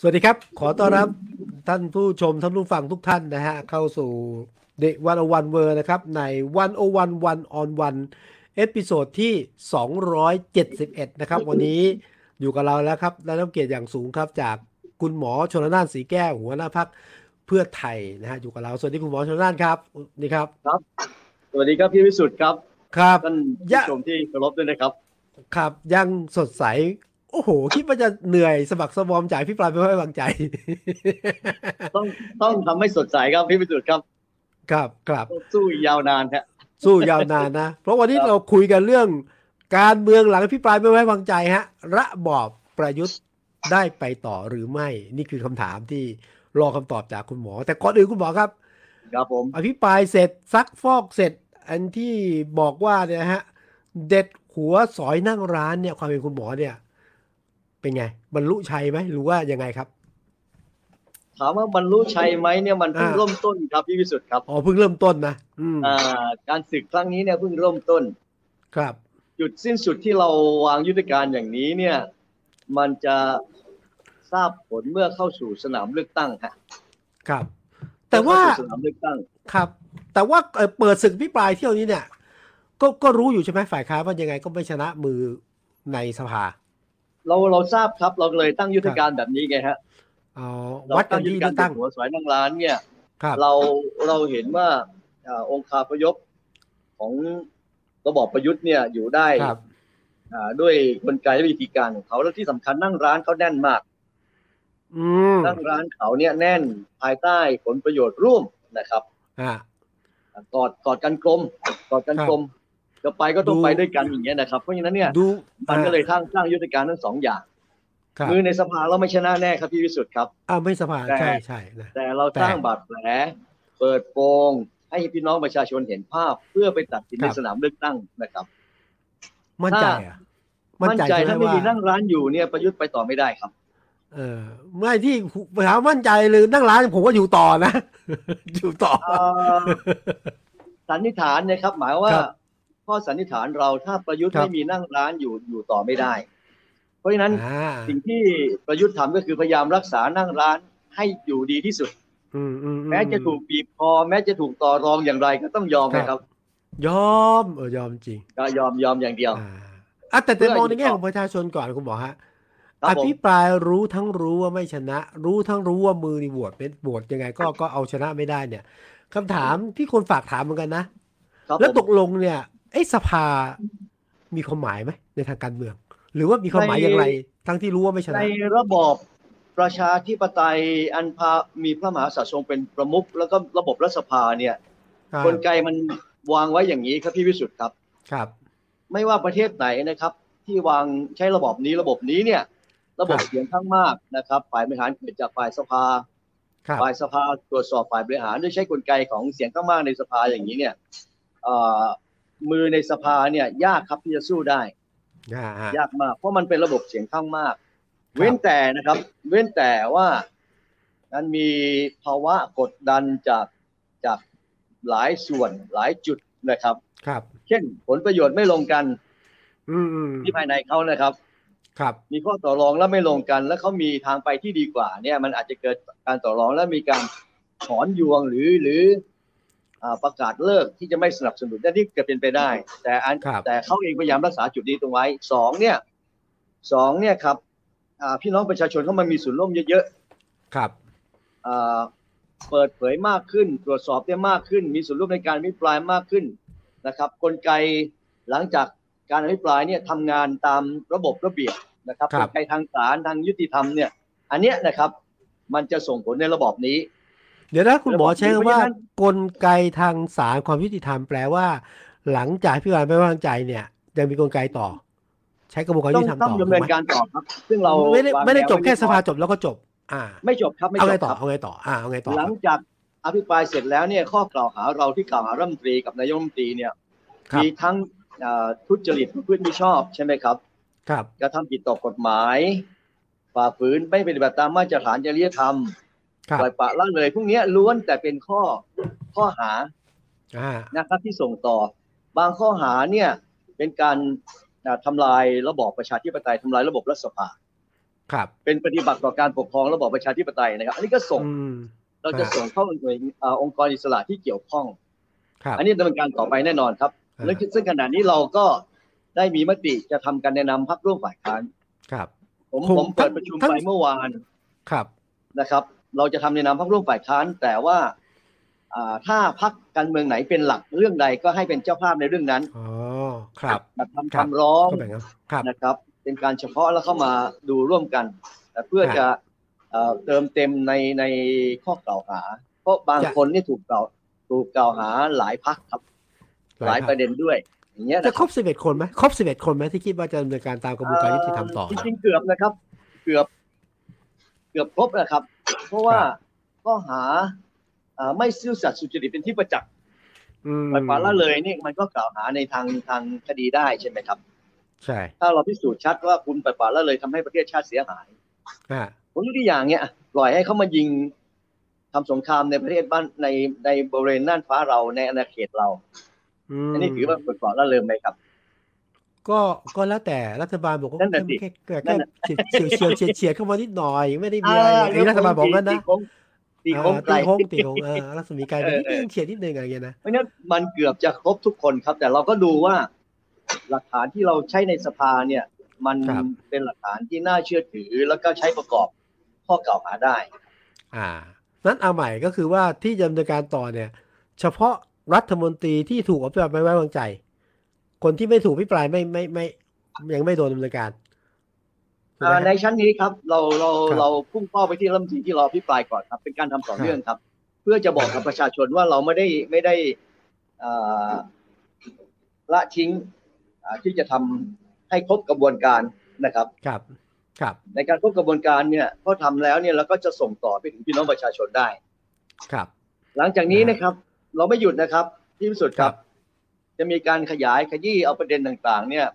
สวัสดีครับ ขอต้อนรับท่านผู้ชมท่านผู้ฟังทุกท่านนะฮะ เข้าสู่เดวันอวันเวอร์นะครับ ในวันโอวันวันออนวันเอพิโซดที่ 271 นะครับ วันนี้อยู่กับเราแล้วครับและรับเกียรติอย่างสูงครับจากคุณหมอชนละนานสีแก้วหัวหน้าพักเพื่อไทยนะฮะอยู่กับเราสวัสดีคุณหมอชนละนานครับนี่ครับ สวัสดีครับพี่วิสุทธ์ครับ ครับ ท่าน ยะ ผู้ชมที่เคารพด้วยนะครับ ครับยังสดใส โอ้โห คิดว่าจะเหนื่อยสมัครสวอมจ่ายพี่ปลายไม่ไว้วางใจ ต้องต้องทำให้สดใสครับพี่วิสุทธ์ครับ ครับครับ ต้องสู้อีกยาวนานฮะ สู้ยาวนานนะ เพราะวันนี้ ครับ เราคุยกันเรื่อง การเมืองหลังพิปรายไม่ไว้วางใจฮะ ระบอบประยุทธ์ได้ไปต่อหรือไม่ นี่คือคำถามที่รอคำตอบจากคุณหมอ แต่ก่อนอื่นคุณหมอครับ ครับผม อภิปรายเสร็จซักฟอกเสร็จ อันที่บอกว่าเนี่ยนะฮะ เด็ดหัวสอยนั่งร้านเนี่ย ความเป็นคุณหมอเนี่ย เป็นไง บรรลุชัยไหมหรือว่ายังไงครับ ถามว่าบรรลุชัยไหมเนี่ยมันเพิ่ง อ่า เริ่มต้นครับพี่วิสุทธ์ครับ อ๋อเพิ่งเริ่มต้นนะอืม อ่าการศึกครั้งนี้เนี่ยเพิ่งเริ่มต้น ครับ จุดสิ้นสุดที่เราวางยุทธการอย่างนี้เนี่ย มันจะทราบผลเมื่อเข้าสู่สนามเลือกตั้งฮะ ครับ แต่ว่า เมื่อเข้สู่สนามเลือกตั้ง ครับ แต่ว่าเอ่อเปิดศึกพิปรายเที่ยวนี้เนี่ย ก็ก็รู้อยู่ใช่ไหมฝ่ายค้านว่ายังไงก็ไม่ชนะมือในสภา เราเราทราบครับเราเลยตั้งยุทธการแบบนี้ไงฮะ อ๋อ เรา วัดกั ตั้ น งยุท ที่ ธ เลื การ อกตั้เป็น ง หัวสวยนั่งร้านเนี่ย ครับ เราเราเห็นว่าเอ่อองค์คาพยพของระบอบประยุทธ์เนี่ยอยู่ได้ ครับ อ่าด้วยกลไกและวิธีการของเขา และที่สำคัญนั่งร้านเขาแน่นมาก อืม นั่งร้านเขาเนี่ยแน่นภายใต้ผลประโยชน์ร่วมนะครับ อ่า กอดกอดกันกลมกอดกันกลมจะไปก็ต้อง ดู ไปด้วยกันอย่างเงี้ยนะครับเพราะฉะนั้นเนี่ย ดู มันก็เลยสร้างสร้างยุทธการทั้งสองอย่าง ครับ มือในสภาเราไม่ชนะแน่ครับพี่วิสุทธ์ครับ อ่าไม่สภา แต่ ใช่ใช่นะ แต่เราสร้างบาดแผลเปิดโปงให้พี่น้องประชาชนเห็นภาพ เพื่อไปตัดสินคในรับ สนามเลือกตั้งนะครับ มั่นใจอ่ะมั่นใจใช่ ถ้า ไหม ไม่ ว่า มีนั่งร้านอยู่เนี่ยประยุทธ์ไปต่อไม่ได้ครับ เออไม่ที่ถามมั่นใจเลยนั่งร้านผมว่าอยู่ต่อนะ อยู่ต่อ สันนิษฐานนะครับ หมายว่า ครับ ข้อสันนิษฐานเราถ้าประยุทธ์ ครับ ไม่มีนั่งร้านอยู่อยู่ต่อไม่ได้ เพราะฉะนั้น อ่า สิ่งที่ประยุทธ์ทำก็คือพยายามรักษานั่งร้านให้อยู่ดีที่สุด อืมอือื แม้จะถูกบีบคอแม้จะถูกต่อรองอย่างไรก็ต้องยอม ครับ นะครับ ยอมเออยอมจริง ก็ยอมยอมอย่างเดียว อ่าอ่ะแต่ เพื่ แต่ อ มองใน อยู่ แง่ ต่อ ของประชาชนก่อนคุณหมอฮะ ครั อบ ผม ภิปรายรู้ทั้งรู้ว่าไม่ชนะ รู้ทั้งรู้ว่ามือนี่โหวตเป็นโหวตยังไงก็ก็เอาชนะไม่ได้เนี่ยคำถามที่คนฝากถามเหมือนกันนะ ครับ แล้ว ผ ต ม กลงเนี่ยไอ้สภามีความหมายไหมในทางการเมือง หรือว่ามีความหมายอย่างไร ทั้งที่รู้ว่าไม่ช ใน นะ ระบอบประชาธิปไตยอันพามีพระมหากษัตริย์ทรงเป็นประมุขแล้วก็ระบบรัฐสภาเนี่ย ครับ กลไกมันวางไว้อย่างนี้ครับพี่วิสุทธ์ครับ ครับ ไม่ว่าประเทศไหนนะครับ ที่วางใช้ระบบนี้ระบบนี้เนี่ย ระบบ ครับ เสียงข้างมากนะครับฝ่ายบริหารเกิดจากฝ่ายสภา ครับ ฝ่ายสภาตรวจสอบฝ่ายบริหารด้วยใช้กลไกของเสียงข้างมากในสภาอย่างนี้เนี่ยเอ่อมือในสภาเนี่ยยากครับที่จะสู้ได้ อ่าอ่าย ากมาก เพราะมันเป็นระบบเสียงข้างมาก เว้นแต่นะครับ เว้นแต่ว่านั้นมีภาวะกดดันจากจากหลายส่วนหลายจุดนะครับ ครับ เช่น ผลประโยชน์ไม่ลงกัน อืมอืม ที่ภายในเขานะครับ ครับ มีข้อต่อรองแล้วไม่ลงกัน แล้วเขามีทางไปที่ดีกว่า เนี่ย มันอาจจะเกิดการต่อรองและมีการถอนยวงหรือหรืออาประกาศเลิกที่จะไม่สนับสนุนนั่นที่เกิดเป็นไปได้ แต่อัน ครับ แต่เขาเองพยายามรักษาจุดนี้ตรงไว้สองเนี่ยสองเนี่ยครับอ่าพี่น้องประชาชนเขามามีส่วนร่วมเยอะ ครับ ๆอ่าเปิดเผยมากขึ้น ตรวจสอบได้มากขึ้น มีส่วนร่วมในการอภิปรายมากขึ้นนะครับ กลไกหลังจากการอภิปรายเนี่ยทำงานตามระบบระเบียบนะครับกลไกทางศาลทางยุติธรรมเนี่ย อันเนี้ยนะครับ มันจะส่งผลในระบอบนี้ เดี๋ยวนะคุณหมอใช้คำว่า เพราะฉะนั้น กลไกทางศาลความยุติธรรมแปลว่า หลังจากพิจารณาไม่ไว้วางใจเนี่ย ยังมีกลไกต่อ ใช้กระบวนการ ต้อ ยุ ง ติธรรม ต้ต่อง อ ดำเนิน ถูกไหม การต่อครับ ซึ่งเรา ไม่ได้ วาง ไม่ได้ นว จบแค่ ว้ สภา ก่อน จบแล้วก็จบ อ่า ไม่จบครับไม่ เอา จ ไง บ ต่อ ครับ เอาไงต่ออ่าเอาไงต่อ หลังจากอภิปรายเสร็จแล้วเนี่ยข้อกล่าวหาเราที่กล่าวหารัฐมนตรีกับนายกรัฐมนตรีเนี่ย ครับ มีทั้งเอ่อทุจริตประพฤติมิชอบใช่ไหมครับ ครับ กระทำผิดต่อกฎหมาย ฝ่าฝืนไม่ปฏิบัติตามมาตรฐานจริยธรรม ครับ ปล่อยปละละเลยพวกเนี้ยล้วนแต่เป็นข้อข้อหา อ่า นะครับที่ส่งต่อบางข้อหาเนี่ยเป็นการอ่าทำลายระบอบประชาธิปไตยทำลายระบบรัฐสภา ครับ เป็นปฏิบัติต่อการปกครองระบอบประชาธิปไตยนะครับ อันนี้ก็ส่ง อืม เราจะ ฮะ ส่งเข้าหน่วยเอ่อองค์กรอิสระที่เกี่ยวข้อง ครับ อันนี้ดำเนินการต่อไปแน่นอนครับและซึ่งขณะนี้เราก็ได้มีมติจะทำการแนะนำพักร่วมฝ่ายค้าน ครับ ผม คง ผมเปิด ท่าน ประชุม ท่าน ไปเมื่อวาน ครับ นะครับ เราจะทำในนามพักร่วมฝ่ายค้าน แต่ว่าอ่าถ้าพักการเมืองไหนเป็นหลักเรื่องใดก็ให้เป็นเจ้าภาพในเรื่องนั้น อ๋อครับ จัดทำ ครับ คำร้อง ก็แบ่งกันครับ นะครับเป็นการเฉพาะแล้วเข้ามาดูร่วมกันแต่เพื่อ ครับ จะเอ่อเติมเต็มในในข้อกล่าวหา เพราะบาง จะ คนนี่ถูกกล่าวถูกกล่าวหาหลายพักครับ หลายประเด็นด้วย อย่างเงี้ย จะ นะ ครบสิบเอ็ดคนไหมครบสิบเอ็ดคนไหมที่คิดว่าจะดำเนินการตามกระบวนการยุติธรรมต่อ เจริงๆเกือบนะครับ เกือบ เกือบครบนะครับ เพราะว่า ครับ ข้อหาเอ่อไม่ซื่อสัตย์สุจริตเป็นที่ประจักษ์ อืม ปล่อยปละละเลยนี่มันก็กล่าวหาในทางทางคดีได้ใช่ไหมครับ ใช่ ถ้าเราพิสูจน์ชัดว่าคุณปล่อยปละละเลยทำให้ประเทศชาติเสียหาย อ่า ผมยกตัวอย่างเนี่ยปล่อยให้เขามายิงทำสงครามในประเทศบ้านในในบริเวณน่านฟ้าเราในอาณาเขตเรา ม อันนี้ถือว่าปลดปล่อยละเลยไหมครับ ก็ก็แล้วแต่รัฐบาลบอกว่า นั่นน่ะสิ แค่แค่ นั่นน่ะ แค่เฉียวเฉียวเฉียดเฉียดเข้ามานิดหน่อย ไม่ได้มีอะไร อ่ อันนี้รัฐบาลบอกงั้นนะ ตีโค้งตีโค้ง อ่า ไกล ตีโค้งตีโค้งเออรัศมีไกลไป เออ นิดนึเออ งเฉียดนิดนึงอะไรอย่างเงี้ยนะ เพราะฉะนั้นมันเกือบจะครบทุกคนครับ แต่เราก็ดูว่า หลักฐานที่เราใช้ในสภาเนี่ย มันเป็นหลักฐานที่น่าเชื่อถือ แล้วก็ใช้ประกอบข้อกล่าวหาได้ อ่านั้นเอาใหม่ก็คือว่าที่จะดำเนินการต่อเนี่ย เฉพาะรัฐมนตรีที่ถูกอภิปรายไม่ไว้วางใจ คนที่ไม่ถูกอภิปรายไม่ไม่ไม่ยังไม่โดนดำเนินการถูกไหม อ่า ฮะ ในชั้นนี้ครับเราเรา ครับ เราพุ่งเป้าไปที่รัฐมนตรีที่เราอภิปรายก่อนครับ เป็นการทำต่อเนื่องครับ เพื่อจะบอกกับประชาชนว่าเราไม่ได้ไม่ได้อ่าละทิ้งอ่าที่จะทำให้ครบกระบวนการนะครับ ครับ ครับ ในการครบกระบวนการเนี่ยพอทำแล้วเนี่ยเราก็จะส่งต่อไปถึงพี่น้องประชาชนได้ ครับ หลังจากนี้นะครับ เราไม่หยุดนะครับที่สุดครับ ครั จะมีการขยายขยี้เอาประเด็นต่างๆ เนี่ย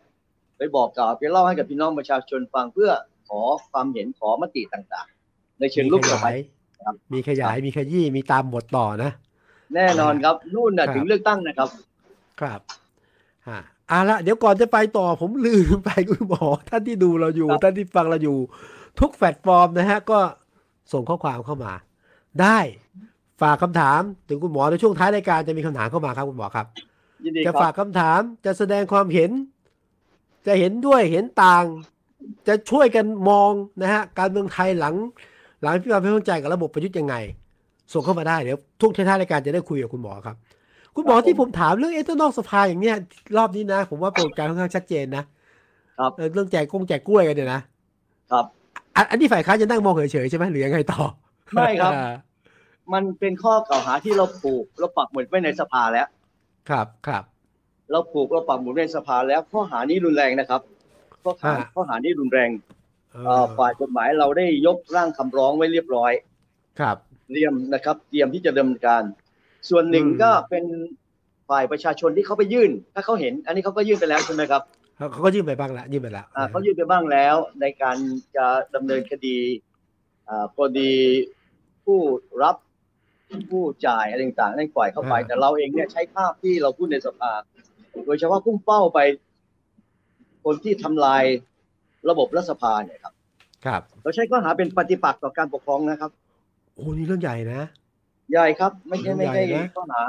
ไปบอกกล่าวไปเล่าให้กับพี่น้องประชาชนฟังเพื่อขอความเห็นขอมติต่างๆ ในเชิงลุก มีข ต่อไป ยาย ครับ มีขยาย มีขยี้ มีตามบทต่อนะ แน่นอนครับนู่นคน่ะรับ ถึงเลือกตั้งนะครับ ครับฮะเอาละเดี๋ยวก่อนจะไปต่อผมลืมไปคุณหมอท่านที่ดูเราอยู่ ครับ ท่านที่ฟังเราอยู่ ทุกแพลตฟอร์มนะฮะ ก็ส่งข้อความเข้ามา ได้ฝากคำถามถึงคุณหมอในช่วงท้ายรายการจะมีคำถามเข้ามาครับคุณหมอครับ ยินดีค จะ รั ฝา บ กคำถามจะแสดงความเห็น จะเห็นด้วยเห็นต่าง จะช่วยกันมองนะฮะ การเมืองไทยหลัง หลังพิพากษาพิพากษากับระบบประยุทธ์ยังไง ส่งเข้ามาได้เดี๋ยวทุกท่านรายการจะได้คุยกับคุณหมอครับ คุณหมอ ครับผม ที่ผมถามเรื่องเอเทอร์นอกสภาอย่างเนี้ยรอบนี้นะ ผมว่าโปรดการค่อนข้างชัดเจนนะครับ เออเรื่องแจกกงแจกกล้วยกันเนี่ยนะครับ อันอันนี้ฝ่ายค้านจะนั่งมองเฉยๆใช่ไหมหรือยังไงต่อ ไม่ครับ อ่า มันเป็นข้อกล่าวหาที่เราผูกเราปักหมุดไว้ในสภาแล้ว ครับครับ เราผูกเราปักหมุดไว้ในสภาแล้ว ข้อหานี้รุนแรงนะครับ ข้อหาข้อหานี้รุนแรง เอ เอ่อฝ่ายกฎหมายเราได้ยกร่างคำร้องไว้เรียบร้อย ครับ เตรียมนะครับเตรียมที่จะดำเนินการ ส่วนหนึ่ง อืม ก็เป็นฝ่ายประชาชนที่เขาไปยื่น ถ้าเขาเห็น อันนี้เขาก็ยื่นไปแล้วใช่ไหมครับ เขาเขาก็ยื่นไปบ้างละยื่นไปละ อ่าเขายื่นไปบ้างแล้ว ในการจะดำเนินคดีอ่ากรณีผู้รับผู้จ่ายอะไรต่างๆนั่นปล่อยเข้าไป อ่า แต่เราเองเนี่ยใช้ภาพที่เราพูดในสภาโดยเฉพาะพุ่งเป้าไป คนที่ทำลายระบบรัฐสภาเนี่ยครับ ครับ เราใช้ข้อหาเป็นปฏิปักษ์ต่อการปกครองนะครับ โอ้นี่เรื่องใหญ่นะ ใหญ่ครับ ไม่ใช่ไม่ใช่ ใหญ่นะ ข้อหา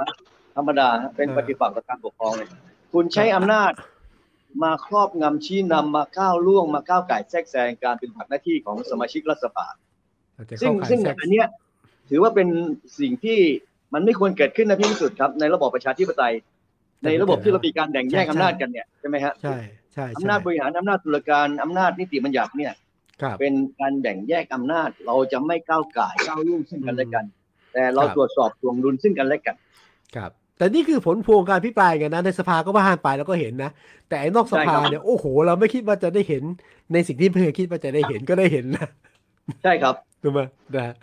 ธรรมดาฮะเป็น เออ ปฏิปักษ์ต่อการปกครองเลยคุณใช้อำนาจมาครอบงำชี้นำมาก้าวล่วงมาก้าวไก่ายแทรกแซงการเป็นผักหน้าที่ของสมาชิกรัฐสภา อาจจะ ซึ่ เข้าง ข่าย ซึ่ง แทรก อันเนี้ยถือว่าเป็นสิ่งที่มันไม่ควรเกิดขึ้นนะพี่พิสุทธิ์ครับ ในระบอบประชาธิปไตย ในระบบที่เรามีการแบ่งแยกอำนาจกันเนี่ยใช่ไหมฮะ ใช่ใช่ใช่ อำนาจบริหารอำนาจตุลาการอำนาจนิติบัญญัติเนี่ย ครับ เป็นการแบ่งแยกอำนาจเราจะไม่ก้าวก่ายก้าวล่วงซึ่งกันและกัน แต่เรา ครับ ตรวจสอบทวงดุลซึ่งกันและกัน ครับ แต่นี่คือผลพวงการพิปรายกันนะในสภาก็ว่าห้ามไปแล้วก็เห็นนะ แต่ไอ้นอกสภา ใช่ครับ เนี่ยโอ้โห เราไม่คิดว่าจะได้เห็นในสิ่งที่เพื่อคิดว่าจะได้เห็นก็ได้เห็นนะ ใช่ครับ ถูกไหมนะ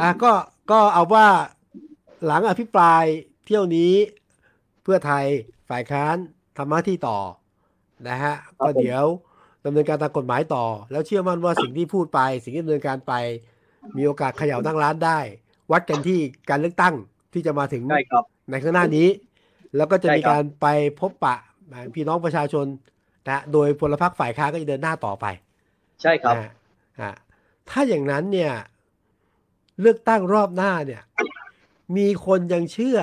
อ่ะก็ก็เอาว่าหลังอภิปรายเที่ยวนี้เพื่อไทยฝ่ายค้านทำหน้าที่ต่อนะฮะ ครับ ก็ ผม เดี๋ยวดำเนินการตามกฎหมายต่อ แล้วเชื่อมั่นว่าสิ่งที่พูดไป สิ่งที่ดำเนินการไป มีโอกาสเขย่าตั้งร้านได้ วัดกันที่การเลือกตั้งที่จะมาถึง ใช่ครับ ในข้างหน้านี้ แล้วก็จะ ใช่ มี ครับ การไปพบปะพี่น้องประชาชนนะฮะโดยพลพรรคฝ่ายค้านก็จะเดินหน้าต่อไป ใช่ครับ นะฮะ อ่ะถ้าอย่างนั้นเนี่ยเลือกตั้งรอบหน้าเนี่ย มีคนยังเชื่อ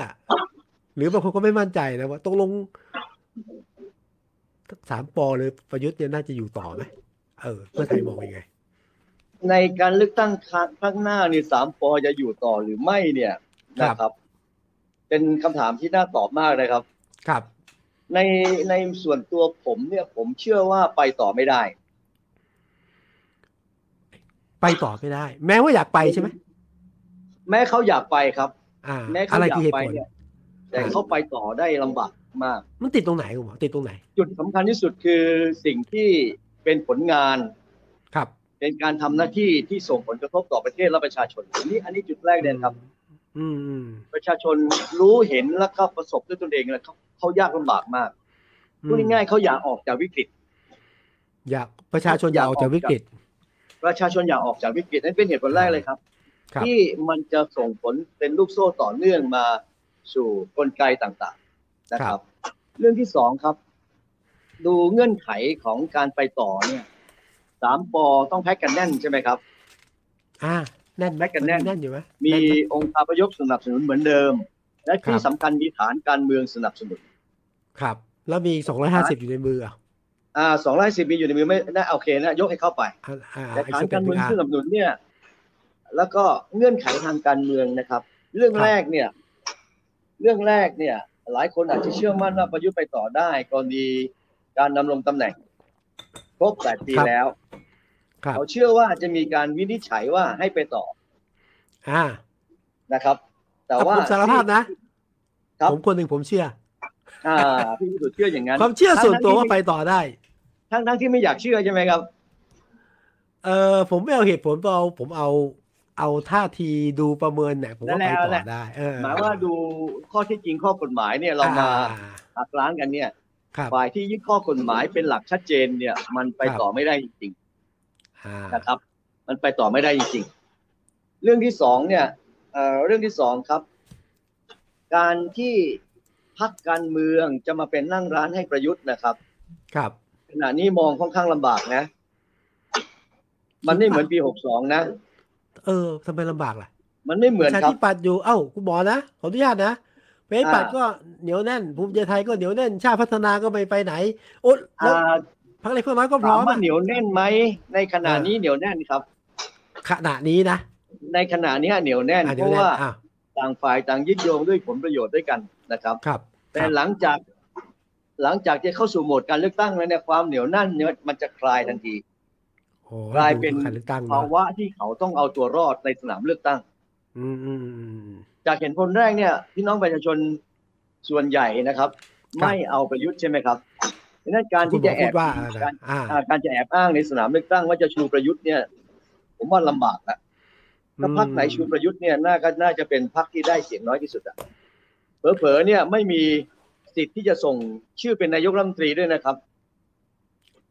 หรือบางคนก็ไม่มั่นใจนะว่าตกลงสามปอหรือประยุทธ์เนี่ยน่าจะอยู่ต่อไหมเออเพื่อไทยมองยังไง ในการเลือกตั้งครั้งข้างหน้าเนี่ยสามปอจะอยู่ต่อหรือไม่เนี่ย ครับ นะครับ เป็นคำถามที่น่าตอบมากนะครับ ครับ ในในส่วนตัวผมเนี่ยผมเชื่อว่าไปต่อไม่ได้ ไปต่อไม่ได้ แม้ว่าอยากไปใช่ไหม แม้เขาอยากไปครับ อ่า แม้ อะ เขา ไร อยา คือกเหตุ ไป ผล เนี่ยแต่เขาไปต่อได้ลำบากมาก มันติดตรงไหนคุณหมอติดตรงไหน จุดสำคัญที่สุดคือสิ่งที่เป็นผลงาน ครับ เป็นการทำหน้าที่ที่ส่งผลกระทบต่อประเทศและประชาชนอันนี้อันนี้จุดแรกเลยนะครับ อืมอืม ประชาชนรู้เห็นแล้วก็ประสบด้วยตนเองแล้วเขาเขายากลำบากมาก อืม พูดง่ายๆเขาอยากออกจากวิกฤต อยากประชาชนอยากออกจากวิกฤต ประชาชนอยากออกจากวิกฤตนั่นเป็นเหตุผลแรกเลยครับ ครับ ที่มันจะส่งผลเป็นลูกโซ่ต่อเนื่องมาสู่กลไกต่างๆนะครับ เรื่องที่สองครับ ดูเงื่อนไขของการไปต่อเนี่ยสามปอต้องแพ็กกันแน่นใช่ไหมครับ อ่าแน่นไหม แน่นกันแน่น แน่นอยู่ไหม มี แน่นไหม องค์คาพยพสนับสนุนเหมือนเดิม และคที่รับ สำคัญมีฐานการเมืองสนับสนุน ครับ แล้วมีสองร้อยห้าสิบอยู่ในมืออ่ะ อ่าสองร้อยสิบมีอยู่ในมือไม่ได้โอเคนะยกให้เข้าไป อ่าอ่า แต่ อีก ฐาน สัก กา เต็ปรห เมื นึ่งอ่ะองสนับสนุนเนี่ย แล้วก็เงื่อนไขทางการเมืองนะครับ เรื่อง ครับ แรกเนี่ย เรื่องแรกเนี่ย หลายคนอาจจะเชื่อมั่นว่าประยุทธ์ไปต่อได้กรณีการดำรงตำแหน่งครบแปดปี ครับ แล้ว ครับ เขาเชื่อว่าจะมีการวินิจฉัยว่าให้ไปต่อ อ่า นะครับ แต่ แต่ ว่า ผมสารภาพนะ ครับ ผมคนหนึ่งผมเชื่อ อ่าพี่พิสุทธิ์เชื่ออย่างนั้น ความเชื่อส่วนตัว ทั้งๆ ว่า ที่ ไปต่อได้ ทั้งทั้งที่ไม่อยากเชื่อใช่ไหมครับ เออผมไม่เอาเหตุผลผมเอาผมเอาเอาท่าทีดูประเมินเนี่ยผมว่า นั่ ไป นแหต่ละนั่อนแหละ ได้เออ หมายว่าดูข้อเที่จริงข้อกฎหมายเนี่ยเรามา อ่ หักล้างกันเนี่ย ครับ ฝ่ายที่ยึดข้อกฎหมายเป็นหลักชัดเจนเนี่ย มันไป ครับ ต่อไม่ได้จริง อ่า ๆนะครับ มันไปต่อไม่ได้จริงๆ เรื่องที่สองเนี่ยเอ่อเรื่องที่สองครับ การที่พักการเมืองจะมาเป็นนั่งร้านให้ประยุทธ์นะครับ ครับ ขณะนี้มองค่อนข้างลำบากนะ มันไม่เหมือนปีหกสองนะ เออทำไมลำบากล่ะ มันไม่เหมื ป อน ระชา ครับ ธิปัตย์อยู่ เอ้า คุณหมอนะ ขออนุญาตนะประชาธิปัตย์ อ่า ก็เหนียวแน่น ภูมิใจไทยก็เหนียวแน่น ชาติพัฒนาก็ไม่ไปไหน โอ๊ยแล้ว อ่า พรรคเล็กพรรคน้อยก็พ ถา ร้อ ม ม ว่า อะ เหนียวแน่นไหม ในขณะนี้เหนียวแน่นครับ ขณะนี้นะ ในขณะนี้เหนียวแน่น อ่ะ เพ เดี๋ยวแน่ราะว่า อ่ะ ต่างฝ่ายต่างยึดโยงด้วยผลประโยชน์ด้วยกันนะครับ ครับ แต่ ครับ หลังจากหลังจากที่เข้าสู่โหมดการเลือกตั้งแล้วเนี่ยความเหนียวแน่นเนี่ยมันจะคลายทันที โอ้ กลายเป็น ดูการเลือกตั้ง ภา เนาะ วะที่เขาต้องเอาตัวรอดในสนามเลือกตั้ง อืมอืมอืมอืม จากเห็นผลแรกเนี่ยพี่น้องประชาชนส่วนใหญ่นะครับ ครับ ไม่เอาประยุทธ์ใช่ไหมครับดังนั้นการ คุณหมที่จะ อ แอ พู บ ดว่าอะไร การ อ่า อ่าการจะแอบอ้างในสนามเลือกตั้งว่าจะชูประยุทธ์เนี่ย ผมว่าลำบากนะถ้าพรรคไหนชูประยุทธ์เนี่ยน่าก็น่าจะเป็นพรรคที่ได้เสียงน้อยที่สุดอะเผลอๆเนี่ยไม่มีสิทธิ์ที่จะส่งชื่อเป็นนายกรัฐมนตรีด้วยนะครับ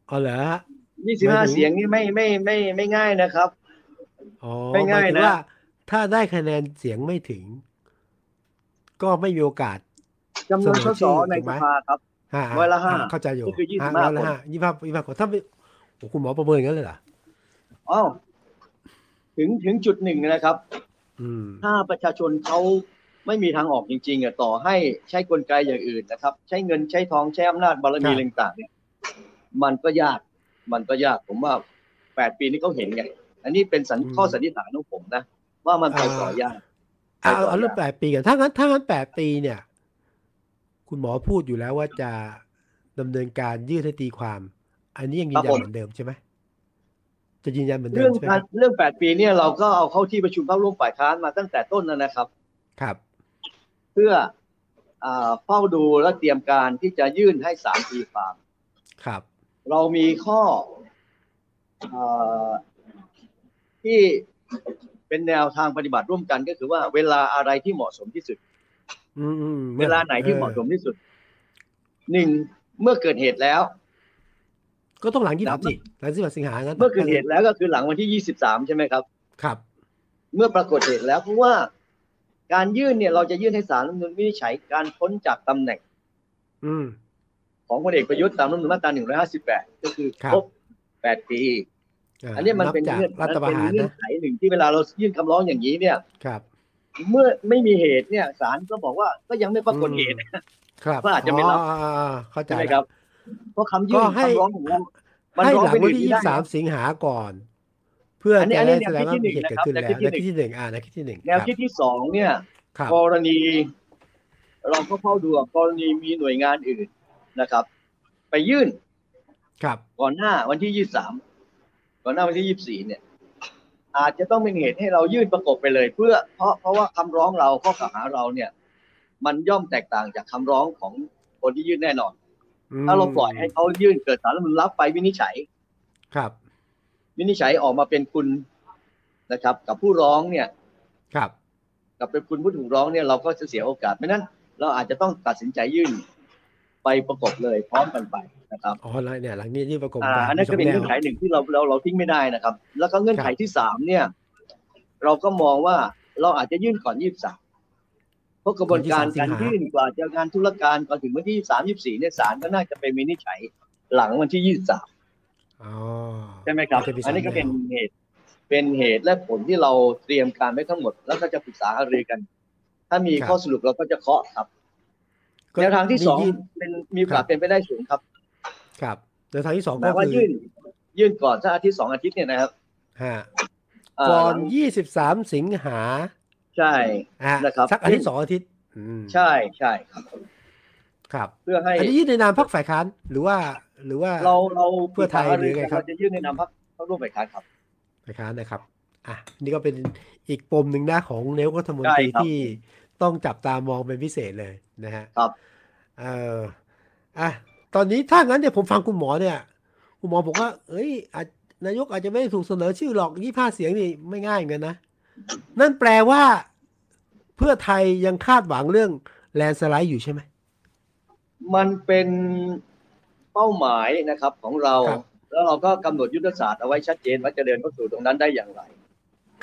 อ๋อเหรอฮะ ยี่สิบ หมา ห้าถึยง เสียงนี่ไม่ไม่ไม่ไม่ง่ายนะครับ อ๋อ ไม่ง่าย หมถึ นะ ว่า ถ้าได้คะแนนเสียงไม่ถึง ก็ไม่มีโอกาส จำนวน เส ส นอ ส ชื่อ ใน ถูกไห ส ม ภาครับ ฮะ ร้อยละห้า เข้าใจอยู่ ก็คือ25 ฮะร้อยละ คน ห้ายี่สิบห้ายี่สิบห้าคนถ้าไม่โอ้คุณหมอประเมินอย่างนั้นเลยเหรอ อ้าวถึงถึงจุดหนึ่งนะครับ อืม ถ้าประชาชนเขาไม่มีทางออกจริงๆอ่ะต่อให้ใช้กลไกอย่างอื่นนะครับ ใช้เงินใช้ทองใช้อำนาจบารครัมีบ อะไรต่างๆเนี่ยมันก็ยาก มันก็ยากผมว่าแปดปีนี้เขาเห็นไงอันนี้เป็นสันข้อสันนิษฐานของผมนะ ว่ามันไปต่อยาก เอา ไปต่อ เอาเรื่อง ยาก แปดปีกันถ้างั้นถ้างั้นแปดปีเนี่ย คุณหมอพูดอยู่แล้วว่าจะดำเนินการยืดให้ตีความ อันนี้ยังยืนยันเหมือนเดิมใช่ไหมจะยืนยันเหมือนเดิ เรื่อ ม ง ใช่ไหม การเรื่องแปดปีเนี่ยเราก็เอาเข้าที่ประชุมพักร่วมฝ่ายค้านมาตั้งแต่ต้นแล้วนะครับ ครับ เพื่ออ่าเฝ้าดูและเตรียมการที่จะยื่นให้สามปีความ ครับ เรามีข้ออาที่เป็นแนวทางปฏิบัติร่วมกันก็คือว่าเวลาอะไรที่เหมาะสมที่สุด อืมอืม เวลาไหนที่เหมาะสมที่สุดหนึ่งเมื่อเกิดเหตุแล้ว ก็ต้องหลังยี่ หลั สิ ง บหลังสิบสิงหางั้น เมื่อเกิดเหตุแล้วก็คือหลังวันที่ยี่สิบสามใช่ไหมครับ ครับ เมื่อปรากฏเหตุแล้วเพราะว่าการยื่นเนี่ยเราจะยื่นให้ศาลรัฐธรรมนุนวินิจฉัยการพ้นจากตำแหน่ง อืม ของพลเอกประยุทธ์ตามรัฐธรรมนูญมาตรา 158 ก็คือ ครับ ครบ 8 ปี า อันนี้มันเป็น บจาก เงื่อน รั มัน ฐประ เป็น หาร เงื่อ นะ นไขหนึ่งที่เวลาเรายื่นคำร้องอย่างนี้เนี่ย ครับ เมื่อไม่มีเหตุเนี่ยศาลก็บอกว่าก็ยังไม่ปรากฏเหตุ อืมครับ ก็อาจจะไม่รับ อ๋ออ๋ออ๋อเข้าใจ ใช่ไหม แล้ว ครับ เพราะคำยื่น ก็ให้ คำร้องของเรามัน ให้ ร้อง หลัง ไป วัน ถึง ที่ ที่ ยี่ ได้ สาม นะ สิงหาก่อน เพื่อ อันนี้ จะ อันนี้ ได้แสดงว่า แนวคิด มีเหตุเกิดขึ้น ที่หนึ่ แล้วแนงวนะครัคิบดที่หนึ่งอ่าแนวคิดที่หนึ่ง แนวคิดที่สองเนี่ย ครับ กรณีเราก็เฝ้าดูว่ากรณีมีหน่วยงานอื่นนะครับ ไปยื่น ครับ ก่อนหน้าวันที่ยี่สามก่อนหน้าวันที่ยี่สี่เนี่ย อาจจะต้องเป็นเหตุให้เรายื่นประกบไปเลย เพื่อเพราะเพราะว่าคำร้องเราข้อกล่าวหาเราเนี่ย มันย่อมแตกต่างจากคำร้องของคนที่ยื่นแน่นอน อืม ถ้าเราปล่อยให้เขายื่นเกิดสารรัฐธรรมนญรับไปวินิจฉัย ครับ วินิจฉัยออกมาเป็นคุณนะครับ กับผู้ร้องเนี่ย ครับ กับเป็นคุณผู้ถูกร้องเนี่ยเราก็จะเสียโอกาสไม่นั้น เราอาจจะต้องตัดสินใจยื่นไปประกบเลยพร้อมกันไปนะครับ อ๋อแล้วเนี่ย หลังนี้ที่ประกบ อ่า กั อันนั้นก็เป็น มีส เงื่ ง อน แว ไขหนึ่งที่เราเราเราทิ้งไม่ได้นะครับ แล้วก็เงื่อนไข ครับ ที่สามเนี่ย เราก็มองว่าเราอาจจะยื่นก่อนยี่สิบสามเพราะกระบวนการการยื่นกว่าจะงานธุรการก่อนถึงวันที่ยี่สามยี่สี่เนี่ยศาลก็น่าจะไปวินิจฉัยหลังวันที่ยี่สิบสาม อ๋อ ใช่ไหมครับ มันจะมีสาม อันนี้ก็เป็น แนว เหตุ เป็นเหตุและผลที่เราเตรียมการไว้ทั้งหมด แล้วก็จะปรึกษาหารือกัน ถ้ามีข้อสรุปเราก็จะเคาะครับ ก็ แนวทางที่สอง ยื่น เป็นมีโอ ครั กาส บ เป็นไปได้สูงครับ ครับแนวทางที่สอง หมา ก็ ยว่า คือ ยื่น ยื่นก่อนสักอาทิตย์สองอาทิตย์เนี่ยนะครับ ฮะ า ก่อนยี่สิบสามสิงหา ใช่ อ่ะ นะครับ สักอาทิตย์สองอาทิตย์อืม ใช่ใช่ครับ ครับ เพื่อให้ อันนี้ยื่นในนามพรรคฝ่ายค้านหรือว่า หรือว่า เราเรา เพื่อไทย ปรึกษาา หรือไง กัน ครับ เราจะยื่นในนามพรรคเข้าร่วมฝ่ายค้านครับ ฝ่ายค้านนะครับ อ่ะ นี่ก็เป็นอีกปมหนึ่งนะของนายกรัฐมนตรี ใช่ครับ ที่ต้องจับตามองเป็นพิเศษเลยนะฮะ ครับ เอออ่ะ ตอนนี้ถ้างั้นเนี่ยผมฟังคุณหมอเนี่ย คุณหมอบอกว่า เอ้ยอาจนายกอาจจะไม่ได้ถูกเสนอชื่อหรอกยี่ห้าเสียงนี่ไม่ง่ายเหมือนกันนะ นั่นแปลว่าเพื่อไทยยังคาดหวังเรื่องแลนสไลด์อยู่ใช่ไหม มันเป็นเป้าหมายนะครับของเรา ครับ แล้วเราก็กำหนดยุทธศาสตร์เอาไว้ชัดเจนว่าจะเดินเข้าสู่ตรงนั้นได้อย่างไร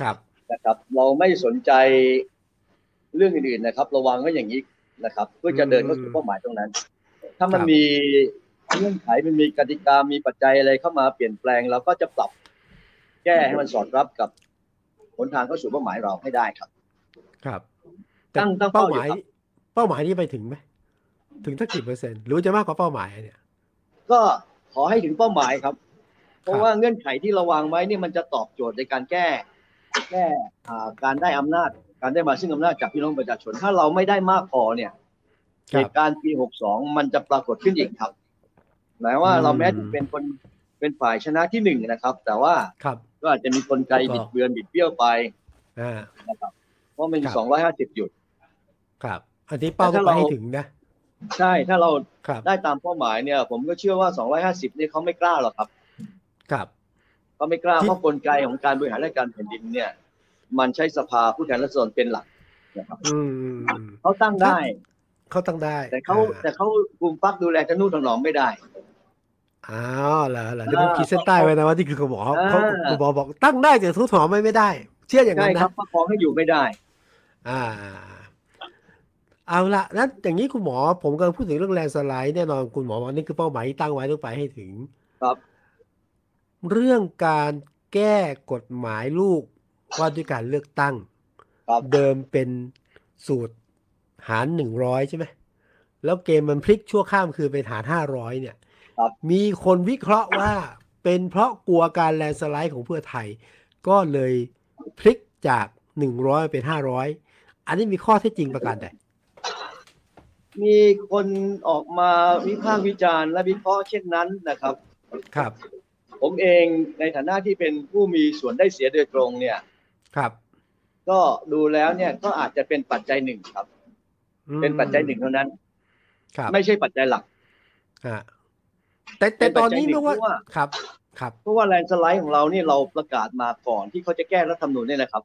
ครับ นะครับเราไม่สนใจเรื่องอื่นๆนะครับ ระวังไว้อย่างนี้นะครับ เพื่อจะเดินเข้าสู่เป้าหมายตรงนั้น ถ้ามัน ครับ มีเงื่อนไขมันมีกติกามีปัจจัยอะไรเข้ามาเปลี่ยนแปลงเราก็จะปรับแก้ให้มันสอดรับกับหนทางเข้าสู่เป้าหมายเราให้ได้ครับ ครับ ตั้งตั้ง เป้าหเป้ามาย อยู่ครับ เป้าหมายนี้ไปถึงไหม ถึงสักกี่เปอร์เซ็นต์หรือว่าจะมากกว่าเป้าหมายเนี่ย ก็ขอให้ถึงเป้าหมายครับ เพ ครั ราะ บ ว่าเงื่อนไขที่เราวางไว้เนี่ยมันจะตอบโจทย์ในการแก้แก้อ่าการได้อำนาจ การได้มาซึ่งอำนาจจากพี่น้องประชาชน ถ้าเราไม่ได้มากพอเนี่ย ค เห รับ ตุการณ์ปี 62 มันจะปรากฏขึ้นอีกครับ หมายว่า อืม เราแม้จะเป็นคนเป็นฝ่ายชนะที่หนึ่งนะครับ แต่ว่า ครับ ก็อาจจะมีกลไก ก็ บิดเบือนบิดเบี้ยวไป อ่า เพราะมันมี ครับ 250 หยุด ครับ อันนี้เป้า แต่ ต้องไปถ้าเรา ให้ถึงนะ ใช่ ถ้าเรา ครับ ได้ตามเป้าหมายเนี่ย ผมก็เชื่อว่า 250 เนี่ยเขาไม่กล้าหรอกครับ ครับ เขาไม่กล้า ที่ เพราะกลไกของการบริหารราชการแผ่นดินเนี่ย มันใช้สภาผู้แทนราษฎรเป็นหลักนะครับ อืมอืมอืม เขาตั้งได้ เขาตั้งได้ แต่เขา อ่ แต่เขากลุ่มปักดูแลทะนุถนอมไม่ได้ อ้าวเหรอเหรอที่ผมขีดเส้นใต้ไว้นะว่าที่คือคุณหมอเขา อ่า คุณหมอบอกตั้งได้แต่ทุกถอมไม่ได้ เชื่ออย่าง ใช่ นั้น ครั นะ บประคองให้อยู่ไม่ได้ อ่า เอาละนั้นอย่างนี้คุณหมอ ผมกำลังพูดถึงเรื่องแรงสไลด์แน่นอนคุณหมอบอกนี่คือเป้าหมายที่ตั้งไว้ต้องไปให้ถึง ครับ เรื่องการแก้กฎหมายลูกว่าด้วยการเลือกตั้ง ครับ เดิมเป็นสูตรหารหนึ่งร้อยใช่ไหม แล้วเกมมันพลิกชั่วข้ามคือเป็นหารห้าร้อยเนี่ย ครับ มีคนวิเคราะห์ว่าเป็นเพราะกลัวการแลนด์สไลด์ของเพื่อไทย ก็เลยพลิกจากหนึ่งร้อยเป็นห้าร้อยอันนี้มีข้อเท็จจริงประการใด มีคนออกมาวิพากษ์วิจารณ์และวิเคราะห์เช่นนั้นนะครับ ครับ ผมเองในฐานะที่เป็นผู้มีส่วนได้เสียโดยตรงเนี่ย ครับ ก็ดูแล้วเนี่ยก็อาจจะเป็นปัจจัยหนึ่งครับ อืม เป็นปัจจัยหนึ่งเท่านั้น ครับ ไม่ใช่ปัจจัยหลัก ฮะแต่แต่ เป็นปั ต จอนจัยนี้ หนึ่ ไม่ ง ว่า เพราะว่า ครับ ครับ เพราะว่าแลนด์สไลด์ของเราเนี่ยเราประกาศมาก่อนที่เขาจะแก้รัฐธรรมนูญเนี่ยนะครับ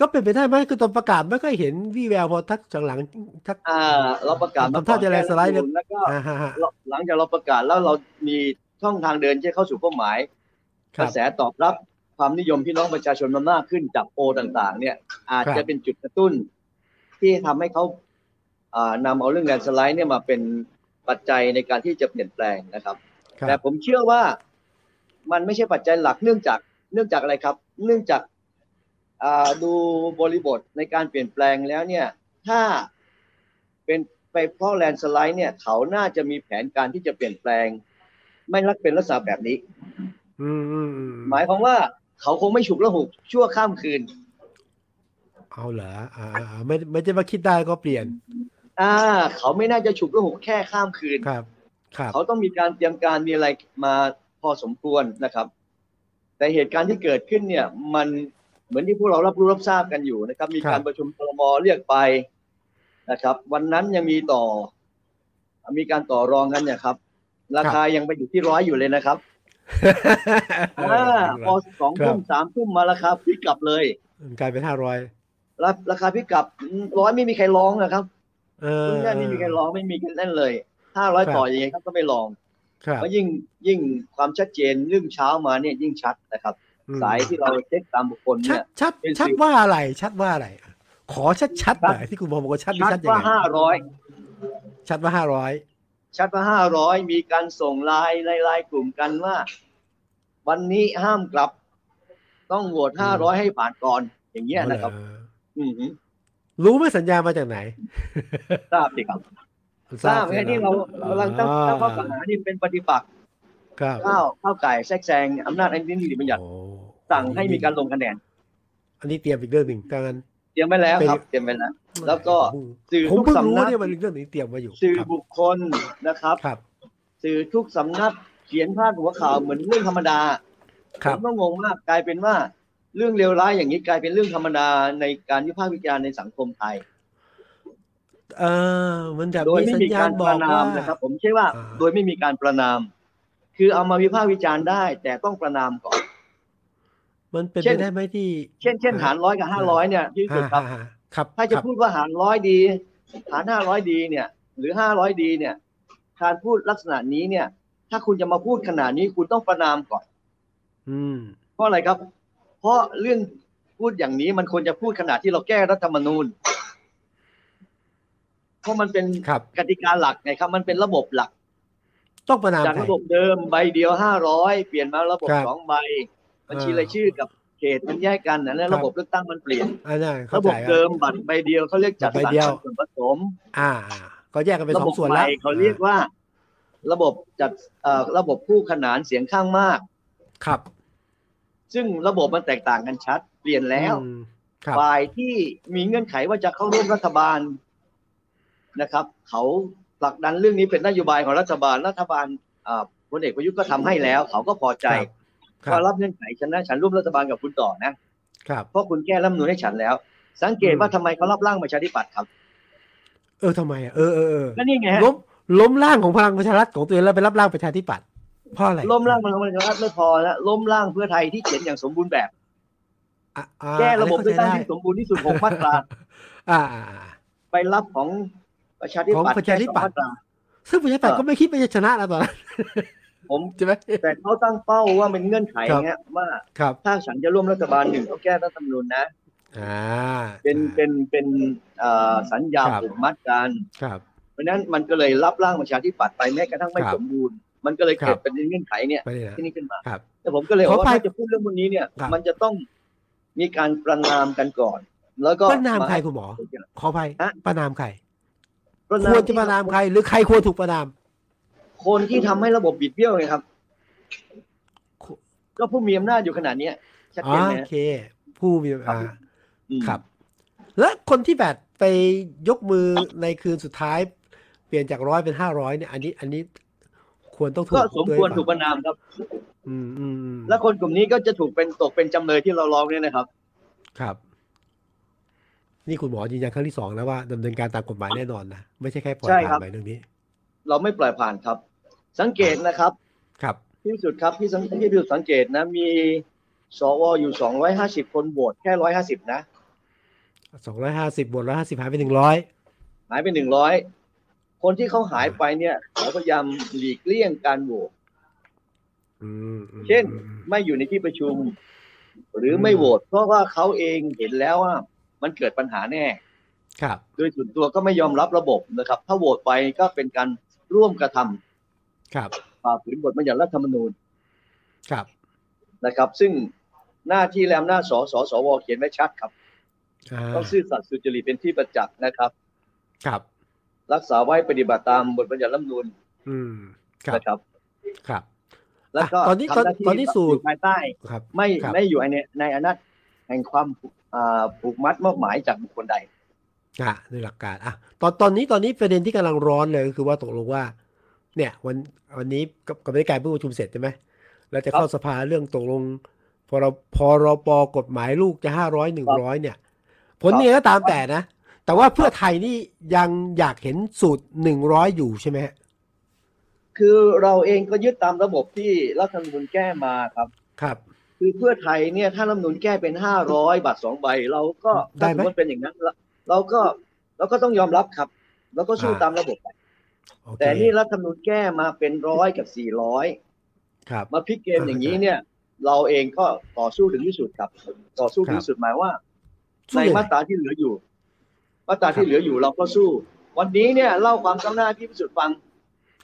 ก็เป็นไปได้ไหมคือตอนประกาศไม่ค่อยเห็นวี่แววพอทักจากหลังทัก อ่า เราประกาศมา ทำท่าจะแลนด์สไลด์ แก้ฐธมญแล้วก็ อ่าฮะฮะ เราหลังจากเราประกาศแล้วเรามีช่องทางเดินที่จะเข้าสู่เป้าหมาย ค ก รั ระ บ แสตอบรับความนิยมพี่น้องประชาชนมันมากขึ้นจากโอต่างๆ เนี่ย อาจ ครั จะ บ เป็นจุดกระตุ้น ที่ทำให้เขาอ่านำเอาเรื่องแลนด์สไลด์เนี่ยมาเป็นปัจจัยในการที่จะเปลี่ยนแปลงนะครับ ครั แต่ บ ผมเชื่อว่า มันไม่ใช่ปัจจัยหลักเนื่องจากเนื่องจากอะไรครับ เนื่องจากอ่าดูบริบทในการเปลี่ยนแปลงแล้วเนี่ยถ้าเป็นไปเพราะแลนสไลด์เนี่ยเขาน่าจะมีแผนการที่จะเปลี่ยนแปลง ไม่รักเป็นลักษณะแบบนี้ อืมอืมอืม หมายความว่าเขาคงไม่ฉุกละหุกชั่วข้ามคืน เอาเหรออ่าอ่าอ่าไม่ไม่ใช่ว่าคิดได้ก็เปลี่ยน อ่า เขาไม่น่าจะฉุกละหุกแค่ข้ามคืน ครับ ครับ เขาต้องมีการเตรียมการมีอะไรมาพอสมควรนะครับ แต่เหตุการณ์ที่เกิดขึ้นเนี่ย มันเหมือนที่พวกเรารับรู้รับทราบกันอยู่นะครับ มีการประชุมครมเรียกไปนะครับ วันนั้นยังมีต่อ มีการต่อรองกันเนี่ยครับ ราคายังไปอยู่ที่ร้อยอยู่เลยนะครับอ่าพอสองทุ่มสามทุ่มมาราคาพลิกกลับเลย กลายเป็นห้าร้อย รับราคาพลิกกลับร้อยไม่มีใครร้องนะครับ เออ ซึ่งนั่นไม่มีใครร้องไม่มีใครเล่นเลยห้าร้อยต่อยังไงครับก็ไม่ร้อง ครับ ก็ยิ่งยิ่งความชัดเจนเรื่องเช้ามาเนี่ยยิ่งชัดนะครับ อืม สายที่เราเช็คตามบุคคล ชั เนี่ ด ย ชัด เป็น ชัด สิว ว่าอะไร ชัดว่าอะไร ขอชัดชัด ชั ห ด น่อยที่คุณพงศ์บอกว่าชัดนี่ ชั ชั ด ดยัง ว่า ไง ห้าร้อย ชัดว่าห้าร้อย ชัดว่าห้าร้อยมีการส่งไลน์ในไลน์กลุ่มกันว่า วันนี้ห้ามกลับ ต้องโหวตห้าร้อยให้ผ่านก่อน อย่างเงี้ยนะครับ อือหือ รู้ไหมสัญญาณมาจากไหน ทราบสิครับทราบแค่นี้เราเรากำลังตั้งตั้งข้อกล่าวหานี่เป็นปฏิบัติ ครับ ข้าวข้าวไก่แทรกแซงอำนาจอันนี้นิติบัญญัติ โอ้ สั่งให้มีการลงคะแนน อันนี้เตรียมอีกเรื่องหนึ่งดังนั้น เตรียมไว้แล้วครับเตรียมไว้แล้ว แล้วก็ สื่อ ผม ทุก เพิ่งรู้ สำนัก เนี่ยมันเรื่องนี้เตรียมมาอยู่ สื่อ ครับ บุคคลนะครับ ครับ สื่อทุกสำนักเขียนพาดหัวข่าวเหมือนเรื่องธรรมดา ครับผมก็งงมากกลายเป็นว่า เรื่องเลวร้ายอย่างนี้กลายเป็นเรื่องธรรมดาในการวิพากษ์วิจารณ์ในสังคมไทย เออมันแบบ โดยไม่ สัญ มี ญา การ ณ ป บอ ระ ก นาม ว่า นะครับ ผมเชื่อว่า อ่า โดยไม่มีการประนาม คือเอามาวิพากษ์วิจารณ์ได้ แต่ต้องประนามก่อน มันเป็น เช่ ไป น ได้ไหมที่ เช่นเช่นหารร้อยกับห้าร้อยเนี่ยที่สุดครับ อ่าๆครับ ถ้าจะ ครับ พูดว่าหารร้อยดี หารห้าร้อยดีเนี่ย หรือห้าร้อยดีเนี่ยการพูดลักษณะนี้เนี่ย ถ้าคุณจะมาพูดขนาดนี้คุณต้องประนามก่อน อืม เพราะอะไรครับ เพราะเรื่องพูดอย่างนี้มันควรจะพูดขณะที่เราแก้รัฐธรรมนูญ เพราะมันเป็น ครับ กติกาหลักไงครับ มันเป็นระบบหลัก ต้องประนาม จาก ใคร ระบบเดิมใบเดียวห้าร้อยเปลี่ยนมาระบบ ครับ สองใบบัญชีรายชื่อกับเขตมันแยกกันนะแล้วระบบเลือกตั้งมันเปลี่ยน อันนั้นเข้า ระบ ใจ บ ครับ เดิมบัตรใบเดียวเขาเรียกจัด บัตรใบสรร เดียว ปันส่วนผสม อ่าๆก็แยกกันเป็น ระ สอ บบ งส่วน ให แล้ว ม่เขาเรียกว่า ระบบจัดเอ่อระบบผู้ขนานเสียงข้างมาก ครับ ซึ่งระบบมันแตกต่างกันชัด เปลี่ยนแล้ว อืมครับ ฝ่ายที่มีเงื่อนไขว่าจะเข้าร่วมรัฐบาลนะครับ เขาผลักดันเรื่องนี้เป็นนโยบายของรัฐบาลรัฐบาลอ่าพลเอกประยุทธ์ก็ทำให้แล้ว เขาก็พอใจ ครั ก็ บ รับเงื่อนไขฉันนะฉันร่วมรัฐบาลกับคุณต่อนะครับ เพราะคุณแก้รัฐธรรมนูญให้ฉันแล้ว สังเกตว่าทำไมเขารับร่างประชาธิปัตย์ครับ เออทำไมอะเออเออเออ ก็นี่ไงฮะ ล้มล้มร่างของพลังประชารัฐของตัวเองแล้วไปรับร่างประชาธิปัตย์เพราะอะไร ล้มร่างพลังประชารัฐไม่พอนะล้มร่างเพื่อไทยที่เขียนอย่างสมบูรณ์แบบ อ่ะอ่า แก้ระบบเลือกตั้ง อัน ที่ นี้ ส เข้าใจ มบูรณ์ที่สุดหกมาตรา ได้อ่าๆๆ ไปรับของประชาธิปัต ข ย์ องประชาธิปัตย์ แค่สองมารา ซึ่งประชาธิปัตย์ เออ ก็ไม่คิดว่าจะชนะนะตอนนั้น ผม ใช่ไหม แต่เขาตั้งเป้าว่าเป็นเงื่อนไข ครับ เงี้ยว่า ครับ ถ้าฉันจะร่วมรัฐบาลหนึ่งต้องแก้รัฐธรรมนูญนะ อ่า เป็นเป็นเป็นเอ่อสัญญา ครับ ผูกมัดกัน ครับ เพราะฉะนั้นมันก็เลยรับร่างประชาธิปัตย์ไปแม้กระทั่งไม่ ครับ สมบูรณ์ มันก็เลย ครั เกิด บ เป็นเงื่อนไขเนี่ย ไม่ได้นะ ที่นี่ขึ้นมา ครับ แต่ผมก็เลยบอก ขอ ว่า ไป ถ้าจะพูดเรื่องพวกนี้เนี่ย ครับ มันจะต้องมีการประนามกันก่อน แล้วก็ ประนามใครคุณหมอ ขออภัย ฮะ ประนามใคร ประ ควรจะประนามใคร หรือใครควรถูกประนาม คนที่ทำให้ระบบบิดเบี้ยวไงครับ คุ ก็ผู้มีอำนาจอยู่ขนาดเนี้ยชัดเจนไหม โอ ฮะ เค ผู้มี ครับ อ่า อืม ครับ และคนที่แบบไปยกมือในคืนสุดท้าย เปลี่ยนจากร้อยเป็นห้าร้อยเนี่ยอันนี้อันนี้ควรต้องถูก ก็สมควร ด้ย ถูกประนามครับ อืมอืมอืม และคนกลุ่มนี้ก็จะถูกเป็นตกเป็นจำเลยที่เราร้องเนี่ยนะครับ ครับ นี่คุณหมอยืนยันครั้งที่สองแล้วว่าดำเนินการตามกฎหมายแน่นอนนะไม่ใช่แค่ปล่อย ใช่ครั ผ่า บ นไปเรื่องนี้ เราไม่ปล่อยผ่านครับ สังเกตนะครับ ครับ ที่สุดครับที่สังที่ดูสังเกตนะมีสวอยู่250 คนโหวตแค่150นะ สองร้อยห้าสิบบวกร้อยห้าสิบหายไปหนึ่งร้อย หายไป100 คนที่เขาหายไปเนี่ยเขาพยายามหลีกเลี่ยงการโหวต เช่น ไม่อยู่ในที่ประชุม หรือไม่โหวตเพราะว่าเขาเองเห็นแล้วว่า มันเกิดปัญหาแน่ ครับ โดยส่วนตัวก็ไม่ยอมรับระบบนะครับ ถ้าโหวตไปก็เป็นการร่วมกระทำ ครับ ฝ่าฝืนบทบัญญัติรัฐธรรมนูญ ครับ นะครับ ซึ่งหน้าที่และอำนาจสสสวเขียนไว้ชัดครับ อ่า ต้องซื่อสัตย์สุจริตเป็นที่ประจักษ์นะครับ ครับ รักษาไว้ปฏิบัติตามบทบัญญัติรัฐธรรมนูญ อืมครับ นะครับ ครับ แล้วก็ อ่ะตอนนี้ ทำหาที่ ตอนนี้สูตร ยู่ภายใต้ ครับ ไม่ ครับ ไม่อยู่ในในอำนาจแห่งความผูกอ่าผูกมัดมอบหมายจากบุคคลใด อ่ะในหลักการอ่ะตอนตอนนี้ตอนนี้ประเด็นที่กำลังร้อนเลยก็คือว่าตกลงว่า เนี่ยวันวันนี้กับกับการเพิ่งประชุมเสร็จใช่ไหมแล้วจะเข้าสภาเรื่องตกลงพรพรปกฎหมายลูกจะห้าร้อยหนึ่งร้อยเนี่ย ผล ครับ ยังไงก็ตามแต่นะ แต่ว่าเพื่อไทยนี่ยังอยากเห็นสูตรหนึ่งร้อยอยู่ใช่ไหมฮะ คือเราเองก็ยึดตามระบบที่รัฐธรรมนูญแก้มาครับ ครับ คือเพื่อไทยเนี่ยถ้ารัฐธรรมนูญแก้เป็นห้าร้อยบาทสองใบ เราก็ ได้ ถ้า ไหม สมมติเป็นอย่างนั้นเราเราก็เราก็ต้องยอมรับครับ แล้วก็สู้ อ่า ตามระบบ โอเค แต่นี่รัฐธรรมนูญแก้มาเป็นร้อยกับสี่ร้อย ครับ มาพลิกเกม อ่า อย่างนี้เนี่ย เราเองก็ต่อสู้ถึงที่สุดครับ ต่อสู้ถึง ครับ ที่สุดหมายว่า สู้ ใน เลย มาตราที่เหลืออยู่ มาตราที่เหลืออยู่เราก็สู้ วันนี้เนี่ยเล่าความก้าวหน้าที่พิสุทธิ์ฟัง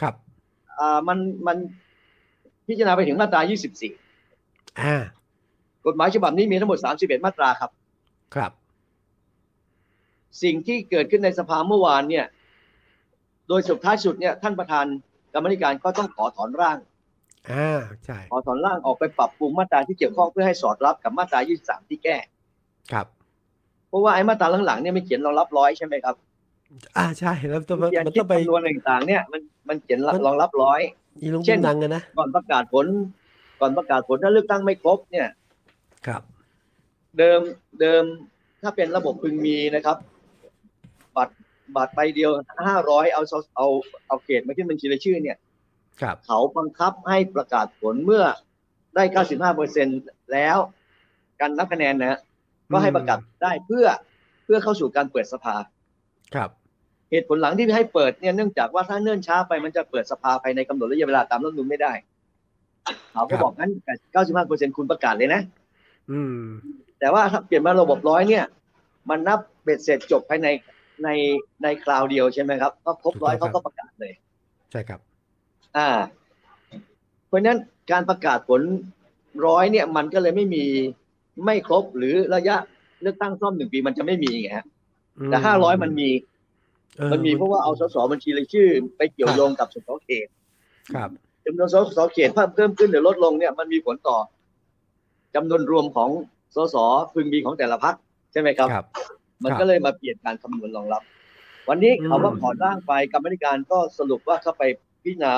ครับ อ่ามันมันพิจารณาไปถึงมาตรา 24 อ่าก ฎหมายฉบับนี้มีทั้งหมด 31 มาตราครับ ครับ สิ่งที่เกิดขึ้นในสภาเมื่อวานเนี่ย โดยสุดท้ายสุดเนี่ยท่านประธานกรรมาธิการก็ต้องขอถอนร่าง อ่าใช่ ขอถอนร่างออกไปปรับปรุงมาตราที่เกี่ยวข้องเพื่อให้สอดรับกับมาตรา 23 ที่แก้ ครับ เพราะว่าไอ้มาตราหลังๆเนี่ยมันเขียนรองรับร้อยใช่ไหมครับ อ่าใช่แล้วต้อง อย่าง มัน คิ ต้ ด องไป คำนวณอะไรต่างๆเนี่ยมันมันเขียน มัน รองรับร้อย อีลุง เช่น นังกันนะ ก่อนประกาศผล ก่อนประกาศผลถ้าเลือกตั้งไม่ครบเนี่ย ครับ เดิมเดิมถ้าเป็นระบบพึงมีนะครับ บัตรบัตรใบเดียวห้าร้อยเอาเอาเอาเอาเขตมาขึ้นบัญชีรายชื่อเนี่ย ครับ เขาบังคับให้ประกาศผลเมื่อได้เก้าสิบห้าเปอร์เซ็นแล้วการนับคะแนนนะฮะก็ให้ประกาศได้เพื่อเพื่อเข้าสู่การเปิดสภา ครับ เหตุผลหลังที่ให้เปิดเนี่ยเนื่องจากว่าถ้าเนิ่นช้าไปมันจะเปิดสภาภายในกำหนดระยะเวลาตามรัฐธรรมนูญไม่ได้เขาก็บอกงั้นเก้าสิบห้าเปอร์เซ็นคุณประกาศเลยนะ อืม แต่ว่าถ้าเปลี่ยนมาระบบร้อยเนี่ย มันนับเบ็ดเสร็จจบภายในในในคราวเดียวใช่ไหมครับก็ครบร้อยเขาก็ประกาศเลย ใช่ครับ อ่า เพราะฉะนั้นการประกาศผลร้อยเนี่ย มันก็เลยไม่มีไม่ครบหรือระยะเลือกตั้งซ่อมหนึ่งปีมันจะไม่มีไงฮะแต่ห้าร้อยมันมี ออ มันมีเพราะว่าเอาสสบัญชีรายชื่อ ไปเกี่ยวโยงกับสสเขต ครับ จำนวนสสเขตเพิ่มเพิ่มขึ้นหรือลดลงเนี่ยมันมีผลต่อจำนวนรวมของสสพึงมีของแต่ละพักใช่ไหมครับ ครับ มัคนรับ ก็เลยมาเปลี่ยนการคำนวณรองรับ วันนี้ อืม เขาก็ขอร่างไปกรรมาธิการก็สรุปว่าเข้าไปพิจารณา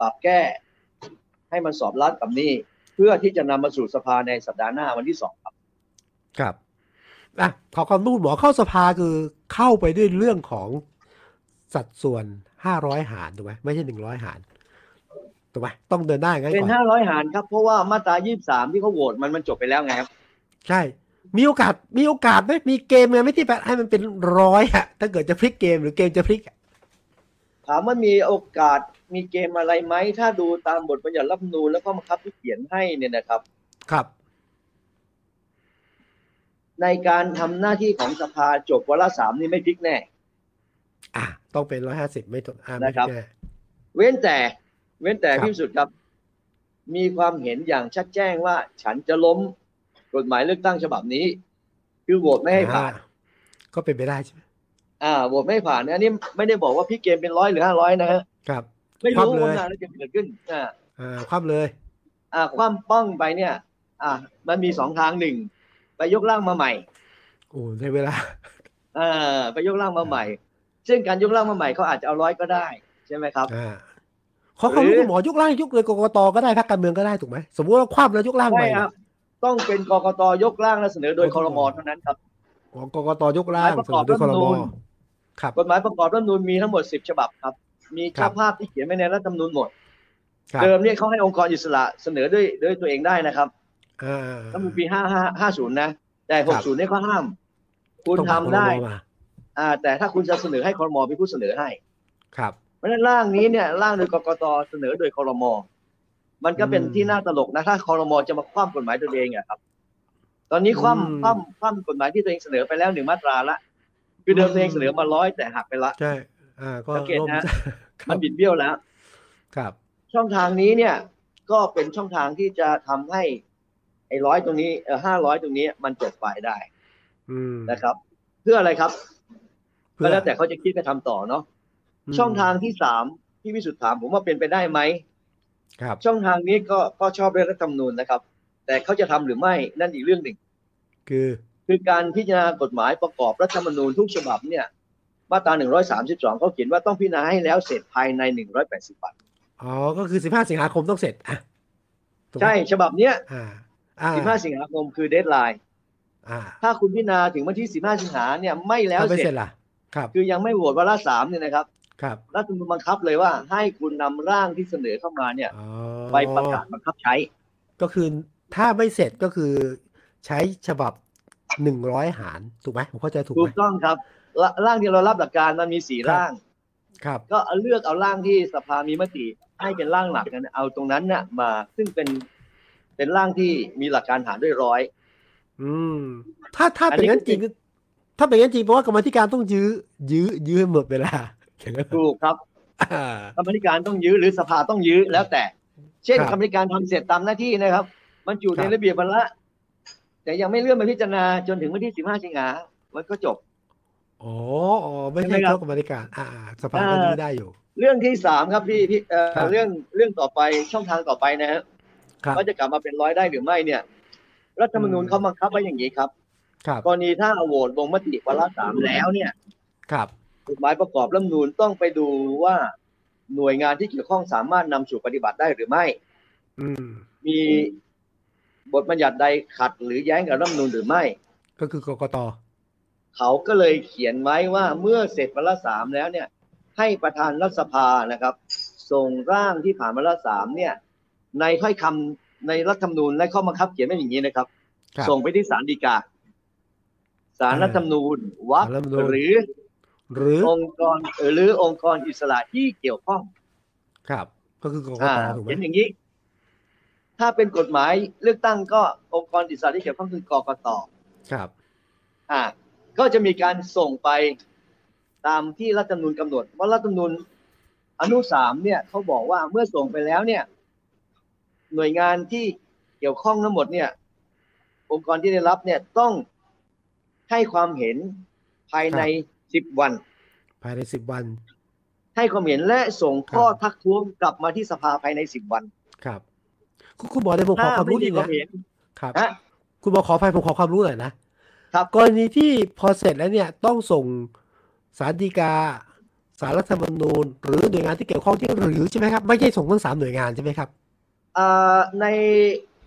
ปรับแก้ ให้มันสอบรัดกับนี่เพื่อที่จะนำมาสู่สภาในสัปดาห์หน้าวันที่สองครับ ครับอ่ะขอความรู้หมอเข้าสภาคือเข้าไปด้วยเรื่องของสัดส่วนห้าร้อยหารถูกไหมไม่ใช่หนึ่งร้อยหารถูกไหมต้องเดินหน้าอย่างนั้น เป็น ก่อน ห้าร้อยหารครับ เพราะว่ามาตรายี่สามที่เขาโหวตมันมันจบไปแล้วไงครับ ใช่ มีโอกาสมีโอกาสไหมมีเกมไหมไม่ที่แบบให้มันเป็นร้อย อะถ้าเกิดจะพลิกเกมหรือเกมจะพลิกอะ ถามว่ามีโอกาสมีเกมอะไรไหม ถ้าดูตามบทบัญญัติรัฐธรรมนูญแล้วก็บังคับที่เขียนให้เนี่ยนะครับ ครับ ในการทำหน้าที่ของสภาจบวาระสามนี่ไม่พลิกแน่ อ่ะต้องเป็นร้อยห้าสิบไม่ตกอ่าไม่ นะครับ แน่ เว้นแต่เว้นแต่ ครับ พี่สุดครับ มีความเห็นอย่างชัดแจ้งว่าฉันจะล้มกฎหมายเลือกตั้งฉบับนี้ คือโหวตไม่ให้ผ่าน อ่ก็เป็นไปได้ใช่ไหม อ่าโหวตไม่ให้ผ่านนะอันนี้ไม่ได้บอกว่าพี่เกมเป็นร้อยหรือห้าร้อยนะฮะ ครับ ไม่รู้ คว่ำเลย ว่างานแล้วจะเกิดขึ้นอ่า อ่าความเลย อ่าความป้องไปเนี่ย อ่า มันมีสองทางหนึ่งไปยกร่างมาใหม่ โอ้ในเวลา อ่าไปยกร่างมาใหม่ ซึ่งการยกร่างมาใหม่เขาอาจจะเอาร้อยก็ได้ใช่ไหมครับ อ่าขอความรู้ หรือ คุณหมอยกร่างยกเลยกกตก็ได้พรรคการเมืองก็ได้ถูกไหมสมมติว่าคว่ำแล้วยกร่างใหม่ ไม่ครับ ต้องเป็นกกตยกร่างและเสนอโดยคอรมอเท่านั้นครับ ของกกตยกร่าง ประ เส ก น อบ อโดยคอร รัฐธรรมนู ม ญ ครับ กฎหมายประกอบรัฐธรรมนูญมีทั้งหมด 10 ฉบับครับ มี ครับเจ้าภาพที่เขียนไว้ในรัฐธรรมนูญหมด ครับ เดิมเนี่ยเขาให้องค์กรอิสระเสนอด้วยด้วยตัวเองได้นะครับ อ่า รัฐธรรมนูญปี 5 5 50 นะ แต่ ครับ 60เนี่ยเขาห้าม คุณ ต้อง ทำ ผ่าน ได้ ครมมา อ่า แต่ถ้าคุณจะเสนอให้คอรมอเป็นผู้เสนอให้ ครับ เพราะฉะนั้นร่างนี้เนี่ยร่างโดยกกตเสนอโดยคอรมอ มันก็เป็นที่น่าตลกนะ ถ้าคอรมอจะมาคว่ำกฎหมายตัวเองอะครับ ตอนนี้คว่ำคว่ำคว่ำกฎหมายที่ตัวเองเสนอไปแล้วหนึ่งมาตราละ คือเดิมตัวเองเสนอมาร้อยแต่หักไปละ ใช่อ่าก็ สังเกต ร่วม นะ ครัมัน บ บิดเบี้ยวแล้ว ครับ ช่องทางนี้เนี่ย ก็เป็นช่องทางที่จะทำให้ไอ้ร้อยตรงนี้ห้าร้อยตรงนี้มันจบไปได้ อืม นะครับ เพื่ออะไรครับ เพื่ ก็ อ แล้วแต่เขาจะคิดจะทำต่อเนาะ ม ช่องทางที่สามที่วิสุทธ์ถามผมว่าเป็นไปได้ไหม ครับ ช่องทางนี้ก็ก็ชอบด้วยรัฐธรรมนูญนะครับ แต่เขาจะทำหรือไม่นั่นอีกเรื่องหนึ่ง คือ คือการพิจารณากฎหมายประกอบรัฐธรรมนูญทุกฉบับเนี่ยมาตรา 132เขาเขียนว่าต้องพิจารณาให้แล้วเสร็จภายใน 180วัน อ๋อก็คือสิบห้าสิงหาคมต้องเสร็จอ่ะถูกไหม ใช่ฉบับเนี้ย อ่าอ่า 15 สิงหาคมคือเดทไลน์ อ่า ถ้าคุณพิจารณาถึงวันที่ 15 สิงหาเนี่ยไม่แล้ว ถ้าไม่ เสร็ เส จ ร็จล่ะ ครับ คือยังไม่โหวตวาระสามเนี่ยนะครับ ครับ รัฐธรรมนูญบังคับเลยว่าให้คุณนำร่างที่เสนอเข้ามาเนี่ย อ๋อ ไปประกาศบังคับใช้ ก็คือถ้าไม่เสร็จก็คือใช้ฉบับหนึ่งร้อยหารถูกไหมผมเข้าใจถูก ถู ไหม กต้องครับละร่างที่เรารับหลักการมันมีสี่ร่าง ครับ ก็เอาเลือกเอาร่างที่สภามีมติให้เป็นร่างหลักนั้นเอาตรงนั้นน่ะมาซึ่งเป็นเป็นร่างที่มีหลักการหารด้วยร้อย อืมถ้าถ้า อัน เป็น นี้ งั้นจริง ถ้าเป็นงั้นจริงเพราะว่ากรรมธิการต้องยื้อยื้อยื้อให้หมดเวลา อย่างนั้นเหรอ ถูกครับ อ่า กรรมธิการต้องยื้อหรือสภาต้องยื้อแล้วแต่ เช่น ครับ กรรมธิการทำเสร็จตามหน้าที่นะครับ มันอยู่ใน ครับ ระเบียบวาระแต่ยังไม่เลื่อนมาพิจารณาจนถึงวันที่สิบห้าสิงหามันก็จบ อ๋ออ๋อไม่ ใช่ ใช่ ไหมครับ เจ้ากรรมธิการอ่าอ่าสภาก็ อ่า ยื้อได้อยู่ เรื่องที่สามครับพี่พี่เอ่อ ครับ เรื่องเรื่องต่อไปช่องทางต่อไปนะฮะ ครับ ว่าจะกลับมาเป็นร้อยได้หรือไม่เนี่ย รัฐธรรมนูญเขาบังคับไว้อย่างนี้ครับ ครับ กรณีถ้าโหวตลงมติวาระสามแล้วเนี่ย ครับ กฎหมายประกอบรัฐธรรมนูญต้องไปดูว่าหน่วยงานที่เกี่ยวข้องสามารถนำสู่ปฏิบัติได้หรือไม่ อืม มีบทบัญญัติใดขัดหรือแย้งกับรัฐธรรมนูญหรือไม่ ก็คือกกต เขาก็เลยเขียนไว้ว่าเมื่อเสร็จวาระสามแล้วเนี่ย ให้ประธานรัฐสภานะครับ ส่งร่างที่ผ่านวาระสามเนี่ย ในถ้อยคำในรัฐธรรมนูญและข้อบังคับเขียนไว้อย่างนี้นะครับ ครับ ส่งไปที่ศาลฎีกาศาลรัฐธรรมนูญวัก ศาลรัฐธรรมนูญ หรือ หรือ องค์กรหรือองค์กรอิสระที่เกี่ยวข้อง ครับ ก็คือกก อ่า ตถูกไหม เห็นอย่างนี้ ถ้าเป็นกฎหมายเลือกตั้งก็องค์กรอิสระที่เกี่ยวข้องคือกกต ครับ อ่า ก็จะมีการส่งไปตามที่รัฐธรรมนูญกำหนด ว่ารัฐธรรมนูญอนุสามเนี่ยเขาบอกว่าเมื่อส่งไปแล้วเนี่ย หน่วยงานที่เกี่ยวข้องทั้งหมดเนี่ย องค์กรที่ได้รับเนี่ยต้องให้ความเห็นภายในสิบวัน ภายในสิบวัน ให้ความเห็นและส่งข้อ ครับ ทักท้วงกลับมาที่สภาภายในสิบวัน ครับ คุณคุณบอกในผมขอความรู้นิด ควา นะ มเห็น ครับ ฮะ คุณบอกขออภัยผมขอความรู้หน่อยนะครับ กรณีที่พอเสร็จแล้วเนี่ยต้องส่งสารดีกาสารรัฐธรรมนูญ หรือหน่วยงานที่เกี่ยวข้องที่หรือใช่ไหมครับไม่ใช่ส่งทั้งสามหน่วยงานใช่ไหมครับ อ่าใน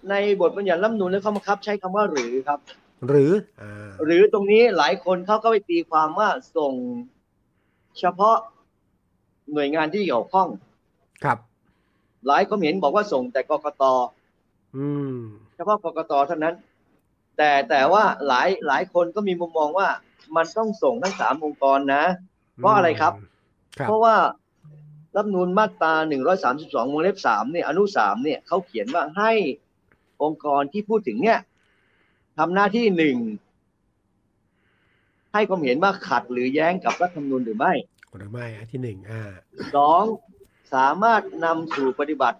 ในบทบัญญัติรัฐธรรมนูลและข้อบังคับใช้คำว่าหรือครับ หรืออ่า หรือตรงนี้หลายคนเขาก็ไปตีความว่าส่งเฉพาะหน่วยงานที่เกี่ยวข้อง ครับ หลายความเห็นบอกว่าส่งแต่กกต อืม เฉพาะกกตเท่านั้น แต่แต่ว่าหลายหลายคนก็มีมุมมองว่ามันต้องส่งทั้งสามองค์กรนะ เพราะอะไรครับ ครับ เพราะว่ารัฐธรรมนูลมาตรา 132วงเล็บ3เนี่ยอนุ3เนี่ยเขาเขียนว่าให้องค์กรที่พูดถึงเนี่ยทำหน้าที่หนึ่งให้ความเห็นว่าขัดหรือแย้งกับรัฐธรรมนูญหรือไม่ หรือไม่อันที่หนึ่งอ่า สองสามารถนำสู่ปฏิบัติ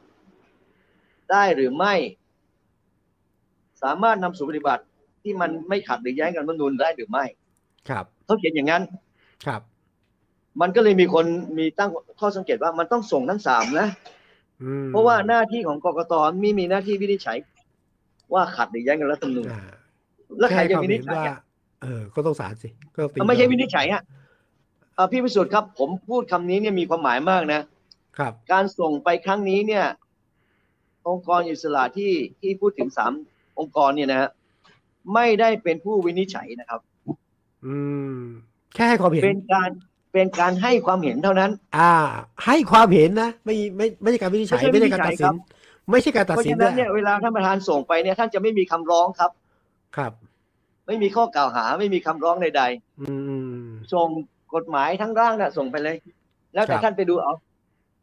ได้หรือไม่ สามารถนำสู่ปฏิบัติที่มันไม่ขัดหรือแย้งกับรัฐธรรมนูญได้หรือไม่ ครับ เขาเขียนอย่างนั้น ครับ มันก็เลยมีคนมีตั้งข้อสังเกตว่ามันต้องส่งทั้งสามนะ อืม เพราะว่าหน้าที่ของกกตไม่มีหน้าที่วินิจฉัย ว่าขัดหรือแย้งกับรัฐธรรมนูญ อ่า แล้วใคร แค่ จะ ความ วินิ เห็ จ น ฉัย ว่า อ่ะ เออก็ต้องสารสิก็ต้องตี ไม่ใช่ ความ วินิจฉัยอ่ะเอ่อพี่พิสุทธิ์ครับ ผมพูดคำนี้เนี่ยมีความหมายมากนะ ครับ การส่งไปครั้งนี้เนี่ย องค์กรอิสระที่ที่พูดถึงสามองค์กรเนี่ยนะฮะไม่ได้เป็นผู้วินิจฉัยนะครับ อืมแค่ให้ความเห็น เป็นการเป็นการให้ความเห็นเท่านั้น อ่า ให้ความเห็นนะ ไม่ไม่ไม่ใช่การวินิจฉัย ไม่ ไม่ ใช่ ใช่การ วิตันิด จสิฉัยครั น บ ไม่ใช่การตัด เพราะ สิน ฉะ ด้ นั้ วน ย เนี่ยเวลาท่านประธานส่งไปเนี่ยท่านจะไม่มีคำร้องครับ ครับ ไม่มีข้อกล่าวหา ไม่มีคำร้องใด ๆ อืม ส่งกฎหมายทั้งร่างน่ะส่งไปเลย แล้วคแต่รับ ท่านไปดูเอา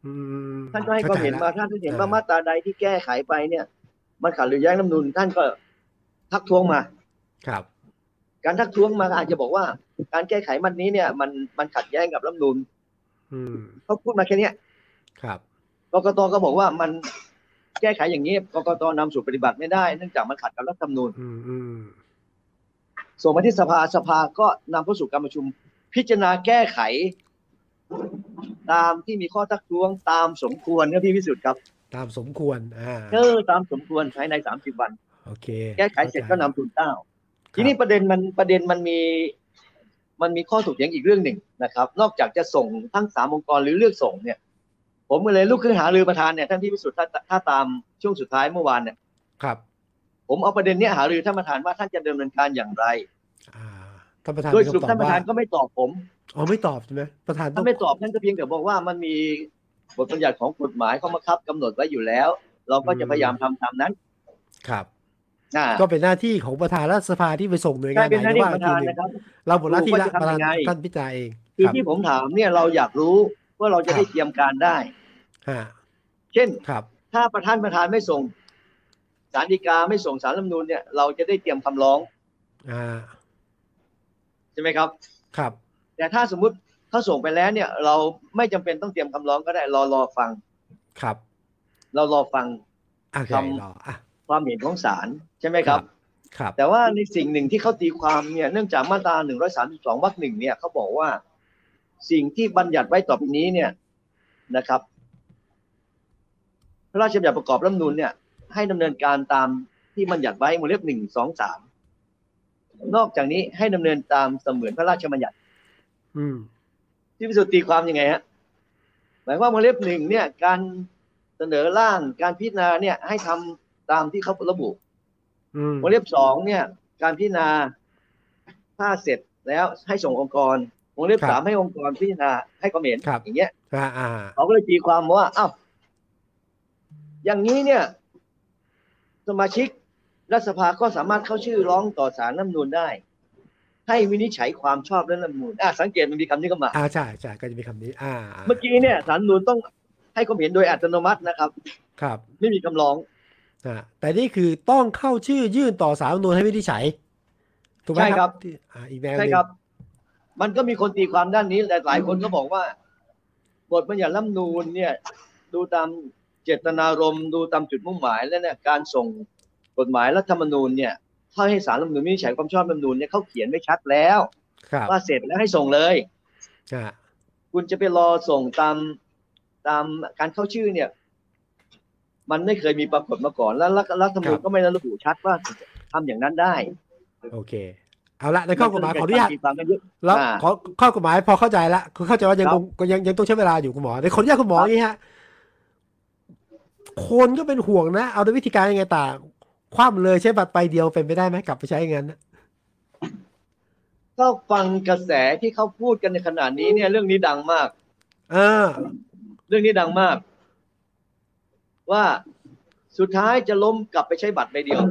อืม ท่านก็ให้ความเห็นมา ข้ใละ ท่านก็เห็น เออ ว่ามาตราใดที่แก้ไขไปเนี่ย มันขัดหรือแย้งรัฐธรรมนูญท่านก็ทักท้วงมา ครับ การทักท้วงมาก็อาจจะบอกว่า การแก้ไขมันนี้เนี่ยมันมันขัดแย้งกับรัฐธรรมนูญ อืม เขาพูดมาแค่เนี้ย ครับ กกตก็บอกว่ามัน แก้ไขอย่างนี้กกตนำสู่ปฏิบัติไม่ได้เนื่องจากมันขัดกับรัฐธรรมนูญ อืมอืม ส่งมาที่สภาสภาก็นำเข้าสู่การประชุม พิจารณาแก้ไข ตามที่มีข้อทักท้วงตามสมควรครับพี่พิสุทธิ์ครับ ตามสมควรอ่า เออตามสมควรภายในสามสิบวัน โอเค แก้ไขเสร็จก็นำ ข้าใจ ทุนเต้า ครับ ทีนี้ประเด็นมันประเด็นมันมี มันมีข้อถกเถียงอีกเรื่องหนึ่งนะครับ นอกจากจะส่งทั้งสามองค์กรหรือเลือกส่งเนี่ย ผมก็เลยลุกขึ้นหาลือประธานเนี่ยท่านที่พิสุทธิ์ถ้าถ้าตามช่วงสุดท้ายเมื่อวานเนี่ย ครับ ผมเอาประเด็นเนี้ยหารือท่านประธานว่าท่านจะดำเนินการอย่างไร อ่าท่านประธาน โดย มี สรุป คำตอบ ท่านประธาน ว่ ก็ไม่ตอบผม อ๋อไม่ตอบใช่ไหมประธานต้อ ท่าง นไม่ตอบท่านก็เพียงแต่บอกว่ามันมีบทบัญญัติของกฎหมายข้อบังคับกำหนดไว้อยู่แล้ว เราก็จะพยายามทำตามนั้น ครับ นะ ก็เป็นหน้าที่ของประธานรัฐสภาที่ไปส่งหน่วยงาน เป็นหน้าที่ ว่ ประ อีก ธาน ทีหง นะครับ เราหมดหน้าที่ละ ว่าจะ ป ทำ ระธา ยั น งไง ท่านพิจารณาเอง คือ รับ ที่ผมถามเนี่ยเราอยากรู้ว่าเราจะได้เตรียมการได้ ฮะ เช่น ครับ ถ้าประธานประธานไม่ส่งสารฎีกาไม่ส่งสารรัฐธรรมนูญเนี่ยเราจะได้เตรียมคำร้อง อ่า ใช่ไหมครับ ครับ แต่ถ้าสมมุติเขาส่งไปแล้วเนี่ย เราไม่จำเป็นต้องเตรียมคำร้องก็ได้รอรอฟัง ครับ เรารอฟัง อ่ะใครต่ออ่ะ ความเห็นของศาลใช่ไหมครับ ครับ แต่ว่าในสิ่งหนึ่งที่เขาตีความเนี่ยเนื่องจากมาตรา132วรรคหนึ่งเนี่ยเขาบอกว่าสิ่งที่บัญญัติไว้ต่อไปนี้เนี่ยนะครับ พระราชบัญญัติประกอบรัฐธรรมนูญเนี่ย ให้ดำเนินการตามที่บัญญัติไว้หมวดเล็บหนึ่งสองสามนอกจากนี้ให้ดำเนินตามเสมือนพระราชบัญญัติ อืม ที่พิสุทธิ์ตีความยังไงฮะหมายความว่าหมวดเล็บหนึ่งเนี่ย การเสนอร่างการพิจารณาเนี่ยให้ทำตามที่เขาระบุ อืม วงเล็บสองเนี่ย การพิจารณาถ้าเสร็จแล้วให้ส่งองค์กรวงเล็บสามให้องค์กรพิจารณาให้ความเห็นอย่างเงี้ย อ่าอ่า เขาก็เลยตีความว่าอ้าวอย่างนี้เนี่ย สมาชิกรัฐสภาก็สามารถเข้าชื่อร้องต่อศาลรัฐธรรมนูญได้ ให้วินิจฉัยความชอบและรัฐธรรมนูญอ่ะสังเกตมันมีคำนี้เข้ามา อ่าใช่ใช่ก็จะมีคำนี้ อ่าอ่า เมื่อกี้เนี่ยศาลรัฐธรรมนูญต้องให้ความเห็นโดยอัตโนมัตินะครับ ครับ ไม่มีคำร้อง อ่าแต่นี่คือต้องเข้าชื่อยื่นต่อสาลรฐธรรมนูญให้วินิจฉัยถูกไหม ใช่ครับ ที่อ่าอีกแนวห ใช่ นึ่ง ครับ มันก็มีคนตีความด้านนี้แต่หลายคนก็บอกว่า บทบัญญัติรัฐธรรมนูญเนี่ย ดูตามเจตนารมณ์ดูตามจุดมุ่งหมายแล้วเนี่ยการส่งกฎหมายรัฐธรรมนูญเนี่ยถ้าให้สารรัฐธรรมนูญวินิจฉัยความชอบรัฐธรรมนูญเนี่ยเขาเขียนไว้ชัดแล้ว ครับ ว่าเสร็จแล้วให้ส่งเลย อ่า คุณจะไปรอส่งตามตามการเข้าชื่อเนี่ย มันไม่เคยมีปรากฏมาก่อน แล้วรัฐธรรมนูญก็ไม่ได้ระบุชัดว่าทำอย่างนั้นได้ โอเค เอาละในข้อกฎหมายขออนุญาต ตีความกันเยอะ แล้ว อ่า ขอข้อกฎหมายพอเข้าใจละคือเข้าใจว่ายัง ค ครับ งยังยังต้องใช้เวลาอยู่คุณหมอในคนยากคุณหมอ ครับ อย่างนี้ฮะ คนก็เป็นห่วงนะ เอาด้วยวิธีการยังไงต่างคว่ำเลยใช้บัตรใบเดียวเป็นไปได้ไหมกลับไปใช้อย่างนั้นนะ ก็ฟังกระแสที่เขาพูดกันในขณะนี้เนี่ย เรื่องนี้ดังมาก เออ เรื่องนี้ดังมาก ว่าสุดท้ายจะล้มกลับไปใช้บัตรใบเดียว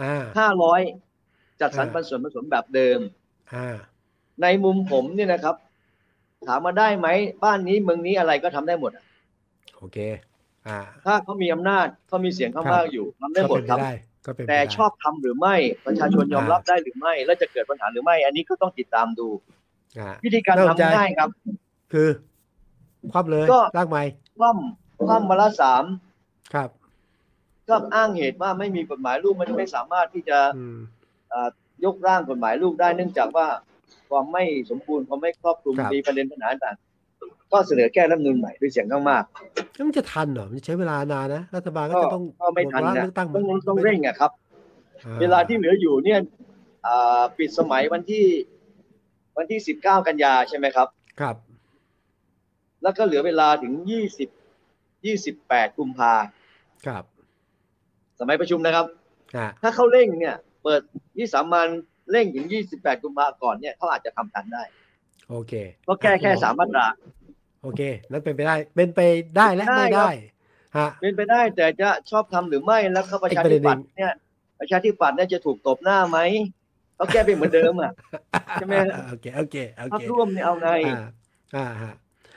อ่า ห้าร้อยจัดสรร อ่า ปันส่วนผสมแบบเดิม อ่า ในมุมผมเนี่ยนะครับ ถามมาได้ไหมบ้านนี้เมืองนี้อะไรก็ทำได้หมดอะ โอเค อ่า ถ้าเขามีอำนาจเขามีเสียงข้างมากอยู่ทำได้ ก็ หมด เป็นไปครับ ได้ก็เป็นไป แต่ ได้ ชอบทำหรือไม่ประชาชนยอม อ่ารั รับได้หรือไม่ และจะเกิดปัญหาหรือไม่ อันนี้ก็ต้องติดตามดู อ่า วิธีการ น่าสนใจ ทำง่ายครับ คือคว่ำเลย ก็ ลากไม้ คว่ำคว่ำมาละสาม ครับ ก็อ้างเหตุว่าไม่มีกฎหมายลูกมันไม่สามารถที่จะ อืม เอ่อยกร่างกฎหมายลูกได้เนื่องจากว่าความไม่สมบูรณ์ความไม่ครอบคลุม ครับ มีประเด็นปัญหาต่างก็เสนอแก้รัฐธรรมนูญใหม่ด้วยเสียงข้างมาก แล้วมันจะทันเหรอมันจะใช้เวลานานนะรัฐบาลก็ ก็ จะต้อง ก็ไม่ทัน หดวาระ นะ เลือกตั้ง ต้องต้องเร่งอะครับ อ่ เวลาที่เหลืออยู่เนี่ยอ่าปิดสมัยวันที่วันที่สิบเก้ากันยาใช่ไหมครับ ครับ แล้วก็เหลือเวลาถึงยี่สิบยี่สิบแปดกุมภา ครับ สมัยประชุมนะครับ อ่า ถ้าเขาเร่งเนี่ย เปิดยี่สามัญเร่งถึงยี่สิบแปดกุมภาก่อนเนี่ยเขาอาจจะทำทันได้ โอเค ก็แก้แค่สามมาตรา โอเค นั่นเป็นไปได้ เป็นไปได้และ ได้ ไม่ ครับ ได้ ฮะ เป็นไปได้แต่จะชอบทำหรือไม่แล้วก็ประชาธิปัตย์เนี่ย ประชาธิปัตย์เนี่ยจะถูกตบหน้าไหมเขาแก้ไปเหมือนเดิม อ่ะ ใช่ไหม โอเค โอเค โอ พรร เค คร่วมเนี่ยเอาไง อ่าอ่าฮะ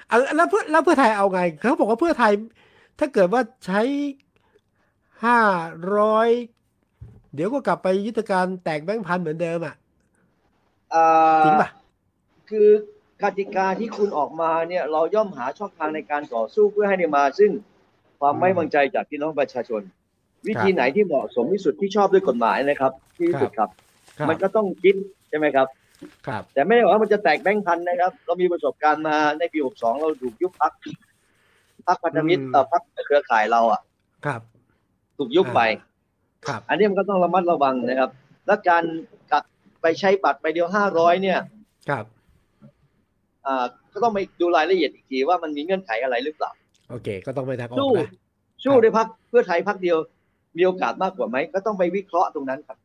เอาแล้วเพื่อแล้วเพื่อไทยเอาไง เขาบอกว่าเพื่อไทย ถ้าเกิดว่าใช้ห้าร้อยเดี๋ยวก็กลับไปยุทธการแตกแบงค์พันเหมือนเดิมอ่ะ อ่า จริงป่ะ คือกติกาที่คุณออกมาเนี่ย เราย่อมหาช่องทางในการต่อสู้เพื่อให้ได้มาซึ่ง ความ อืม ไม่วางใจจากพี่น้องประชาชน วิธี ครับ ไหนที่เหมาะสมที่สุดที่ชอบด้วยกฎหมายนะครับ ที่สุดครับ ครับ มันก็ต้องคิดใช่ไหมครับ ครับ แต่ไม่ได้บอกว่ามันจะแตกแบงค์พันธุ์นะครับ เรามีประสบการณ์มาในปี 62 เราถูกยุบพักพักพันธมิตรเอ่อพักเครือข่ายเราอ่ะ ครับ ถูกยุบไป ครับ อันนี้มันก็ต้องระมัดระวังนะครับ และการกลับไปใช้บัตรไปเดียว 500 เนี่ย ครับ อ่าก็ต้องไปดูรายละเอียดอีกทีว่ามันมีเงื่อนไขอะไรหรือเปล่า โอเค ก็ต้องไปทางออก สู้ นะ สู้ในพักเพื่อไทยพักเดียว มีโอกาสมากกว่าไหมก็ต้องไปวิเคราะห์ตรงนั้นครับ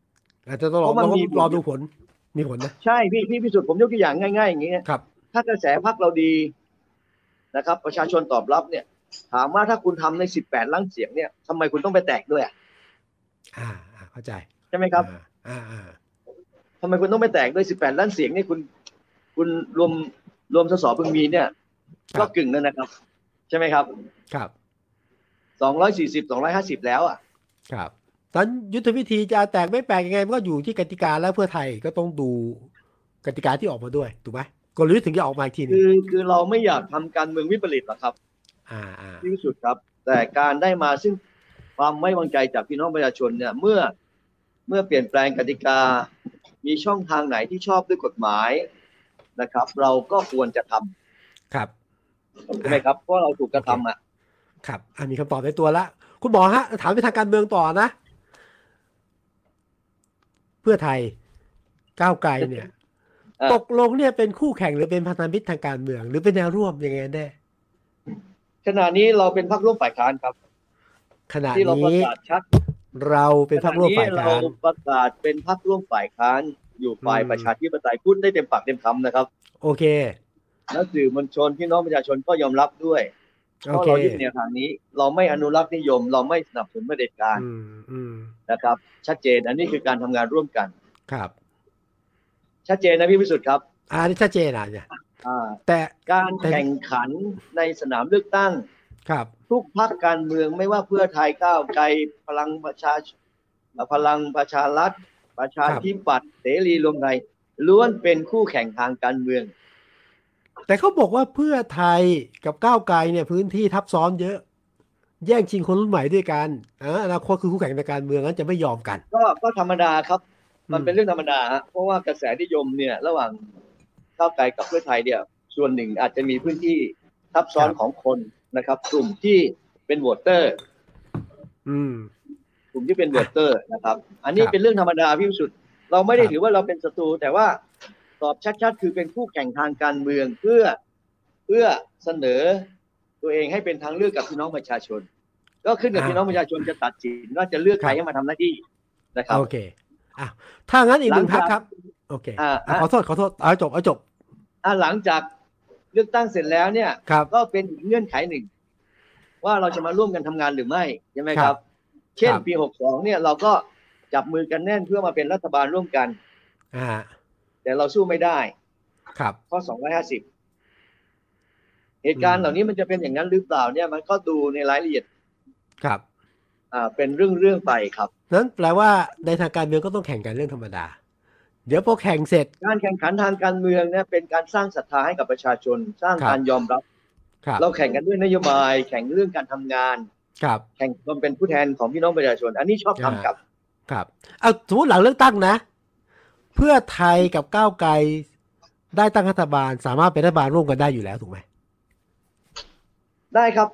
อาจจะต้องรอ เพราะมัน รอ มี รอดูผลมีผลนะ ใช่พี่พี่พิสุทธิ์ผมยกตัวอย่างง่ายๆอย่างนี้นะครับ ถ้ากระแสพักเราดีนะครับ ประชาชนตอบรับเนี่ย ถามว่าถ้าคุณทำใน 18 ล้านเสียงเนี่ยทำไมคุณต้องไปแตกด้วยอะ อ่าอ่าเข้าใจ ใช่ไหมครับ อ่าอ่าอ่า ทำไมคุณต้องไปแตกด้วย 18 ล้านเสียงเนี่ยคุณ คุณรวมรวมสสเพิ่งมีเนี่ย ก็กึ่งนั่นนะครับ ใช่ไหมครับ ครับ 240 250 แล้วอ่ะ ครับตอนยุทธวิธีจะแตกไม่แตกยังไงมันก็อยู่ที่กติกาแล้วเพื่อไทยก็ต้องดูกติกาที่ออกมาด้วยถูกไหมกลยุทธ์ถึงจะออกมาอีกทีหนึ คื ง อคือเราไม่อยากทำการเมืองวิปริตหรอกครับ อ่าอ่า ที่สุดครับ แต่การได้มาซึ่งความไม่วางใจจากพี่น้องประชาชนเนี่ย เมื่อเมื่อเปลี่ยนแปลงกติกา มีช่องทางไหนที่ชอบด้วยกฎหมายนะครับ เราก็ควรจะท ครับ ำใช่ไหมครับเพราะเราถูกกระทำอ่ะ ครับอ่ะมีคำตอบในตัวละคุณหมอฮะ ถามไปทางการเมืองต่อนะ เพื่อไทยก้าวไกลเนี่ย ตกลงเนี่ยเป็นคู่แข่งหรือเป็นพันธมิตรทางการเมือง หรือเป็นแนวร่วมยังไงแน่ ขณะนี้เราเป็นพรรคร่วมฝ่ายค้านครับ ขณะ ที่เราประ นี้ กาศชัด เราเป็นพรรคร่วมฝ่าย ขณะ การ เราประกาศเป็นพรรคร่วมฝ่ายค้าน อยู่ฝ่าย อืม ประชาธิปไตยพูดได้เต็มปากเต็มคำนะครับ โอเค และสื่อมวลชนพี่น้องประชาชนก็ยอมรับด้วยเพ โอ ราะ เค เรายึดแนวทางนี้ เราไม่อนุรักษ์นิยม เราไม่สนับสนุนเผด็จการ อืมอืม นะครับ ชัดเจนอันนี้คือการทำงานร่วมกัน ครับ ชัดเจนนะพี่พิสุทธิ์ครับ อ่านี่ชัดเจนอ่ะเนี่ย อ่า แต่ การ แต่ แข่งขันในสนามเลือกตั้ง ครับ ทุกพักการเมืองไม่ว่าเพื่อไทยก้าวไกลพลังประชาชพลังประชารัฐ ประชาธิปัตย์เสรีรวมไทยล้วนเป็นคู่แข่งทางการเมือง แต่เขาบอกว่าเพื่อไทยกับก้าวไกลเนี่ยพื้นที่ทับซ้อนเยอะ แย่งชิงคนรุ่นใหม่ด้วยกันอ่าอนาคตคือคู่แข่งในการเมืองนั้นจะไม่ยอมกัน ก็ก็ธรรมดาครับ มัน อืม เป็นเรื่องธรรมดาฮะเพราะว่ากระแสนิยมเนี่ย ระหว่างก้าวไกลกับเพื่อไทยเนี่ย ส่วนหนึ่งอาจจะมีพื้นที่ทับซ้อนของคนนะครับ กลุ่มที่เป็นโหวตเตอร์ อืม กลุ่มที่เป็นวอเตอร์นะครับ อันนี้ ครับ เป็นเรื่องธรรมดาพี่วิสุทธิ์เราไม่ได้ ครับ ถือว่าเราเป็นศัตรูแต่ว่าตอบชัดๆ คือเป็นคู่แข่งทางการเมืองเพื่อเพื่อเสนอตัวเองให้เป็นทางเลือกกับพี่น้องประชาชน ก็ขึ้นกับพี่น้องประชาชนจะตัดสินว่าจะเลือกใครให้มาทำหน้าที่นะครับ โอเคอ่ะถ้างั้นอีกหนึ่ง หลั พักงจาก ครับ โอเค อ่า อ่ะขอโทษขอโทษเอาให้จบเอาให้จบ อ่ะหลังจากเลือกตั้งเสร็จแล้วเนี่ย ครับ ก็เป็นอีกเงื่อนไขหนึ่ง ว่าเราจะมาร่วมกันทำงานหรือไม่ใช่ไหมค ครั รับ บ เช่น ครับ ปี 62 เนี่ยเราก็จับมือกันแน่นเพื่อมาเป็นรัฐบาลร่วมกัน อ่า แต่เราสู้ไม่ได้ ครับ ข้อ 250 เหตุการ อืมณ์เหล่านี้มันจะเป็นอย่างนั้นหรือเปล่าเนี่ย มันก็ดูในรายละเอียด ครับ อ่าเป็นเรื่องเรื่องๆไปครับ นั้นแปลว่าในทางการเมืองก็ต้องแข่งกันเรื่องธรรมดา เดี๋ยวพอแข่งเสร็จ การแข่งขันทางการเมืองเนี่ยเป็นการสร้างศรัทธาให้กับประชาชน สร้าง ครับ การยอมรับ ครับ เราแข่งกันด้วยนโยบาย แข่งเรื่องการทำงาน ครับ แข่งความเป็นผู้แทนของพี่น้องประชาชน อันนี้ชอบทำกับ ครับเอาสมมติหลังเลือกตั้งนะ เพื่อไทยกับก้าวไกลได้ตั้งรัฐบาล สามารถเป็นรัฐบาลร่วมกันได้อยู่แล้วถูกไหม ได้ครับ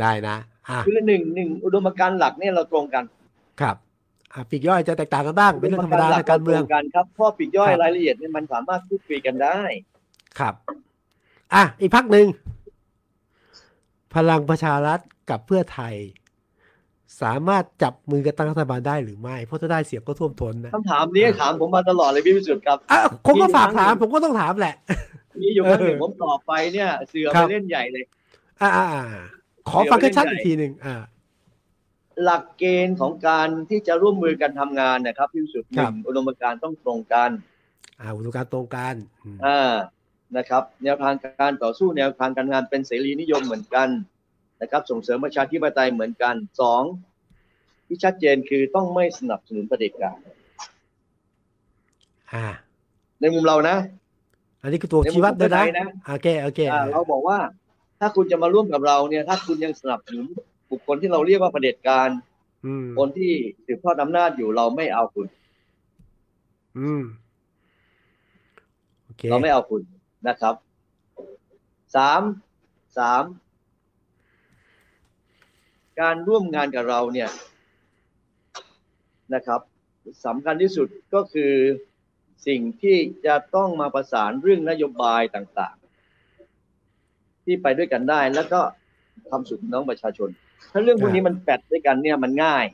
ได้นะอ่ะ คือหนึ่งหนึ่งอุดมการณ์หลักเนี่ยเราตรงกัน ครับอ่ะปีกย่อยจะแตกต่างกันบ้างเป็นเรื่องธรรมดาทางการเมือง ดมการณ์หลักเราตรงกันครับข้อปลีกย่อย ครับ รายละเอียดเนี่ยมันสามารถพูดคุยกันได้ ครับ อ่ะ อีกพักหนึ่ง พลังประชารัฐกับเพื่อไทย สามารถจับมือกันตั้งรัฐบาลได้หรือไม่ เพราะถ้าได้เสียงก็ท่วมท้นนะ คำถามนี้ถามผมมาตลอดเลยพี่พิสุทธิ์ครับ อ่ะคงก็ฝากถาม ผมก็ต้องถามแหละ มีอยู่ครั้งหนึ่ง เออ ผมตอบไปเนี่ยเสือ ครั ไป บ เล่นใหญ่เลย อ่าอ่าอ่าขอฟังกันชัดอีกทีหนึ่งอ่า หลักเกณฑ์ของการที่จะร่วมมือกันทำงานนะครับที่สุดห ครั นึ่ บ งอุดมการณ์ต้องตรงกัน อ่าอุดมการณ์ตรงกันอืม อ่านะครับ แนวทางการต่อสู้แนวทางการงานเป็นเสรีนิยมเหมือนกันนะครับ ส่งเสริมประชาธิปไตยเหมือนกันสองที่ชัดเจนคือต้องไม่สนับสนุนเผด็จการ อ่า ในมุมเรานะ อันนี้คือตัวชี้วัดด้วยนะ โอเค โอเค อ่า เราบอกว่า ถ้าคุณจะมาร่วมกับเราเนี่ย ถ้าคุณยังสนับสนุน บุคคลที่เราเรียกว่าเผด็จการ อืม คนที่สืบทอดอำนาจอยู่เราไม่เอาคุณ อืมโอเค เราไม่เอาคุณนะครับสามสามการร่วมงานกับเราเนี่ยนะครับสำคัญที่สุดก็คือสิ่งที่จะต้องมาประสานเรื่องนโยบายต่างๆ ที่ไปด้วยกันได้ แล้วก็ทำสุขพี่น้องประชาชน ถ้าเรื่องพวกนี้มันแปดด้วยกันเนี่ยมันง่าย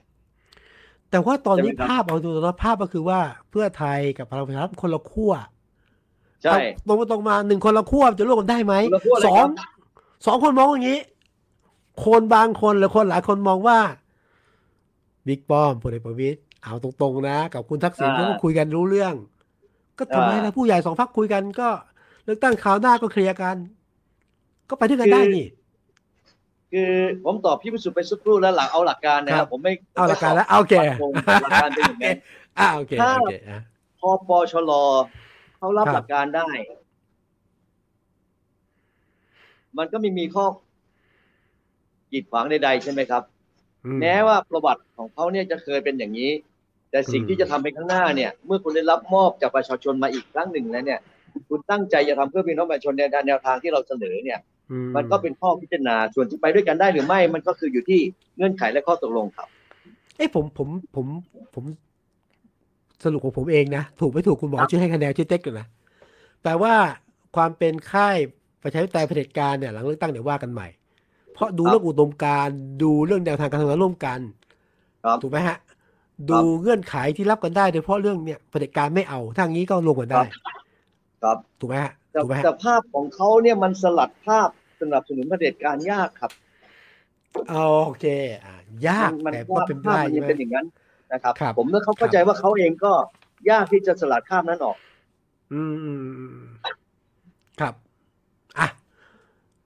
แต่ว่าตอนนี้ ใช่ไหมครับ ภาพเอาดูแล้วภาพก็คือว่าเพื่อไทยกับพลังประชารัฐคนละขั้ว ใช่ ตรงไปตรงมาหนึ่งคนละขั้วจะร่วมกันได้ไหม คนละขั้วเลย สอง ครับ สองคนมองอย่างนี้ คนบางคนหรือคนหลายคนมองว่าบิ๊กป้อมพลเอกประวิตยเอาตรงๆนะ กับคุณทักษิณเขาก็คุยกันรู้เรื่อง ก็ทำไมล่ะผู้ใหญ่สองพักคุยกันก็เลือกตั้งคราวหน้าก็เคลียร์กัน ก็ไปด้วยกันได้นี่ คือผมตอบพี่พิสุทธิ์ไปสักครู่แล้วหลักเอาหลักการนะค ครั รับบ ผมไม่ เอาหลักการแล้วโอเค ฟันธงหลักการเป็นอย่างนั้น อ่าโอเคโอเคอ่ะ พอปชรเขารับ ครับ หลักการได้ มันก็ไม่มีข้อกีดขวางใดๆใช่ไหมครับ อืม แม้ว่าประวัติของเขาเนี่ยจะเคยเป็นอย่างนี้ แต่สิ่ง อืม ที่จะทำไปข้างหน้าเนี่ย เมื่อคุณได้รับมอบจากประชาชนมาอีกครั้งหนึ่งแล้วเนี่ย คุณตั้งใจจะทำเพื่อพี่น้องประชาชนในแนวทางที่เราเสนอเนี่ย อื มันก็เป็นข้อพิจารณาส่วนที่ไปด้วยกันได้หรือไม่ มันก็คืออยู่ที่เงื่อนไขและข้อตกลงครับ เอ้ยผมผมผมผม สรุปของผมเองนะ ถูกไม่ถูกคุณหมอ ครับ ช่วยให้คะแนนช่วยเต็กกันอยนะแปลว่าความเป็นค่ายประชาธิปไตยเผด็จการเนี่ยหลังเลือกตั้งเดี๋ยวว่ากันใหม่ เพราะดูเรื่องอุดมการณ์ดูเรื่องแนวทางการทำงานร่วมกัน ครับ ถูกไหมฮะ ดูเงื่อนไขที่รับกันได้โดยเฉพาะเรื่องเนี่ยเผด็จการไม่เอาทางนี้ก็ลงกันได้ ครับ ถูกไหมฮะ แต่ ถูกไหมฮะ แต่ภาพของเขาเนี่ยมันสลัดภาพสนับสนุนเผด็จการยากครับ อ๋อโอเคอ่ะยาก มันมัน แต่ก็เป็นได้ ภาพมัน ใช่ ยัง ไหม เป็นอย่างนั้นนะครับ ครับ ผมเมื่อเขาเข้าใจว่าเขาเองก็ยากที่จะสลัดข้ามนั้นออก อืมอืมอืมครับอ่ะ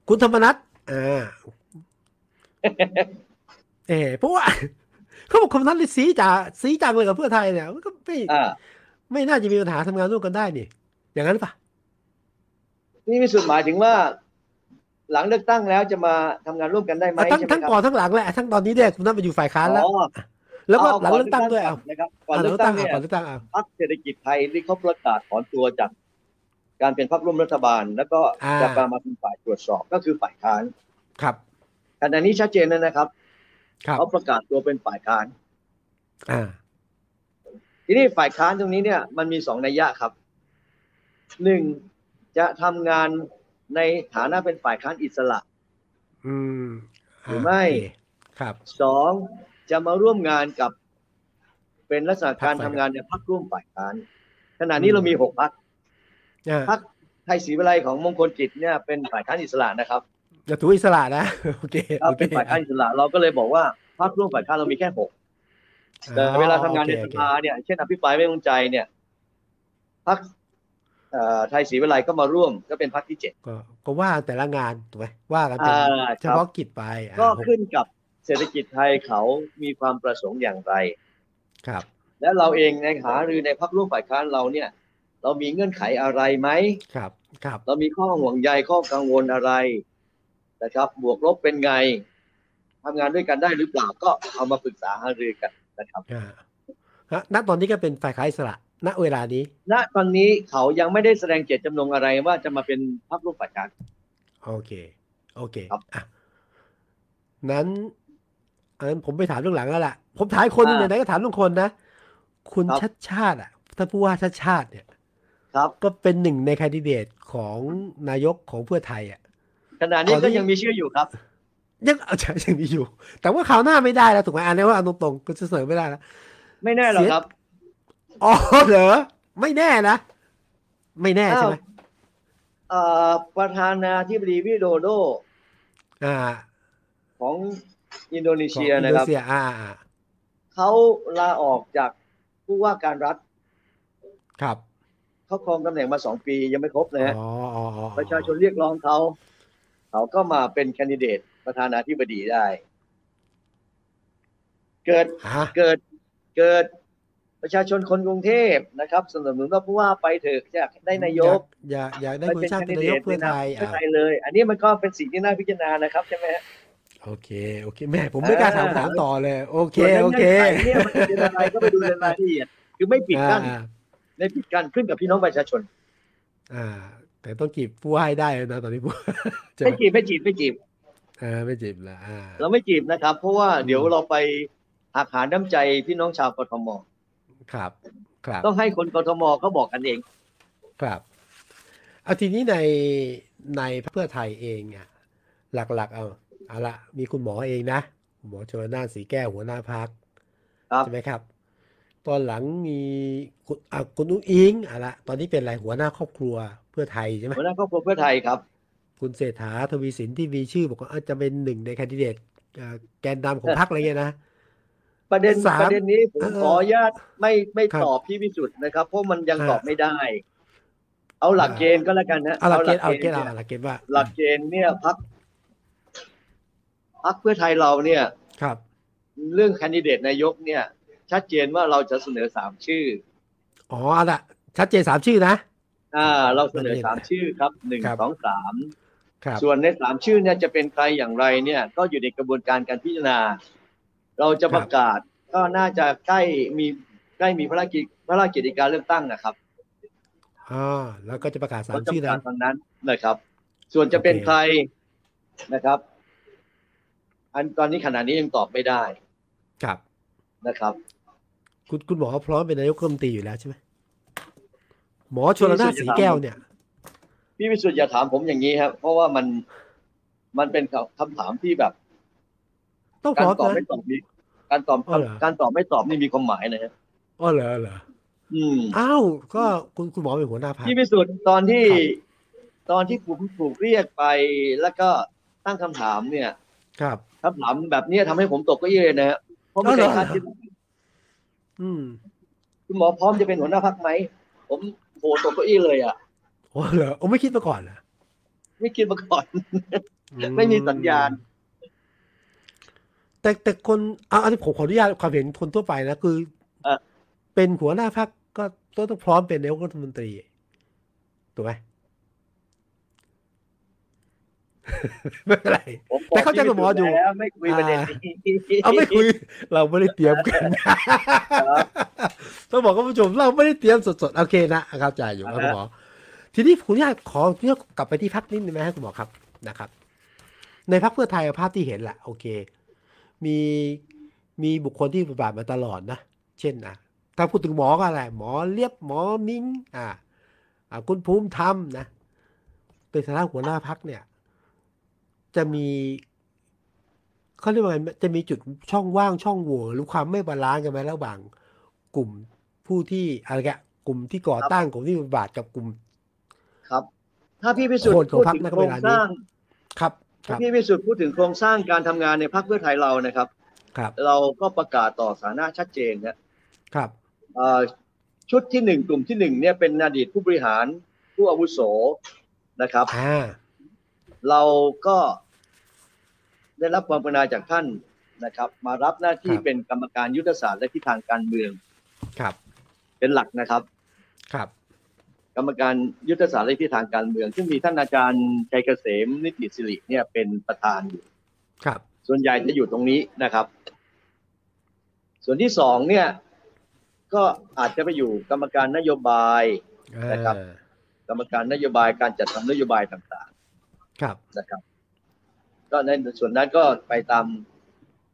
คุณธรรมนัทอ่าเออเพราะ ว่า เขาบอกคำนั้นเลยสีจ่าสีจังเลยกับเพื่อไทยเนี่ยมันก็ไม่ อ่า ไม่น่าจะมีปัญหาทำงานร่วมกันได้นี่อย่างนั้นปะ นี่มีสุดหมายถึงว่า หลังเลือกตั้งแล้วจะมาทำงานร่วมกันได้ไหม อ่ะทั้ง ใช่ไหม ทั้งก่อนทั้งหลังแหละทั้งตอนนี้เนี่ยคุณนัทมาอยู่ฝ่ายค้านแล้ว อ๋อ แล้วก็ เอา หลังเลือกตั้งด้วย ก่ เอา นนะครับก่อน อ่ะหลัง เลื เลื อ อก ก ตั้ ตั้ ง ง เนี่ย อ่ะก่อนเลือกตั้งเอา พรรคเศรษฐกิจไทยที่เขาประกาศถอนตัวจาก การเป็นพรรคร่วมรัฐบาล แล้วก็จะมามาเป็นฝ่ายตรวจสอบก็คือฝ่ายค้าน ครับ ขณะนี้ชัดเจนแล้วนะครับ ครับ เขาประกาศตัวเป็นฝ่ายค้าน อ่า ทีนี้ฝ่ายค้านตรงนี้เนี่ยมันมีสองนัยยะครับหนึ่งจะทำงานในฐานะเป็นฝ่ายค้านอิสระ อืมะ หรือไม่ โเคครับ สองจะมาร่วมงานกับเป็นลักษณะการ พรรคฝ่าย ทำงานในพักร่วมฝ่ายค้านขณะนี้เรามีหกพัก อ่า พักไทยศรีวิไลของมงคลกิจเนี่ยเป็นฝ่ายค้านอิสระนะครับ จะถืออิสระ นะ โอเค เรา โอค เป็นฝ่ายค้านอิสระ เราก็เลยบอกว่าพักร่วมฝ่ายค้านเรามีแค่หกแต่เวลาทำงานใน อ๋อ ส โอเคโอเค ภาเนี่ยเช่นอภิปรายไม่ไว้วางใจเนี่ยพักไทยศรีวิไลก็มาร่วมก็เป็นพักที่เจ็ด ก็ก็ว่าแต่ละงานถูกไหมว่ากันเป็น อ่า เฉ ครับ พาะกิจไปอ่า ก็ ผม ขึ้นกับเศรษฐกิจไทยเขามีความประสงค์อย่างไร ครับ และเราเองในหารือในพักร่วมฝ่ายค้านเราเนี่ย เรามีเงื่อนไขอะไรไหม ครับครับ เรามีข้อห่วงใยข้อกังวลอะไรนะครับ บวกลบเป็นไงทำงานด้วยกันได้หรือเปล่าก็เอามาปรึกษาหารือกันนะครับ อ่าฮะณตอนนี้ก็เป็นฝ่ายค้านอิสระ ณเวลานี้ ณตอนนี้เขายังไม่ได้แสดงเจตจำนงอะไรว่าจะมาเป็นพักร่วมฝ่ายค้าน โอเค โอเค ครับ อ่ะนั้นอันนั้นผมไปถามเรื่องหลังแล้วล่ะ ผมถามคนหนึง อ่า ไหนๆก็ถามลุงคนนะ คุณ ครับ ชัดชาติอ่ะถ้านผู้ว่าชัดชาติเนี่ย ครับ ก็เป็นหนึ่งในแคนดิเดตของนายกของเพื่อไทยอ่ะ ขณะนี้ ตอนนี้ ก็ยังมีชื่ออยู่ครับ ยังเอาใช่ ยังมีอยู่ แต่ว่าคราวหน้าไม่ได้แล้วถูกไหมอันนี้ว่าเอาตรงๆก็จะเสนอไม่ได้แล้ว ไม่แน่หรอกครับ อ๋อเหรอไม่แน่นะ ไม่แน่ใช่ไหม อ้าว เอ่อประธานาธิบดีวิโดโด อ่า ของอินโดนี ของ เซีย อิน นะ โดนีครับ เซียอ่าอ่า เขาลาออกจากผู้ว่าการรัฐ ครับ เขาครองตำแหน่งมาสองปียังไม่ครบเลยฮะ อ๋ออ๋ออ๋อ ประชาชนเรียกร้องเขาเขาก็มาเป็นแคนดิเดตประธานาธิบดีได้ เกิด ฮะ เกิดเกิดประชาชนคนกรุงเทพนะครับสนับสนุนว่าผู้ว่าไปเถอะอยากได้นายก อยากอยากอยากได้ ป คุณชาติเป็นนายกเพื่อไทย เพื่ อ่า อไทยเลย อันนี้มันก็เป็นสิ่งที่น่าพิจารณานะครับใช่ไหมฮะ โอเค โอเคแม่ผมไม่กล้าถาม เออ ถามต่อเลย โอเค ส่วน โอเค งื่นไขเนี่ยมันจะเป็นอะไรก็ไปดูในรายละเอียดคือไม่ปิดกั้น อ่า ไม่ปิดกั้นขึ้นกับพี่น้องประชาชน อ่า แต่ต้องจีบผู้ให้ได้นะตอนนี้ ผู้ใช่ไหม ไม่จีบไม่จีบไม่จีบ เอ่าไม่จีบละอ่า เราไม่จีบนะครับ เพราะว่าเดี๋ยว อืม เราไปหักหาน้ำใจพี่น้องชาวกทม ครับ ครับ ต้องให้คนกทมเขาบอกกันเอง ครับเอาทีนี้ในในพรรคเพื่อไทยเองเนี่ยหลักๆ เอาเอาละมีคุณหมอเองนะคุณหมอชลนานสีแก้วหัวหน้าพัก ครับ ใช่ไหมครับ ตอนหลังมีคุณอ่ะคุณอุ้งอิงเอาละตอนนี้เป็นอะไรหัวหน้าครอบครัวเพื่อไทยใช่ไหม หัวหน้าครอบครัวเพื่อไทยครับ คุณเศรษฐาทวีสินที่มีชื่อบอกว่าอาจจะเป็นหนึ่งในแคนดิเดตเอ่อแกนนำของพรรคอะไรเงี้ยนะ ประเด็น สาม ประเด็นนี้ผม เออ ขออนุญาตไม่ไม่ ครับ ตอบพี่วิสุทธ์นะครับ เพราะมันยัง อ่า ตอบไม่ได้ เอาหลัก อ่า เกณฑ์ก็แล้วกันนะ เอาหลักเกณฑ์เอาหลักเกณฑ์ นี่ เอา ย หลักเกณฑ์ว่า หลักเกณฑ์เนี่ยพักพักเพื่อไทยเราเนี่ย ครับ เรื่องแคนดิเดตนายกเนี่ย ชัดเจนว่าเราจะเสนอสามชื่อ อ๋อเอาละชัดเจนสามชื่อนะ อ่า เราเสนปอระเด็น สามชื่อครับหนึ่ง ครับ สองสาม ครับ ส่วนในสามชื่อเนี่ยจะเป็นใครอย่างไรเนี่ย ก็อยู่ในกระบวนการการพิจารณา เราจะประกาศก็น่าจะใกล้มีใกล้มีพระราชกิจพระราชกิจการเลือกตั้งนะครับ อ๋อแล้วก็จะประกาศสา เรา ม จะ ชื่อ ประ นั้ กาศ น ทางนั้นนะครับ ส่วนจะเป็น โอเค ใครนะครับ อันตอนนี้ขณะนี้ยังตอบไม่ได้ ครับ นะครับ คุณคุณหมอพร้อมเป็นนายกรัฐมนตรีอยู่แล้วใช่ไหมหมอชลนาสีแก้วเนี่ย พี่วิสุทธ์อย่าถามผมอย่างนี้ครับ เพราะว่ามันมันเป็นคำถามที่แบบ ต้องพ การ ร้อม ตอบ นะ ไม่ตอบนี้การตอบ อ๋อเหรอ การตอบไม่ตอบนี่มีความหมายนะฮะ อ๋อเหรอเหรอ อืม อ้าวก็คุณคุณหมอเป็นหัวหน้าพรรค พี่พิสุทธิ์ตอนที่ ครับ ตอนที่ผมถูกเรียกไปแล้วก็ตั้งคำถามเนี่ย ครับ คำถามแบบเนี้ยทำให้ผมตกเก็เยอะนะฮะเพราะไม่เคย อ๋อเหรอ คาดคิด อืม คุณหมอพร้อมจะเป็นหัวหน้าพักไหม ผมโหตกเก็อี้เลยอ่ะ อ๋อเหรอโอ้ไม่คิดมาก่อนนะ ไม่คิดมาก่อน ไม่มีสัญญาณ แต่แต่คนอ่ะอันนี้ผมขออนุญาตความเห็นคนทั่วไปนะคือ เออ เป็นหัวหน้าพรรคก็ต้องต้องพร้อมเป็นนายกรัฐมนตรีถูกไหม ไม่เป็นไร ผมบก แต่เข้าใจกับหมออยู่ พี่พิสุทธิ์แล้วไม่คุยประเด็นนี้ เอาไม่คุย เราไม่ได้เตรียมกัน ต้องบอกคุณผู้ชมเราไม่ได้เตรียมสดๆ โอเคนะครับจ่ายอยู่ครับคุณหมอ ทีนี้คุณญาตขอเลือกกลับไปที่พักนิดนึงไหมครับคุณหมอครับนะครับ ในพักเพื่อไทยภาพที่เห็นแหละโอเค มีมีบุคคลที่ปฏิบัติมาตลอดนะ เช่นนะถ้าพูดถึงหมอก็อะไร หมอเลียบหมอมิงอ่าอ่าคุณภูมิธรรมนะเป็นสาระหัวหน้าพักเนี่ย จะมีเขาเรียกว่าไงจะมีจุดช่องว่างช่องโหว่หรือความไม่บาลานซ์กันไหมระหว่างกลุ่มผู้ที่อะไรกะกลุ่มที่ก่อตั้งกลุ่มที่ปฏิบัติกับกลุ่ม ครับ ถ้าพี่พิสุทธิ์ คนของ พูด พรรค ถึง นะ โครง เวลานี้ สร้าง ครับค ถ้า รับ พี่พิสุทธิ์พูดถึงโครงสร้างการทำงานในพรรคเพื่อไทยเรานะครับ ครับ เราก็ประกาศต่อสาธารณะชัดเจนนะ ครับ เอ่อชุดที่หนึ่งกลุ่มที่หนึ่งเนี่ยเป็นอดีตผู้บริหารผู้อาวุโสนะครับ อ่า เราก็ได้รับความกรุณาจากท่านนะครับ มารับหน้าที่ ครับ เป็นกรรมการยุทธศาสตร์และทิศทางการเมือง ครับ เป็นหลักนะครับ ครับ กรรมการยุทธศาสตร์และทิศทางการเมือง ซึ่งมีท่านอาจารย์ชัยเกษมนิติสิริเนี่ยเป็นประธานอยู่ ครับ ส่วนใหญ่จะอยู่ตรงนี้นะครับ ส่วนที่สองเนี่ยก็อาจจะไปอยู่กรรมการนโยบาย นะครับ อ่าก รรมการนโยบายการจัดทำนโยบายต่าง ครับ ๆนะครับ ก็ในส่วนนั้นก็ไปตาม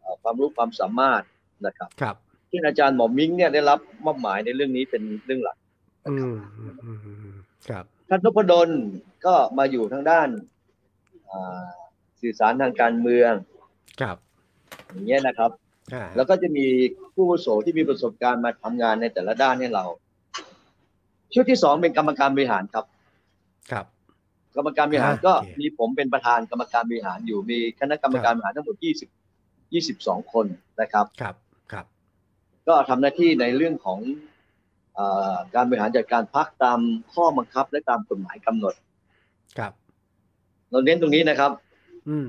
เอ่อความรู้ความสามารถนะครับ ครับ ที่งอาจารย์หมอมิ้งเนี่ยได้รับมอบหมายในเรื่องนี้เป็นเรื่องหลัก อืมอืมอืมอืมครับ ท่านนพดลก็มาอยู่ทางด้านอ่าสื่อสารทางการเมือง ครับ อย่างเงี้ยนะครับ อ่า แล้วก็จะมีผู้อาวุโสที่มีประสบการณ์มาทำงานในแต่ละด้านให้เรา ชุดที่สองเป็นกรรมการบริหารครับ ครับ กรรมการบริหาร อ่า ก็ โอเค มีผมเป็นประธานกรรมการบริหารอยู่มีคณะกรรมการบริหารทั้งหมด 20 22 คนนะครับ ครับครับ ก็ทำหน้าที่ในเรื่องของเออการบริหารจัดการพักตามข้อบังคับและตามกฎหมายกำหนด ครับ เราเน้นตรงนี้นะครับ อืม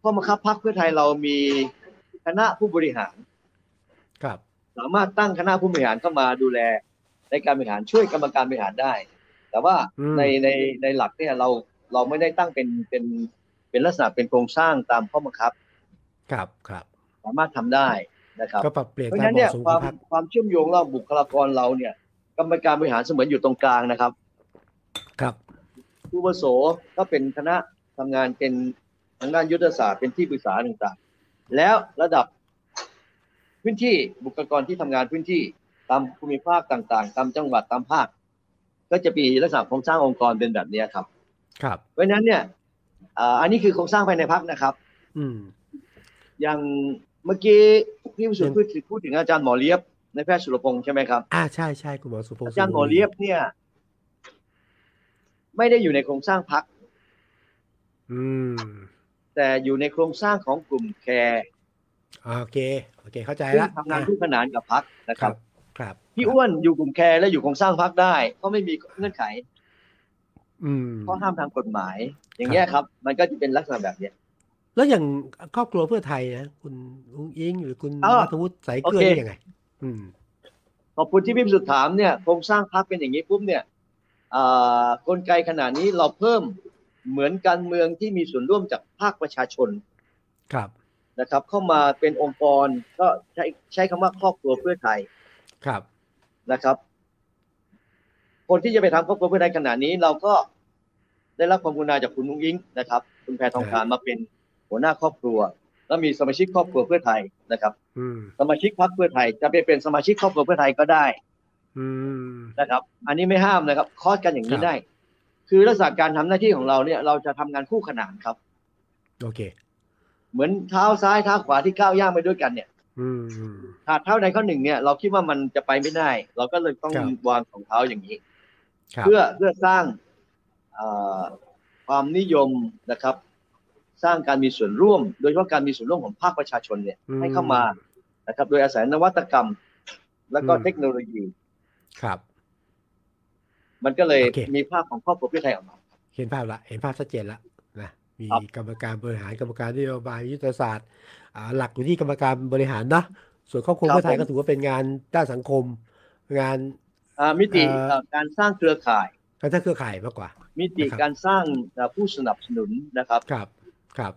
ข้อบังคับพักเพื่อไทยเรามีคณะผู้บริหาร ครับ สามารถตั้งคณะผู้บริหารเข้ามาดูแล ในการบริหารช่วยกรรมการบริหารได้ แต่ว่า อืม ในในในหลักเนี่ยเราเราไม่ได้ตั้งเป็นเป็น เป็นลักษณะเป็นโครงสร้างตามข้อบังคับ ครับครับ สามารถทำได้นะครับ ก็ปรับเปลี่ยน เพราะฉะ ตาม นั้น เห เนี่ย มาะสมของความพรรค ความเชื่อมโยงเราบุคลากรเราเนี่ยกรรมการบริหารเสมือนอยู่ตรงกลางนะครับ ครับ ผู้อาวุโสก็เป็นคณะทำงานเป็นทางด้านยุทธศาสตร์เป็นที่ปรึกษาต่างๆ แล้วระดับพื้นที่บุคลากรที่ทำงานพื้นที่ตามภูมิภาคต่างๆ ตามจังหวัดตามภาค ก็จะมีลักษณะโครงสร้างองค์กรเป็นแบบเนี้ยครับ ครับ เพราะฉะนั้นเนี่ยอ่าอันนี้คือโครงสร้างภายในพักนะครับ อืม อย่างเมื่อกี้พี่วิสุทธิ์พูดถึงพูดถึงอาจารย์หมอเลียบในแพทย์สุรพงษ์ใช่ไหมครับ อ่าใช่ใช่คุณหมอสุพงศ์ อาจารย์หมอเลียบเนี่ย ไม่ได้อยู่ในโครงสร้างพัก อืม แต่อยู่ในโครงสร้างของกลุ่มแคร์ อ่าโอเค โอเค เข้าใจ ซึ่ง ละ ทำงาน อ่ะ คู่ขนานกับพักนะค ค รั รับ บ ครับ พี่อ้วนอยู่กลุ่มแคร์และอยู่โครงสร้างพักได้เพราะไม่มีเงื่อนไข อืม ข้อห้ามทางกฎหมาย อย่างเงี้ยครับ มันก็จะเป็นลักษณะแบบเนี้ย แล้วอย่างครอบครัวเพื่อไทยนะคุณลุงอิงหรือคุณ อ๋อ นัทวุฒิสายเกลือ โอเค นี่ยังไง อืม ขอบคุณที่พี่สุดถามเนี่ยโครงสร้างพักเป็นอย่างนี้ปุ๊บเนี่ยอ่ากลไกขนาดนี้เราเพิ่มเหมือนการเมืองที่มีส่วนร่วมจากภาคประชาชน ครับ นะครับเข้ามาเป็นองค์กรก็ใช้ใช้คำว่าครอบครัวเพื่อไทย ครับ นะครับ คนที่จะไปทำครอบครัวเพื่อไทยขณะนี้ เราก็ได้รับความกรุณาจากคุณนุ้งอิงนะครับ คุณแพรทอง ครั ทา บ นมาเป็นหัวหน้าครอบครัว แล้วมีสมาชิกครอบครัวเพื่อไทยนะครับ อืม สมาชิกพรรคเพื่อไทย จะไปเป็นสมาชิกครอบครัวเพื่อไทยก็ได้ อืม นะครับ อันนี้ไม่ห้ามนะครับคอสกันอย่าง ค นี้ รับ ได้ คือลักษณะการทำหน้าที่ของเราเนี่ย เราจะทำงานคู่ขนานครับ โอเค เหมือนเท้าซ้ายเท้าขวาที่ก้าวย่างไปด้วยกันเนี่ย อืมอืม ขาดเท้าใดข้อหนึ่งเนี่ยเราคิดว่ามันจะไปไม่ได้ เราก็เลยต้อง ครับ วางของเท้าอย่างนี้ ครับ เพื่อเพื่อสร้างเอ่อความนิยมนะครับ สร้างการมีส่วนร่วม โดยเฉพาะการมีส่วนร่วมของภาคประชาชนเนี่ย อืม ให้เข้ามานะครับ โดยอาศัยนวัตกรรม แล้วก็ อืม เทคโนโลยี ครับ มันก็เลย โอเค มีภาพของครอบครัวเพื่อไทยออกมา เห็นภาพละ เห็นภาพชัดเจนละนะ มี ครับ กรรมการบริหารกรรมการนโยบายยุทธศาสตร์อ่าหลักอยู่ที่กรรมการบริหารนะ ส่วนครอบครัวเพื่อไทยก็ถือว่าเป็นงานด้านสังคม งาน อ่ามิติ เอ่อ เอ่อการสร้างเครือข่าย การสร้างเครือข่ายมากกว่า มิติ นะครับ การสร้างเอ่อผู้สนับสนุนนะครับ ครับ ครับ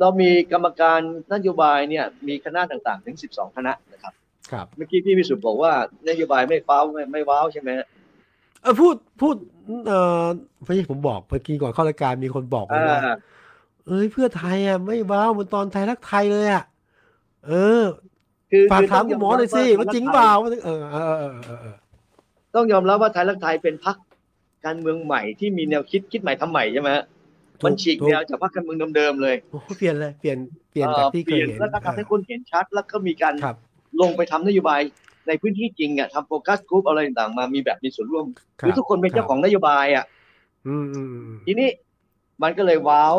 เรามีกรรมการนโยบายเนี่ยมีคณะต่างๆ ถึง 12 คณะนะครับ ครับ เมื่อกี้พี่วิสุทธ์บอกว่านโยบายไม่ฟ้าวไม่ไม่ว้าวใช่ไหมฮะ เออพูดพูดเออเมื่อกี้ผมบอกเมื่อกี้ก่อนเข้ารายการมีคนบอกผมว่า อ่า เอ้ยเพื่อไทยอ่ะไม่ว้าวเหมือนตอนไทยรักไทยเลยอ่ะเออ คือ ฝาก คือ ถาม ต้ง คุณหมอหน่อยสิว่าจริงเปล่าว่าเออเออเออเออเออ ต้องยอมรับว่าไทยรักไทยเป็นพรรคการเมืองใหม่ที่มีแนวคิดคิดใหม่ทำใหม่ใช่ไหมฮะมันฉีก ถู แนวจากพรรคการเมืองเดิมๆเลย โอ้โหเปลี่ยนเลยเปลี่ยนเปลี่ยนจากที่เคยเห็น แล้วก็ทำให้ เออ คนเห็นชัด แล้วก็มีการ ครับ ลงไปทำนโยบายในพื้นที่จริงอ่ะทำโฟกัสกลุ่มอะไรต่างๆมามีแบบมีส่วนร่วม ค คือ รับ ทุกคนเป็นเจ้าของนโยบายอ่ะ อืมอืมอืม ทีนี้มันก็เลยว้าว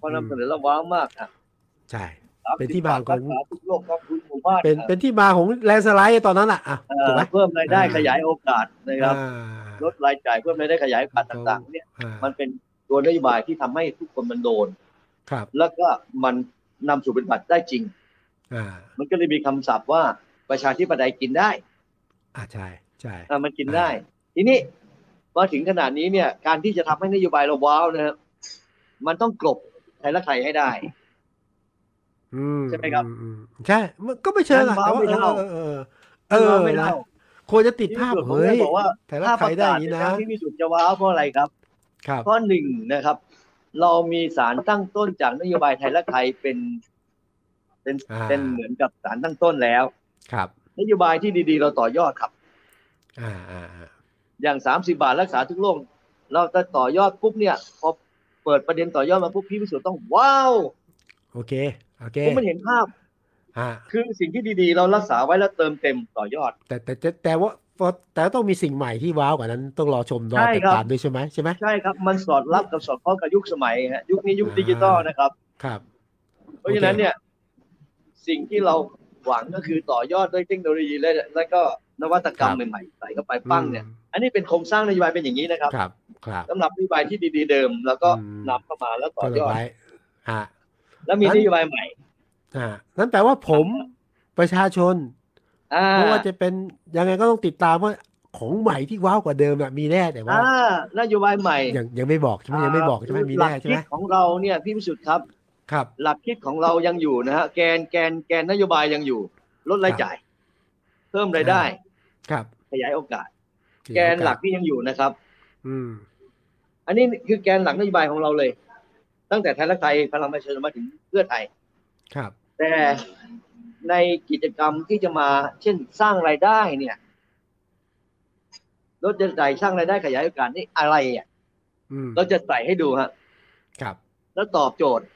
พอนำเสนอแล้วว้าวมากอ่ะ ใช่ 30 เป็นที่มาของ รักษทุกโรคครับทุกหมู่บ้าน เป็น อ่ะ เป็นที่มาของแลนด์สไลด์ตอนนั้นอ่ะอ่ะ เอ่ ถูกไห อ ม เพิ่มรายได้ อ่า ขยายโอกาสนะครับ อ่า ลดรายจ่ายเพิ่มรายได้ขยายโอกาสต่างๆเนี่ย อ่า มันเป็นตัวนโยบายที่ทำให้ทุกคนมันโดน ครับ แล้วก็มันนำสู่ปฏิบัติได้จริง อ่า มันก็เลยมีคำศัพท์ว่าประชาธิปไตยกินได้ อ่าใช่ใช่ อ่ะมันกินได้ ทีนี้มาถึงขนาดนี้เนี่ยการที่จะทำให้นโยบายเราว้าวนะครับมันต้องกลบไทยรักไทยให้ได้ อืม ใช่ไหมครับ อือืมใช่มันก็ไม่เชิงอ่ะแต่ว่า นั่นว้าวไม่ เออเออเท่าเออเออ ไม่ นะ เล่า ควรจะติดภาพ ที่สุดผม เฮ้ เลย ยบอกว่า ไทยรัก ภาพ ไท ป ย ระ ได้ กา อ ศ ย่างนี้ ใน นะ ครั้งที่มีสุดจะว้าวเพราะอะไรครับ ครับ ข้อหนึ่งนะครับ เรามีสารตั้งต้นจากนโยบายไทยและไทยเป็นเป็น อ่า เป็นเหมือนกับสารตั้งต้นแล้ว ครับ นโยบายที่ดีๆ เราต่อยอดครับ อ่าอ่าอ่า อย่าง 30 บาทรักษาทุกโรคเราจะต่อยอดปุ๊บเนี่ยพอเปิดประเด็นต่อยอดมาปุ๊บพี่พิสุทธิ์ต้องว้าว โอเคโอเค ผมมันเห็นภาพ อ่า คือสิ่งที่ดีๆ เรารักษาไว้แล้วเติมเต็มต่อยอด แต่แต่แต่แต่ว่าแต่ต้องมีสิ่งใหม่ที่ว้าวกว่านั้นต้องรอชมรอ ใช่ ติด ครับ ตามด้วยใช่ไหมใช่ไหม ใช่ครับ มันสอดรับกับสอดคล้องกับยุคสมัยฮะยุคนี้ยุคดิจิตอลนะครับ ครับ เพราะฉะนั้นเนี่ยสิ่งที่เราหวังก็คือต่อยอดด้วยเทคโนโลยีและและก็นวัตกรรม ครับ ใหม่ๆใส่เข้าไปปั้งเนี่ย อืม อันนี้เป็นโครงสร้างนโยบายเป็นอย่างนี้นะครับ ครับครับ สำหรับนโยบายที่ดีๆเดิม แล้วก็ อืม นำเข้ามาแล้วต่ ก็ อ เลย ยอด ไว้อ่า แล้วมี งั้น นโยบายใหม่ อ่านั่นแปลว่าผมประชาชน อ่า ไม่ว่าจะเป็นยังไงก็ต้องติดตามว่า ของใหม่ที่ว้าวกว่าเดิมอะมีแน่แต่ว่า อ่านโยบายใหม่ ยังยังไม่บอกใช่ไหมยังไม่บอกใช่ไหมมี หลั แน่ใช่ คิ ไหม ดของเราเนี่ยพี่พิสุทธิ์ครับ ครับ หลักคิดของเรายังอยู่นะฮะแกนแกนแกนนโยบายยังอยู่ ลดรายจ่าย เพิ่มรายได้ ครับ ขยายโอกาส แกนหลักที่ยังอยู่นะครับ อืม อันนี้คือแกนหลักนโยบายของเราเลย ตั้งแต่ไทยรักไทยพลังประชาชนมาถึงเพื่อไทย ครับ แต่ในกิจกรรมที่จะมา เช่นสร้างรายได้เนี่ยลดรายจ่ายสร้างรายได้ขยายโอกาสนี่อะไรอ่ะ อืม เราจะใส่ให้ดูฮะ ครับ แล้วตอบโจทย์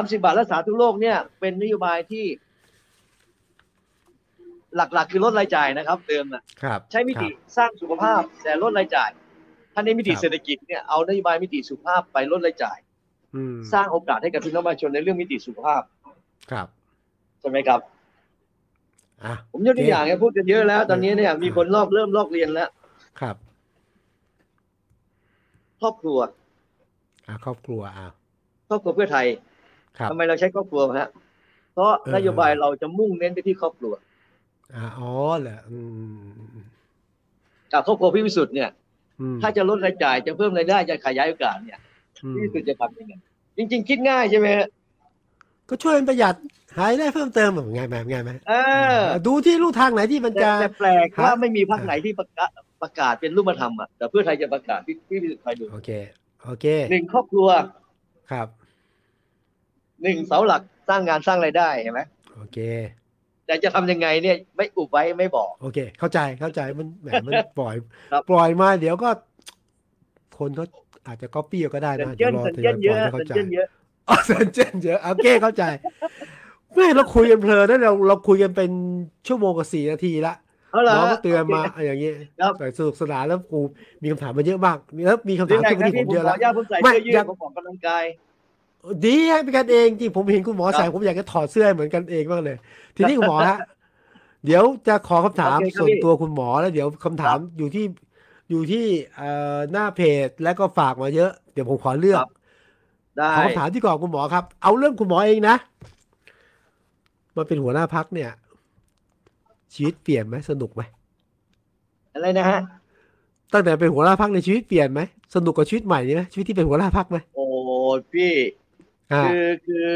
30 บาทรักษาทุกโรคเนี่ย เป็นนโยบายที่ หลักๆ คือลดรายจ่ายนะครับ เดิมนะครับ ใช้มิติ ครับ สร้างสุขภาพ แต่ลดรายจ่าย ถ้าในมิติ ครับ เศรษฐกิจเนี่ยเอานโยบายมิติสุขภาพไปลดรายจ่าย อืม สร้างโอกาสให้กับพี่น้องประชาชนในเรื่องมิติสุขภาพ ครับ ใช่ไหมครับ อ่ะ ผมยกตัวอย่างเนี่ยพูดกันเยอะแล้ว ตอนนี้เนี่ยมีคนลอกเริ่มลอกเรียนแล้ว ครับ ครอบครัว อ่ะครอบครัวอ่ะ ครอบครัวเพื่อไทย ครับ ทำไมเราใช้ครอบครัวฮะเพราะ เออ นโยบายเราจะมุ่งเน้นไปที่ครอบครัว อ่ะอ๋อเหรออืม จากครอบครัวพี่วิสุทธ์เนี่ย อืม ถ้าจะลดรายจ่ายจะเพิ่มรายได้จะขยายโอกาสเนี่ย อืม พี่วิสุทธ์จะทำยังไงจริง ๆ คิดง่ายใช่ไหมฮะ ก็ช่วยกันประหยัดหายได้เพิ่มเติมแบบง่ายไหมง่ายไหม เออ ดูที่ลู่ทางไหนที่มัน แต่ จะ แต่แปลก ครับ ว่าไม่มีพรรคไหนที่ประกาศประกาศเป็นรูปธรรมอ่ะแต่เพื่อไทยจะประกาศพี่พี่วิสุทธ์คอยดู โอเค โอเค หนึ่งครอบครัว ครับ หนึ่งเสาหลักสร้างงานสร้างรายได้เห็นไหม โอเค แต่จะทำยังไงเนี่ยไม่อุบไว้ไม่บอก โอเค เข้าใจเข้าใจมันแหมมัน ปล่อย ครับ ปล่อยมาเดี๋ยวก็ คนเขาอาจจะก๊อปปี้ก็ได้ สัญ นะ เจ เดี๋ยวนรอ สัญ เตือนปล่อยให้เจนเยอะเข้าใจสัญเจนเยอะ อ๋อสัญเจนเยอะโอเคเข้าใจไม่เราคุยกันเพลินนะเราเราคุยกันเป็นชั่วโมงกับสี่นาทีละ เอาเหรอ เราก็เตือนมาอย่างนี้ ครับ แต่สนุกสนานแล้วกูมีคำถามมาเยอะมากแล้วมีคำ เรื่ ถา อ ม งไหน ที่ คพี่ผมรับพี่ผม เยอะ ขอ แล้ อ ว นุญาตผมใส่ ไม่ เสื้อยื อ ด ยาก ผมออกกำลังกาย ดีฮะเป็นกันเองจริงผมเห็นคุณหมอ ครับ ใส่ผมอยากจะถอดเสื้อให้เหมือนกันเองบ้างเลย ทีนี้คุณหมอฮะ เดี๋ยวจะขอคำถาม โอเคครับ ส่ว พี่ นตัวคุณหมอแล้วเดี๋ยวคำถามอยู่ที่อยู่ที่เอ่อหน้าเพจแล้วก็ฝากมาเยอะ เดี๋ยวผมขอเลือกครับ ได้ ขอคำถามที่ก่อนคุณหมอครับ เอาเรื่องคุณหมอเองนะมาเป็นหัวหน้าพักเนี่ย ชีวิตเปลี่ยนไหมสนุกไหม อะไรนะฮะ ตั้งแต่เป็นหัวหน้าพักในชีวิตเปลี่ยนไหมสนุกกับชีวิตใหม่นี่ไหมชีวิตที่เป็นหัวหน้าพักไหม โอ้พี่ อ่า คือคือ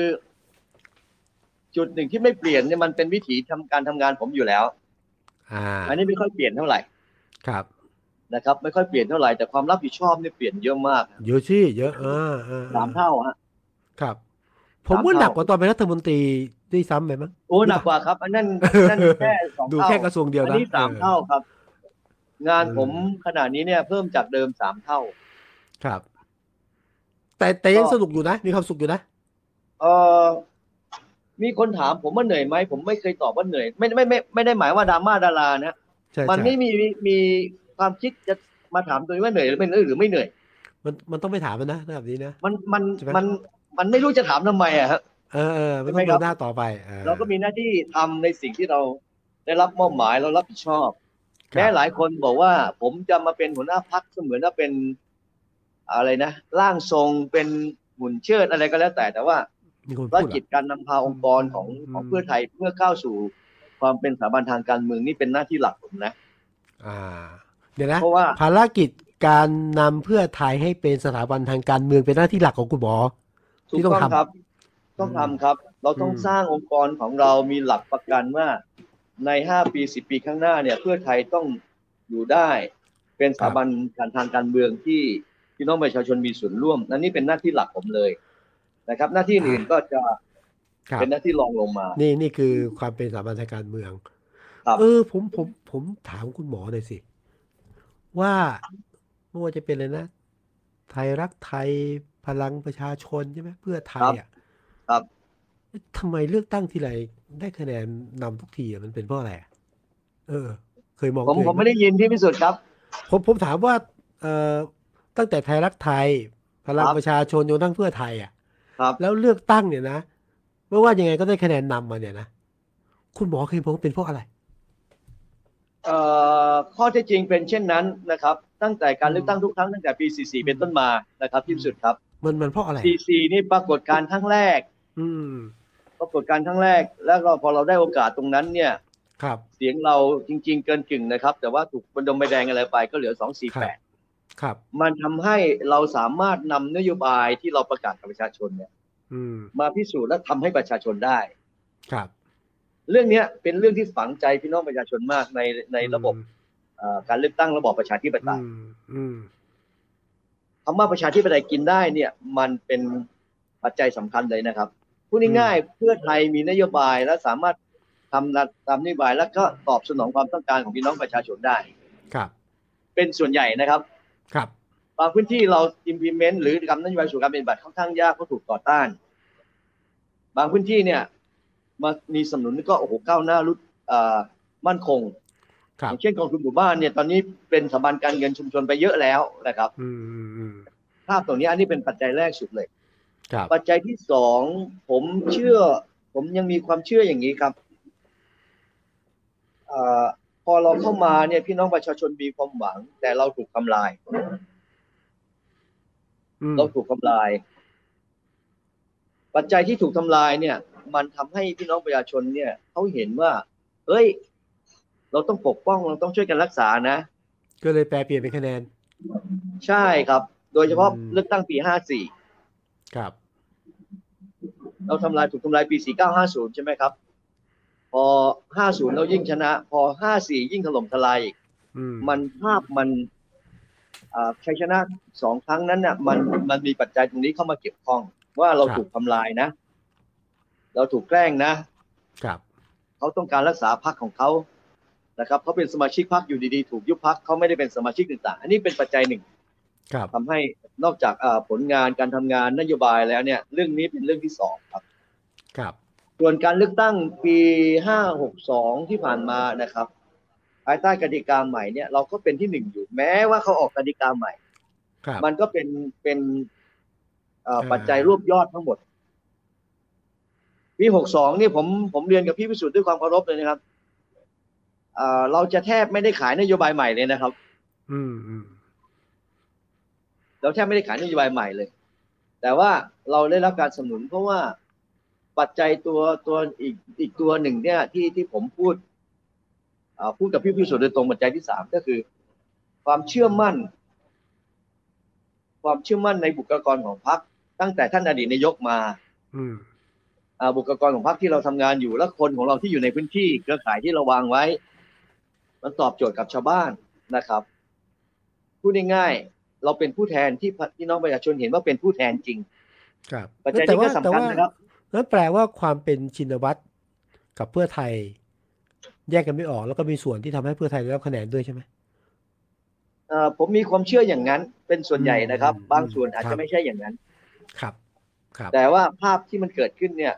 จุดหนึ่งที่ไม่เปลี่ยนเนี่ยมันเป็นวิถีทำการทำงานผมอยู่แล้ว อ่า อันนี้ไม่ค่อยเปลี่ยนเท่าไหร่ ครับ นะครับ ไม่ค่อยเปลี่ยนเท่าไหร่แต่ความรับผิดชอบเนี่ยเปลี่ยนเยอะมาก เยอะสิเยอะอ่าอ่ สาม อ่า เท่าฮะ ครับ ผมว่า สามเท่า หนักกว่าตอนเป็นรัฐมนตรีด้วยซ้ำไปมั้ง โอ้หนักกว่าครับ อันนั้นนั่นแค่สอง ดู เท่า แค่กระทรวงเดียว อัน นะ นี้สาม ออ เท่าครับ งาน เออ ผมขนาดนี้เนี่ย เพิ่มจากเดิมสามเท่า ครับ แต่แต่ยัง ก็ สนุกอยู่นะมีความสุขอยู่นะ เออมีคนถามผมว่าเหนื่อยไหมผมไม่เคยตอบว่าเหนื่อย ไม่ไม่ไม่ไม่ได้หมายว่าดราม่าดารานะ ใช่ มัน ใช่ ไม่มีมีความคิดจะมาถามตัวเองว่าเหนื่อยหรือไม่เหนื่อยหรือไม่เหนื่อย มันมันต้องไปถามมันนะแบบนี้นะ มันมัน ใช่ไหม มันมันไม่รู้จะถามทำไมอะครับ เออเออมัน ใช่ ต้ ไหม อง ครั เดิ บ นหน้าต่อไปออ เราก็มีหน้าที่ทำในสิ่งที่เราได้รับมอบหมายเรารับผิดชอบ ค แม้ รับ หลายคนบอกว่า ผมจะมาเป็นหัวหน้าพักเสมือนว่าเป็นอะไรนะร่างทรงเป็นหุ่นเชิดอะไรก็แล้วแต่แต่ว่า มีคน ภาร พูดเหร กิจ อ การนำพาองค์กรของ อืม ของเพื่อไทยเพื่อก้าวสู่ความเป็นสถาบันทางการเมืองนี่เป็นหน้าที่หลักผมนะ อ่า เดี๋ยวนะ เพราะว่า ภารกิจการนำเพื่อไทยให้เป็นสถาบันทางการเมืองเป็นหน้าที่หลักของคุณหมอ ที่ ถูก ต้อง ต้อง ทำ ครับ ต้อืมองทำครับ เราต้อง อืม สร้างองค์กรของเรามีหลักประกันว่าในห้าปีสิบปีข้างหน้าเนี่ย เพื่อไทยต้องอยู่ได้ เป็นสถาบันการทางการเมืองที่พี่น้องประชาชนมีส่วนร่วมนั่นนี่เป็นหน้าที่หลักผมเลยนะครับ หน้าที่อื่นก็จะ ครับ เป็นหน้าที่รองลงมา นี่นี่คือความเป็นสถาบันทางการเมือง ครับ เออผมผมผมถามคุณหมอหน่อยสิ ว่าไม่ว่าจะเป็นเลยนะ ไทยรักไทยพลังประชาชนใช่ไหมเพื่อไทยอ่ะ ครับ ทำไมเลือกตั้งทีไรได้คะแนนนำทุกทีอะมันเป็นเพราะอะไรอะเออ เคยมอง ผม ตัวเอง ผมไม่ได้ยินพี่พิสุทธิ์ครับ ผมผมถามว่า เออตั้งแต่ไทยรักไทย พลัง ครับ ประชาชนจนกระทั้งเพื่อไทยอ่ะ ครับ แล้วเลือกตั้งเนี่ยนะไม่ว่ายังไงก็ได้คะแนนนำมาเนี่ยนะคุณหมอเคยมองว่าเป็นเพราะอะไร เอ่อข้อเท็จจริงเป็นเช่นนั้นนะครับ ตั้งแต่การเลือกตั้งทุกครั้งตั้งแต่ปี 44 เป็นต้นมานะครับพี่พิสุทธิ์ครับ มันมันเพราะอะไร 44 นี่ปรากฏการณ์ครั้งแรก อืม ปรากฏการณ์ครั้งแรกแล้วก็พอเราได้โอกาสตรงนั้นเนี่ย ครับ เสียงเราจริง ๆ เกินกึ่งนะครับ แต่ว่าถูกบนดมใบแดงอะไรไปก็เหลือ ครับ 248 ครับ มันทำให้เราสามารถนำนโยบายที่เราประกาศกับประชาชนเนี่ย อืม มาพิสูจน์และทำให้ประชาชนได้ ครับ เรื่องเนี้ยเป็นเรื่องที่ฝังใจพี่น้องประชาชนมากในในระบบเอ่อการเลือกตั้งระบอบประชาธิปไต อื ย มอืม คำว่าประชาธิปไตยกินได้เนี่ยมันเป็นปัจจัยสำคัญเลยนะครับพูดง่ายๆเพื่อไทยมีนโยบายและสามารถทำตามนโยบายแล้วก็ตอบสนองความต้องการของพี่น้องประชาชนได้ ครับ เป็นส่วนใหญ่นะครับ ครับ บางพื้นที่เรา implement หรือกำหนดนโยบายสู่การปฏิบัติค่อนข้างยากเพราะถูกต่อต้าน บางพื้นที่เนี่ยมามีสนับสนุนก็โอ้โหก้าวหน้ารุดเอ่อมั่นคง ค อ รับ ย่างเช่นกองทุนหมู่บ้านเนี่ยตอนนี้เป็นสถาบันการเงินชุมชนไปเยอะแล้วนะครับ อืมอืมอืม ภาพตรงนี้อันนี้เป็นปัจจัยแรกสุดเลย ครับ ปัจจัยที่สองผมเชื่อ ผมยังมีความเชื่ออย่างนี้ครับเออพอเราเข้ามาเนี่ยพี่น้องประชาชนมีความหวัง แต่เราถูกทำลาย อืม เราถูกทำลาย ปัจจัยที่ถูกทำลายเนี่ย มันทำให้พี่น้องประชาชนเนี่ยเขาเห็นว่า เฮ้ย เราต้องปกป้องเราต้องช่วยกันรักษานะ ก็เลยแปลเปลี่ยนเป็นคะแนน ใช่ครับ โดยเฉพาะ อืม เลือกตั้งปี ครับ 54 เราทำลายถูกทำลายปี 4950 ใช่ไหมครับ พอ 50 เรายิ่งชนะ พอ 54 ยิ่งถล่มทลายอีก อืม มันภาพมันอ่าชัยชนะสองครั้งนั้นน่ะมันมันมีปัจจัยตรงนี้เข้ามาเกี่ยวข้อง ว่าเราถูกทำลายนะ เราถูกแกล้งนะ ครับ เขาต้องการรักษาพรรคของเขานะครับเขาเป็นสมาชิกพรรคอยู่ดีๆ ถูกยุบพรรคเขาไม่ได้เป็นสมาชิกต่างๆ อันนี้เป็นปัจจัยหนึ่ง ครับ ทำให้นอกจากเอ่อผลงานการทำงานนโยบายแล้วเนี่ย เรื่องนี้เป็นเรื่องที่สองครับ ครับ ส่วนการเลือกตั้งปี 562 ที่ผ่านมานะครับภายใต้กติกาใหม่เนี่ยเราก็เป็นที่หนึ่งอยู่ แม้ว่าเขาออกกติกาใหม่ ครับ มันก็เป็นเป็นเอ่อ เอ่อ ปัจจัยรวบยอดทั้งหมด ปี 62 นี่ผมผมเรียนกับพี่พิสุทธิ์ด้วยความเคารพเลยนะครับเอ่อเราจะแทบไม่ได้ขายนโยบายใหม่เลยนะครับ อืมอืม เราแทบไม่ได้ขายนโยบายใหม่เลย แต่ว่าเราได้รับการสนับสนุน เพราะว่าปัจจัยตัวตัวอีกอีกตัวหนึ่งเนี่ยที่ที่ผมพูดอ่าพูดกับพี่พิสุทธิ์โดยตรงปัจจัยที่สามก็คือ ความเชื่อมั่น ความเชื่อมั่นในบุคลากรของพรรคตั้งแต่ท่านอดีตนายกมา อืม อ่าบุคลากรของพรรคที่เราทำงานอยู่และคนของเราที่อยู่ในพื้นที่เครือข่ายที่เราวางไว้ มันตอบโจทย์กับชาวบ้านนะครับพูดง่ายๆเราเป็นผู้แทนที่พี่น้องประชาชนเห็นว่าเป็นผู้แทนจริง ครับ ปัจจัย แต่ นี้ ว่า ก็ แต่ สำคัญ ว่า นะครับ นั่นแปลว่าความเป็นชินวัตรกับเพื่อไทย แยกกันไม่ออกแล้วก็มีส่วนที่ทำให้เพื่อไทยได้รับคะแนนด้วยใช่ไหม เอ่อผมมีความเชื่ออย่างนั้นเป็นส่วนใหญ่นะครับ อืม บางส่วนอาจ ครั จะ บ ไม่ใช่อย่างนั้น ครับ ครับ แต่ว่าภาพที่มันเกิดขึ้นเนี่ย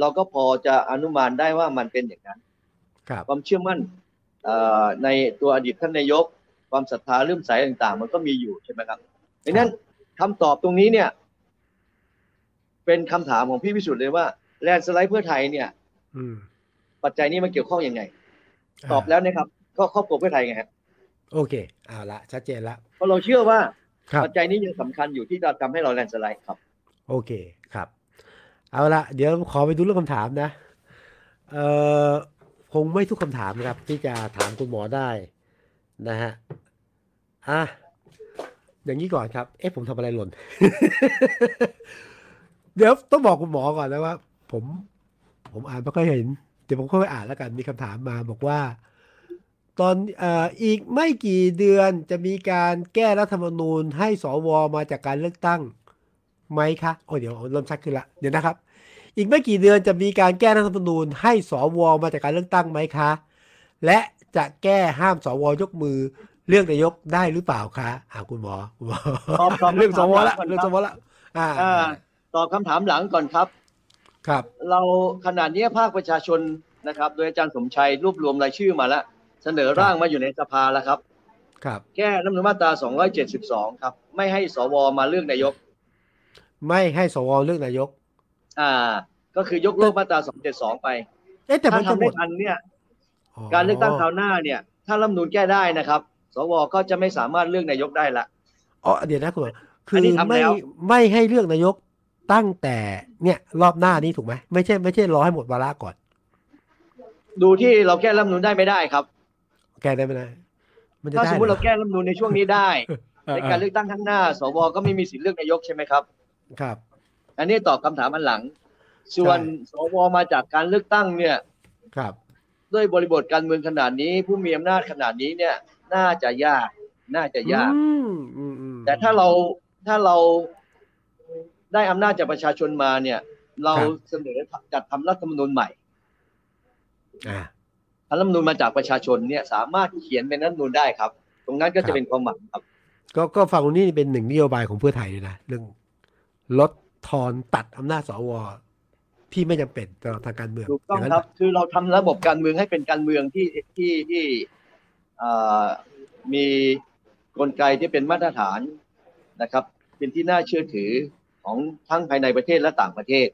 เราก็พอจะอนุมานได้ว่ามันเป็นอย่างนั้น ครับ ความเชื่อมั่นเอ่อในตัวอดีตท่านนายก ความศรัทธาเรื่อมใสต่างๆ มันก็มีอยู่ใช่ไหมครับดังนั้นคำตอบตรงนี้เนี่ย เป็นคำถามของพี่พิสุทธิ์เลยว่าแลนสไลด์เพื่อไทยเนี่ย อืม ปัจจัยนี้มันเกี่ยวข้องยังไง า ตอบแล้วนะครับ ก็ครอบครัวเพื่อไทยไงครับ โอเคเอาละชัดเจนละ เพราะเราเชื่อว่า ครับ ปัจจัยนี้ยังสำคัญอยู่ที่จะทำให้เราแลนสไลด์ครับ โอเคครับ เอาละเดี๋ยวขอไปดูเรื่องคำถามนะเอ่อคงไม่ทุกคำถามนะครับที่จะถามคุณหมอได้นะฮะอ่ะอย่างนี้ก่อนครับ เอ๊ะผมทำอะไรหล่น เดี๋ยวต้องบอกคุณหมอก่อนนะว่า ผม ผมอ่านไม่ค่อยเห็น เดี๋ยวผมค่อยๆอ่านแล้วกันมีคำถามมาบอกว่า ตอนเอ่ออีกไม่กี่เดือนจะมีการแก้รัฐธรรมนูญให้สวมาจากการเลือกตั้ง ไหมคะโอ้เดี๋ยวเริ่มชัดขึ้นละเดี๋ยวนะครับ อีกไม่กี่เดือนจะมีการแก้รัฐธรรมนูญให้สวมาจากการเลือกตั้งไหมคะ และจะแก้ห้ามสวยกมือเลือกนายกได้หรือเปล่าคะอ่าคุณหมอคุณหมอ ตอบตอบคำถาม เรื่องสวละ ก่อนครับ เรื่องสวละอ่า อ่าตอบคำถามหลังก่อนครับ ครับ เราขนาดนี้ภาคประชาชนนะครับ โดยอาจารย์สมชัยรวบรวมรายชื่อมาแล้ว เสนอร่างมาอยู่ในสภาแล้วครับ ครับ แก้รัฐธรรมนูญมาตรา 272 ครับ ไม่ให้สวมาเลือกนายก ไม่ให้สวเลือกนายก อ่า ก็คือยกเลิกมาตรา 272 ไป เอ๊ะแต่มั ถ้าน จะหมทำไม่ ด ทันเนี่ย การเลือกตั้งคราวหน้าเนี่ย ถ้ารัฐธรรมนูญแก้ได้นะครับ สวก็จะไม่สามารถเลือกนายกได้ละ อ๋อเดี๋ยวนะคุณหมอคือน อ นี้ทำ ไม่ แล้ว ไม่ให้เลือกนายกตั้งแต่เนี่ย รอบหน้านี้ถูกไหมไม่ใช่ไม่ใช่รอให้หมดวาระก่อน ดูที่เราแก้รัฐธรรมนูญได้ไม่ได้ครับ แก้ได้ไหมนะมันจะ ถ้า ได้ สมมหติอ เราแก้รัฐธรรมนูญในช่วงนี้ ได้ เออ ในการเลือกตั้งข้างหน้า สวก็ไม่มีสิทธิ์เลือกนายกใช่ไหมครับ ครับ อันนี้ตอบคำถามอันหลัง ส่วน ใช่ สวมาจากการเลือกตั้งเนี่ย ครับ ด้วยบริบทการเมืองขนาดนี้ ผู้มีอำนาจขนาดนี้เนี่ย น่าจะยาก น่าจะยาก อืมอืมอืม แต่ถ้าเราถ้าเราได้อำนาจจากประชาชนมาเนี่ย เรา ครับ เสนอจัดทำรัฐธรรมนูญใหม่ อ่า ถ้ารัฐธรรมนูญมาจากประชาชนเนี่ย สามารถเขียนเป็นรัฐธรรมนูญได้ครับ ตรงนั้นก็ ครั จะ บ เป็นความหวังครับ ก็ก็ฟังดูนี่เป็นหนึ่งนโยบายของเพื่อไทยเลยนะเรื่องลดทอนตัดอำนาจสวที่ไม่จำเป็นต่อทางการเมือง ถูกต้อง ย่านั้น ครับ คือเราทำระบบการเมืองให้เป็นการเมืองที่ที่ที่เอ่อมีกลไกที่เป็นมาตรฐานนะครับ เป็นที่น่าเชื่อถือของทั้งภายในประเทศและต่างประเทศ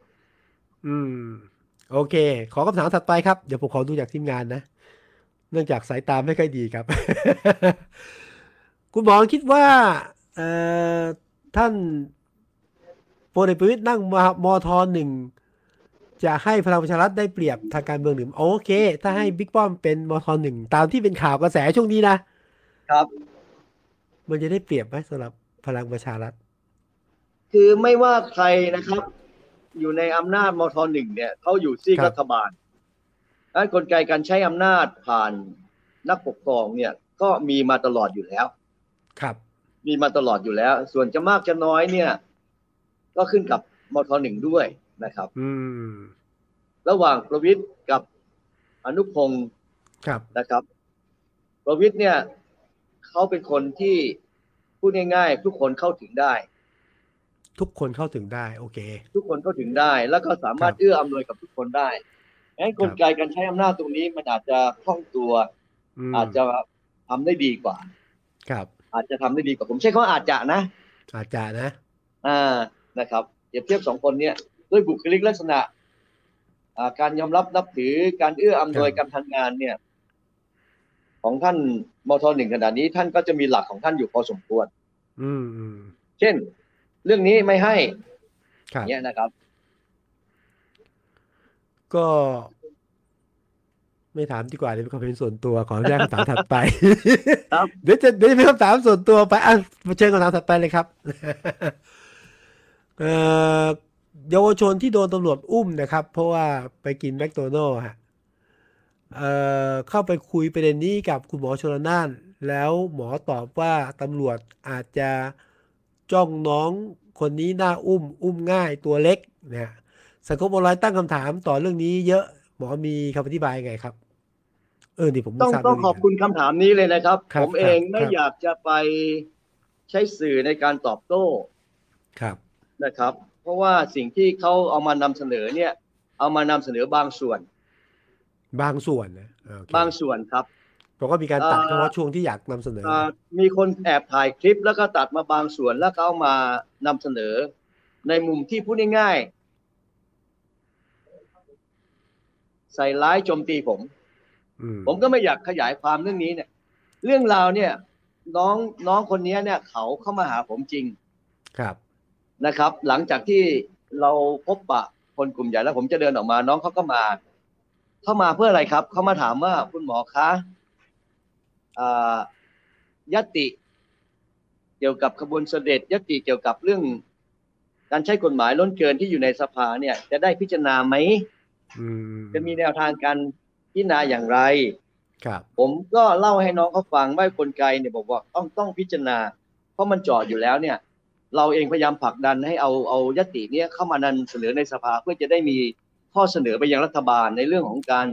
อืม โอเค ขอคำถามถัดไปครับ เดี๋ยวผมขอดูจากทีมงานนะ เนื่องจากสายตาไม่ค่อยดีครับ คุณหมอคิดว่าเอ่อท่านพลเอกประวิตยนั่งมามทหนึ่งจะให้พลังประชารัฐได้เปรียบทางการเมืองหรือโอเค ถ้าให้บิ๊กป้อมเป็นมทหนึ่งตามที่เป็นข่าวกระแสช่วงนี้นะ ครับ มันจะได้เปรียบไหมสำหรับพลังประชารัฐ คือไม่ว่าใครนะครับ อยู่ในอำนาจมทหนึ่งเนี่ยเขาอยู่ซีก ครับ รัฐบาลดังนั้นกลไกการใช้อำนาจผ่านนักปกครองเนี่ย ก็มีมาตลอดอยู่แล้ว ครับ มีมาตลอดอยู่แล้ว ส่วนจะมากจะน้อยเนี่ย ก็ขึ้นกับมทหนึ่งด้วยนะครับ อืม ระหว่างประวิทย์กับอนุพงศ์ ครับ นะครับ ประวิทย์เนี่ยเขาเป็นคนที่พูดง่ายๆ ทุกคนเข้าถึงได้ ทุกคนเข้าถึงได้ โอเค ทุกคนเข้าถึงได้ แล้วก็สามารถ ครับ เอื้ออำนวยกับทุกคนได้งั้นกลไกการใช้อำนาจตรงนี้มันอาจจะคล่องตัว ม อาจจะทำได้ดีกว่า ครับ อาจจะทำได้ดีกว่าผมใช้คำว่าอาจจะนะ อาจจะนะ อ่า นะครับเปรียบเทียบสองคนเนี่ยด้วยบุคลิกลักษณะอ่าการยอมรับนับถือการเอื้ออำนวย ครั กา บ รทำงานเนี่ย ของท่านมทหนึ่งขนาดนี้ ท่านก็จะมีหลักของท่านอยู่พอสมควร อืมอืม เช่น เรื่องนี้ไม่ให้ ครับ เนี่ยนะครับ ก็ ไม่ถามดีกว่าเดี๋ยวเป็นคำเห็นส่วนตัว ขออนุญาตคำถามถัดไป ครับ เดี๋ยวจะเดี๋ยวจะเป็นคำถามส่วนตัวไปอ่ะเชิญคำถามถัดไปเลยครับ เอ่อเยาวชนที่โดนตำรวจอุ้มนะครับ เพราะว่าไปกินแมคโดนัลล์ฮะเอ่อเข้าไปคุยประเด็นนี้กับคุณหมอชลน่าน แล้วหมอตอบว่าตำรวจอาจจะจ้องน้องคนนี้หน้าอุ้ม อุ้มง่ายตัวเล็กนะฮะสังคมออนไลน์ตั้งคำถามต่อเรื่องนี้เยอะหมอมีคำอธิบายไงครับ เออนี่ผม ต้อง ไม่ทราบ ต้อง เรื่ ข นี้ อบคุณคำถามนี้เลยนะครับ ครับ ผมเอง ครับ ไม่ ครับ อยากจะไปใช้สื่อในการตอบโต้ ครับ นะครับ เพราะว่าสิ่งที่เขาเอามานำเสนอเนี่ย เอามานำเสนอบางส่วน บางส่วนนะอ่โอเค บางส่วนครับ เราก็มีการตัด เอ่อ เฉพาะช่วงที่อยากนำเสนอ เอ่อมีคนแอบถ่ายคลิปแล้วก็ตัดมาบางส่วนแล้วก็เอามานำเสนอ ในมุมที่พูดง่ายๆใส่ร้ายโจมตีผม อืม ผมก็ไม่อยากขยายความเรื่องนี้เนี่ย เรื่องราวเนี่ย น้องน้องคนนี้เนี่ย เขาเข้ามาหาผมจริง ครับ นะครับ หลังจากที่เราพบปะคนกลุ่มใหญ่แล้วผมจะเดินออกมา น้องเขาก็มา เข้ามาเพื่ออะไรครับ เขามาถามว่าคุณหมอคะอ่ายตติ เกี่ยวกับขบวนเสด็จยตติเกี่ยวกับเรื่อง การใช้กฎหมายล้นเกินที่อยู่ในสภาเนี่ย จะได้พิจารณาไหม อืม จะมีแนวทางการพิจารณาอย่างไร ครับ ผมก็เล่าให้น้องเขาฟังว่ากลไกเนี่ยบอกว่าต้องต้องพิจารณา เพราะมันเจอดอยู่แล้วเนี่ย เราเองพยายามผลักดันให้เอาเอายติเนี่ยเข้ามานันเสนอในสภาเพื่อจะได้มีข้อเสนอไปยังรัฐบาลในเรื่องของการ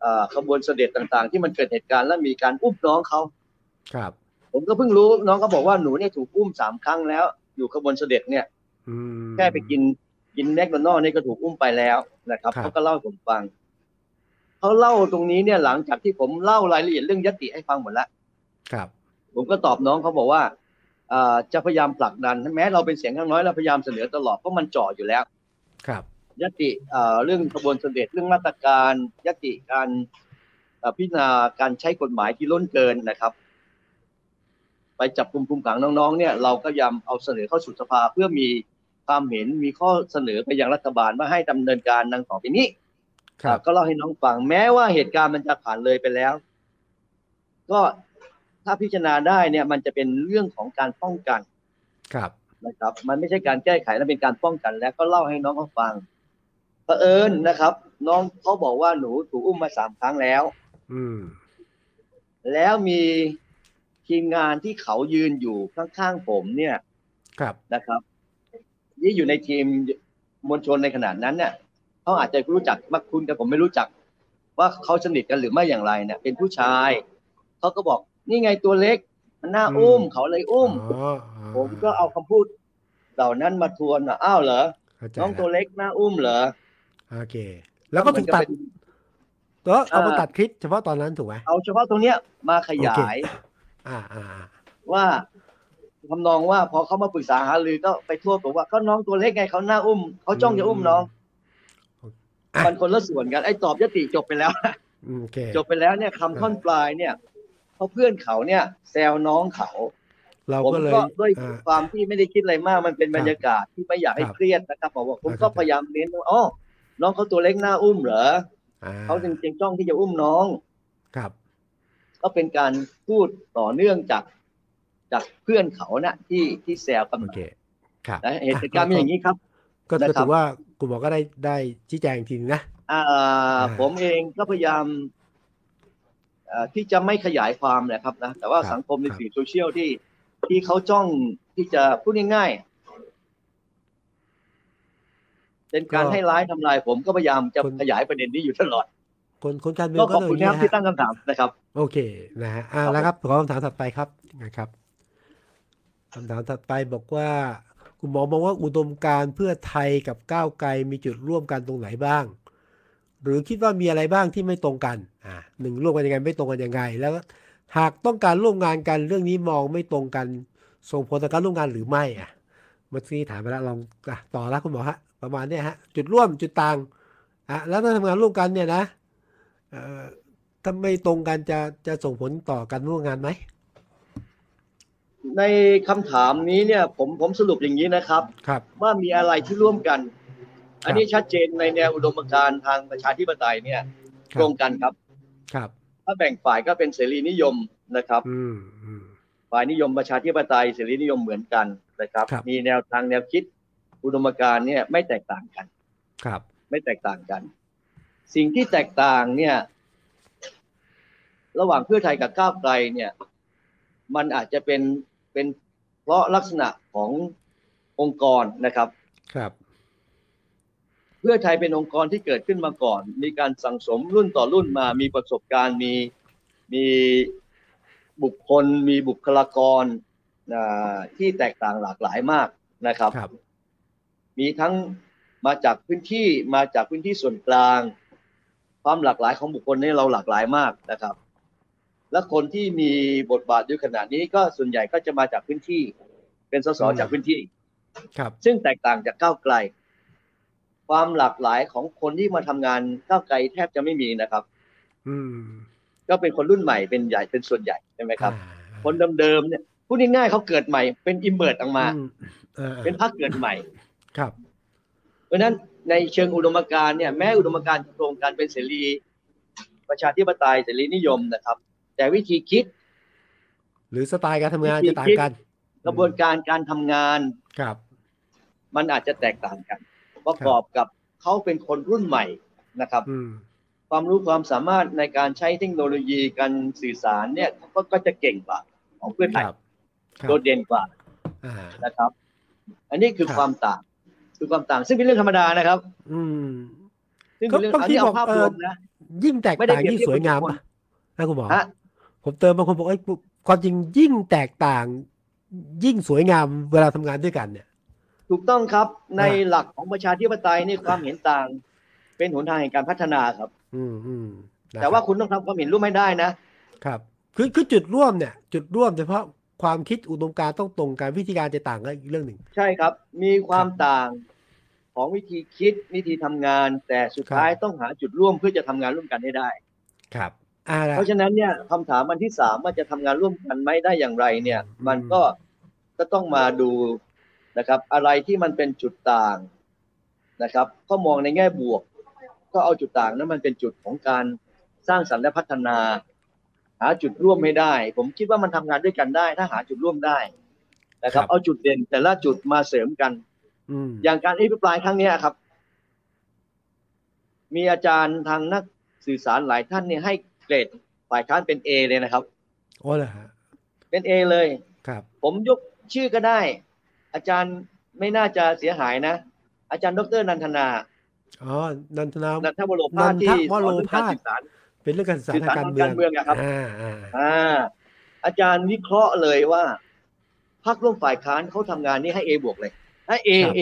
เอ่อขบวนเสด็จต่างๆ ที่มันเกิดเหตุการณ์และมีการอุ้มน้องเขา ครับ ผมก็เพิ่งรู้น้องก็บอกว่าหนูเนี่ยถูกอุ้มสามครั้งแล้วอยู่ขบวนเสด็จเนี่ย อืม แค่ไปกินกินแมคโดนัลล์นี่ก็ถูกอุ้มไปแล้วนะครับ ครับ เขาก็เล่าให้ผมฟังเขาเล่าตรงนี้เนี่ยหลังจากที่ผมเล่ารายละเอียดเรื่องยติให้ฟังหมดแล้ว ครับ ผมก็ตอบน้องเขาบอกว่าเอ่อจะพยายามผลักดันแม้เราเป็นเสียงข้างน้อยเราพยายามเสนอตลอดเพราะมันจ่ออยู่แล้ว ครับ ยติเอ่อเรื่องกระบวนเสด็จเรื่องมาตรการยติการเอ่อพิจารณาการใช้กฎหมายที่ล้นเกินนะครับ ไปจับกลุ่มคุมขังน้องๆ เนี่ยเราก็พยายามเอาเสนอเข้าสู่สภาเพื่อมีความเห็นมีข้อเสนอไปยังรัฐบาลว่าให้ดำเนินการดังต่อไปนี้ ครับ ก็เล่าให้น้องฟัง แม้ว่าเหตุการณ์มันจะผ่านเลยไปแล้ว ก็ถ้าพิจารณาได้เนี่ย มันจะเป็นเรื่องของการป้องกัน ครับ นะครับ มันไม่ใช่การแก้ไขและเป็นการป้องกันแล้วก็เล่าให้น้องเขาฟังเผอิญนะครับ น้องเขาบอกว่าหนูถูกอุ้มมาสามครั้งแล้ว อืม แล้วมีทีมงานที่เขายืนอยู่ข้างๆผมเนี่ย ครับ นะครับที่อยู่ในทีมมวลชนในขณะนั้นเนี่ยเขาอาจจะรู้จักมักคุณแต่ผมไม่รู้จัก ว่าเขาสนิทกันหรือไม่อย่างไรเนี่ย เป็นผู้ชายเขาก็บอกนี่ไงตัวเล็ก มันน่าอุ้ม อืม เขาเลยอุ้ม อ๋ออ๋อ ผมก็เอาคำพูด เหล่านั้นมาทวนว่าอ้าวเหรอ เข้าใจ น้องตัว แล้ว เล็กน่าอุ้มเหรอ โอเค แล้วก็ถูกตัด มันจะเป็น เออเอามาตัดคลิปเฉพาะตอนนั้นถูกไหม เอาเฉพาะตรงเนี้ยมาขยา โอเค ย อ่าอ่าอ่า ว่าทำนองว่าพอเขามาปรึกษาหารือก็ไปโทษผมว่าก็น้องตัวเล็กไงเขาหน้าอุ้มเขาจ้องจะอุ้มน้อง ะ มันคนละส่วนกันไอ้ตอบยติจบไปแล้ว อืมโอเค จบไปแล้วเนี่ยคำท่อนปลายเนี่ยเพราะเพื่อนเขาเนี่ยแซวน้องเขา เรา ผม ก็เลย ก็ด้วย อ่า ความที่ไม่ได้คิดอะไรมากมันเป็นบรรยากาศที่ไม่อยากให้ ครับ เครียดนะครับผมบอกผม อ่าครั ก็ บ พยายามเน้นว่าอ๋อน้องเขาตัวเล็กหน้าอุ้มเหรอ อ่ เขาจริงๆจ้องที่จะอุ้มน้อง ครับ ก็เป็นการพูดต่อเนื่องจากจากเพื่อนเขานะที่ที่แซวกัน โอ มา เค ครับ นะเหตุการณ์เป็นอย่างนี้ครับ ก็ก็ นะครับ ถือว่าคุณหมอก็ได้ได้ชี้แจงอีกทีนึงนะ อ่าผมเองก็พยายามเอ่อที่จะไม่ขยายความแหละครับนะแต่ว่า ครับ สังคมใน ครับ สื่อโซเชียลที่ ที่เขาจ้องที่จะพูดง่ายๆเป็นการให้ร้ายทำลาย ผมก็พยายามจะขยายประเด็นนี้อยู่ตลอด คนคนการเมือง ก็ ก็ ขอบ ต้ง คุณ ย่าง นะค นี้ รับที่ตั้ง ฮะ คำถามนะครับ โอเคนะฮะอ่า ครับ แล้วครับขอคำถามถัดไปครับนะครับคำถามถัดไปบอกว่า คุณหมอมองว่าอุดมการณ์เพื่อไทยกับก้าวไกลมีจุดร่วมกันตรงไหนบ้าง หรือคิดว่ามีอะไรบ้างที่ไม่ตรงกัน อ่าหนึ่งร่วมกันยังไงไม่ตรงกันยังไง แล้วหากต้องการร่วมงานกันเรื่องนี้มองไม่ตรงกัน ส่งผลต่อการร่วมงานหรือไม่อ่ะเมื่อกี้ถามไปแล้วลองอ่ะต่อละคุณหมอฮะประมาณเนี้ยฮะ จุดร่วมจุดต่างอ่ะแล้วถ้าทำงานร่วมกันเนี่ยนะเอ่อถ้าไม่ตรงกันจะจะส่งผลต่อการร่วมงานไหม ในคำถามนี้เนี่ย ผมผมสรุปอย่างนี้นะครับ ครับ ว่ามีอะไรที่ร่วมกัน ครับ อันนี้ชัดเจนในแนวอุดมการณ์ทางประชาธิปไตยเนี่ย ค ต รั ร บ งกันครับ ครับ ถ้าแบ่งฝ่ายก็เป็นเสรีนิยมนะครับ อืมอืม ฝ่ายนิยมประชาธิปไตยเสรีนิยมเหมือนกันนะครับ ครับ มีแนวทางแนวคิดอุดมการณ์เนี่ยไม่แตกต่างกัน ครับ ไม่แตกต่างกัน สิ่งที่แตกต่างเนี่ย ระหว่างเพื่อไทยกับก้าวไกลเนี่ย มันอาจจะเป็นเป็นเพราะลักษณะขององค์กรนะครับ ครับ เพื่อไทยเป็นองค์กรที่เกิดขึ้นมาก่อน มีการสั่งสมรุ่นต่อรุ่นมา มีประสบการณ์ มีมีบุคคล มีบุคลากรอ่าที่แตกต่างหลากหลายมากนะครับ ครับ มีทั้งมาจากพื้นที่มาจากพื้นที่ส่วนกลาง ความหลากหลายของบุคคลนี่เราหลากหลายมากนะครับ และคนที่มีบทบาทอยู่ขนาดนี้ก็ส่วนใหญ่ก็จะมาจากพื้นที่ เป็นสสจากพื้นที่ ครับ ซึ่งแตกต่างจากก้าวไกล ความหลากหลายของคนที่มาทำงานก้าวไกลแทบจะไม่มีนะครับ อืม ก็เป็นคนรุ่นใหม่เป็นใหญ่เป็นส่วนใหญ่ใช่ไหมครับ อ่า คนเดิมๆเนี่ยพูดง่ายๆเขาเกิดใหม่เป็นอิมเมอร์ออกมา อือ่า เป็นพรรคเกิดใหม่ ครับ เพราะฉะนั้นในเชิงอุดมการณ์เนี่ยแม้อุดมการณ์โครงการเป็นเสรีประชาธิปไตยเสรีนิยมนะครับ แต่วิธีคิด หรือสไตล์การทำงาน วิธี จะต่าง คิด กัน กระบวนการการทำงาน ครับ มันอาจจะแตกต่างกัน ประกอบกับเขาเป็นคนรุ่นใหม่นะครับ อืม ความรู้ความสามารถในการใช้เทคโนโลยีการสื่อสารเนี่ยกก็จะเก่งกว่าของเพื่อน ค ไทย รับครับ โดดเด่นกว่า อ่า นะครับ อันนี้คือ ครับ ความต่าง คือความต่าง ซึ่งเป็นเรื่องธรรมดานะครับ อืม ซึ่งเป็นเรื่อง ก็บาง อัน ที นี้ บอ เอา ก ภาพ เอ่ ร อ วมนะ ยิ่งแตก ไม่ได้ ต่าง เปรียิ่ยบง เทียบ สวยงาม กับทุกป่ะนะคนคุณหมอ ฮะ ผมเติมบางคนบอกไอ้ยความจริงยิ่งแตกต่าง ยิ่งสวยงามเวลาทำงานด้วยกันเนี่ย ถูกต้องครับ ใน ฮะ หลักของประชาธิปไตยนี่ความเห็นต่าง เป็นหนทางแห่งการพัฒนาครับ อืมอืมนะ แต่ว่าคุณต้องทำความเห็นร่วมให้ได้นะ ครับคือคือจุดร่วมเนี่ย จุดร่วมเฉพาะความคิดอุดมการณ์ต้องตรงกันวิธีการจะต่างกันอีกเรื่องหนึ่ง ใช่ครับ มีความ ครับ ต่างของวิธีคิดวิธีทำงาน แต่สุดท้าย ครับ ต้องหาจุดร่วมเพื่อจะทำงานร่วมกันให้ได้ ครับอ่าละ เพราะฉะนั้นเนี่ยคำถามอันที่สามว่าจะทำงานร่วมกันไหมได้อย่างไรเนี่ย อืม มันก็ก็ต้องมาดูนะครับ อะไรที่มันเป็นจุดต่างนะครับ ก็มองในแง่บวก ก็เอาจุดต่างนั้นมันเป็นจุดของการสร้างสรรค์และพัฒนา หาจุดร่วมให้ได้ ผมคิดว่ามันทำงานด้วยกันได้ ถ้าหาจุดร่วมได้นะครับ ครับ เอาจุดเด่นแต่ละจุดมาเสริมกัน อืม อย่างการอภิปรายครั้งเนี้ยครับ มีอาจารย์ทางนักสื่อสารหลายท่านเนี่ยให้เกรดฝ่ายค้านเป็น A เลยนะครับ โอ้เหรอฮะ เป็น A เลย ครับ ผมยกชื่อก็ได้ อาจารย์ไม่น่าจะเสียหายนะ อาจารย์ดรนันทนา อ๋อนันทนา นันทวโรภาสที่ นันท ส ว อน โร เรื่องกา ภาร ส สื่อสาร เป็นเรื่องการสื่อสารทางการเมือง สื่อสารทางการเมืองอะครับ อ่าอ่า อ่า อาจารย์วิเคราะห์เลยว่าพรรคร่วมฝ่ายค้านเขาทำงานนี่ให้ A บวกเลยให้ A A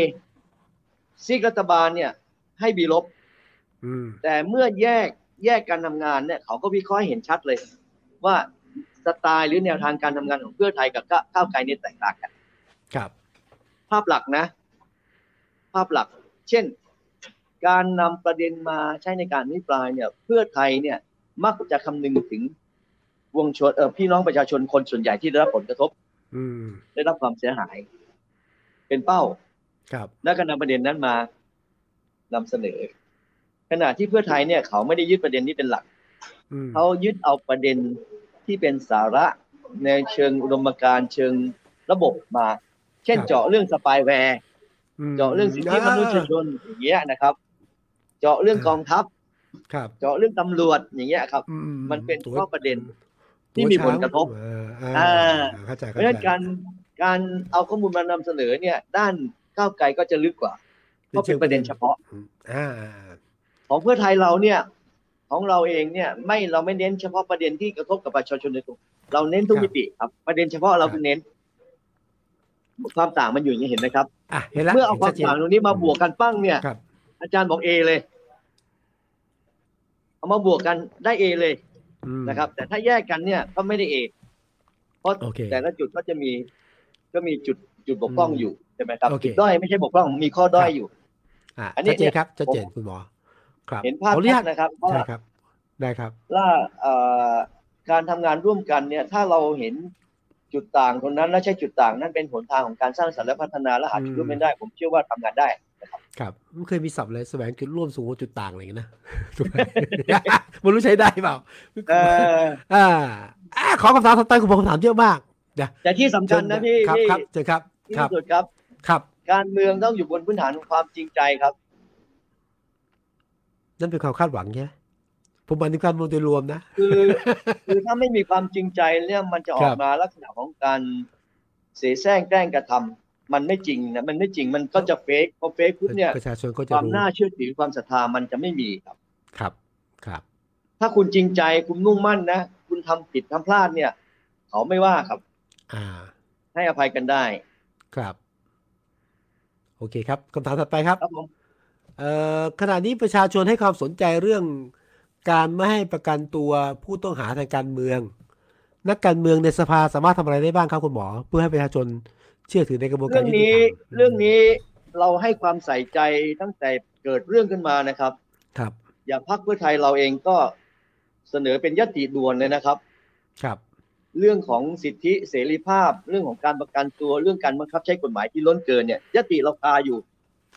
ซีกรัฐบาลเนี่ย ให้ B ลบ อืม แต่เมื่อแยกแยกการทำงานเนี่ยเขาก็วิเคราะห์เห็นชัดเลย ว่าสไตล์หรือแนวทางการทำงานของเพื่อไทยกับก้าก้าวไกลเนี่ยแตกต่างกัน ครับ ภาพหลักนะ ภาพหลัก เช่น การนำประเด็นมาใช้ในการอภิปรายเนี่ย เพื่อไทยเนี่ย มักจะคำนึงถึงวงชนเออพี่น้องประชาชนคนส่วนใหญ่ที่ได้รับผลกระทบ อืม ได้รับความเสียหาย เป็นเป้า ครับ แล้วก็นำประเด็นนั้นมานำเสนอ ขณะที่เพื่อไทยเนี่ยเขาไม่ได้ยึดประเด็นนี้เป็นหลัก อืม เขายึดเอาประเด็นที่เป็นสาระในเชิงอุดมการณ์เชิงระบบมา เช่นเจาะเรื่องสปายแวร์ อืม เจาะเรื่องสิทธิมนุษยชนอย่างเงี้ยนะครับ เจาะเรื่องกองทัพ ครับ เจาะเรื่องตำรวจอย่างเงี้ยครับ อื มันเป็น ตัว ข้อประเด็น ตัว ที่มีผลกระทบ เอออ่า อ่า เข้าใจ เพ เข้า ราะใจฉะนั้นการการเอาข้อมูลมานำเสนอเนี่ย ด้านก้าวไกลก็จะลึกกว่าเพราะเป็นประเด็นเฉพาะ อ่า ของเพื่อไทยเราเนี่ย ของเราเองเนี่ยไม่เราไม่เน้นเฉพาะประเด็นที่กระทบกับประชาชนโดยตรงเราเน้นทุก ครับ มิติครับประเด็นเฉพาะเรา ครับ เน้น ความต่างมันอยู่อย่างนี้เห็นไหมครับ อ่ะเห็นแล้ว เมื่อเอา ห็น ควา ชัดมจน ต่างตรงนี้มาบวกกันปั้งเนี่ย ครับ อาจารย์บอกเอเลย เอามาบวกกันได้เอเลย อืม นะครับ แต่ถ้าแยกกันเนี่ยก็ไม่ได้เอเพราะ โอเค แต่ละจุดก็จะมี ก็มีจุดจุดบกพร่อง อืม อยู่ใช่ไหมครับ โอเค จุดด้อยไม่ใช่บกพร่องมีข้อด้อยอยู่ อ่ะ อันนี้ ชัดเจน เนี่ย ครับชัดเจน ผม คุณหมอครับ เห็นภาพ ขออนุญาชัด ต นะครับว่า ใช่ครับ ได้ครับ ล่าเอ่อการทำงานร่วมกันเนี่ย ถ้าเราเห็นจุดต่างตรงนั้นและใช้จุดต่างนั้นเป็นหนทางของการสร้างสรรค์และพัฒนาและหาจุดร่วมไม่ได้ ผมเชื่อว่าทำงานได้ ครับไม่เคยมีศัพท์เลยแสวงจุดร่วมสูงกว่าจุดต่างอะไร อย่างนี้ยนะถูกไหม ไม่รู้ใช้ได้เปล่า เออ อ่าอ่าขอคำถามสไตล์คุณผมคำถามเยอะมากเดี๋ยว แต่ที่สำ เชิ คัญ ญ นะพี่ ครับ พี่ ครับเชิญครับ ที่ ครับ ที่สุดครับ ครับ การเมืองต้องอยู่บนพื้นฐานของความจริงใจครับ นั่นเป็นความคาดหวังใช่ไหมผมหมายถึงการรวมโดยรวมนะ คือ คือถ้าไม่มีความจริงใจเนี่ยมันจะออ ค ก รับ มาลักษณะของการเสแสร้งแกล้งกระทำมันไม่จริงนะมันไม่จริงมันก็จะเฟกพอเฟกปุ๊บเนี่ย ประชาชนก็ ค จะ วาม รู้ น่าเชื่อถือความศรัทธามันจะไม่มีครับ ครับครับ ถ้าคุณจริงใจคุณมุ่งมั่นนะ คุณทำผิดทำพลาดเนี่ย เขาไม่ว่าครับ อ่า ให้อภัยกันได้ ครับ โอเคครับคำถามถัดไปครับ ครับผม เอ่อขณะนี้ประชาชนให้ความสนใจเรื่องการไม่ให้ประกันตัวผู้ต้องหาทางการเมือง นักการเมืองในสภาสามารถทำอะไรได้บ้างครับคุณหมอ เพื่อให้ประชาชนเชื่อถือในกระบวนกา เรื่ ร อง ยุติธนี้รรม เรื่องนี้เราให้ความใส่ใจตั้งแต่เกิดเรื่องขึ้นมานะครับ ครับ อย่างพรรคเพื่อไทยเราเองก็เสนอเป็นยติด่วนเลยนะครับ ครับ เรื่องของสิทธิเสรีภาพ เรื่องของการประกันตัวเรื่องการบังคับใช้กฎหมายที่ล้นเกินเนี่ยยติเราคาอยู่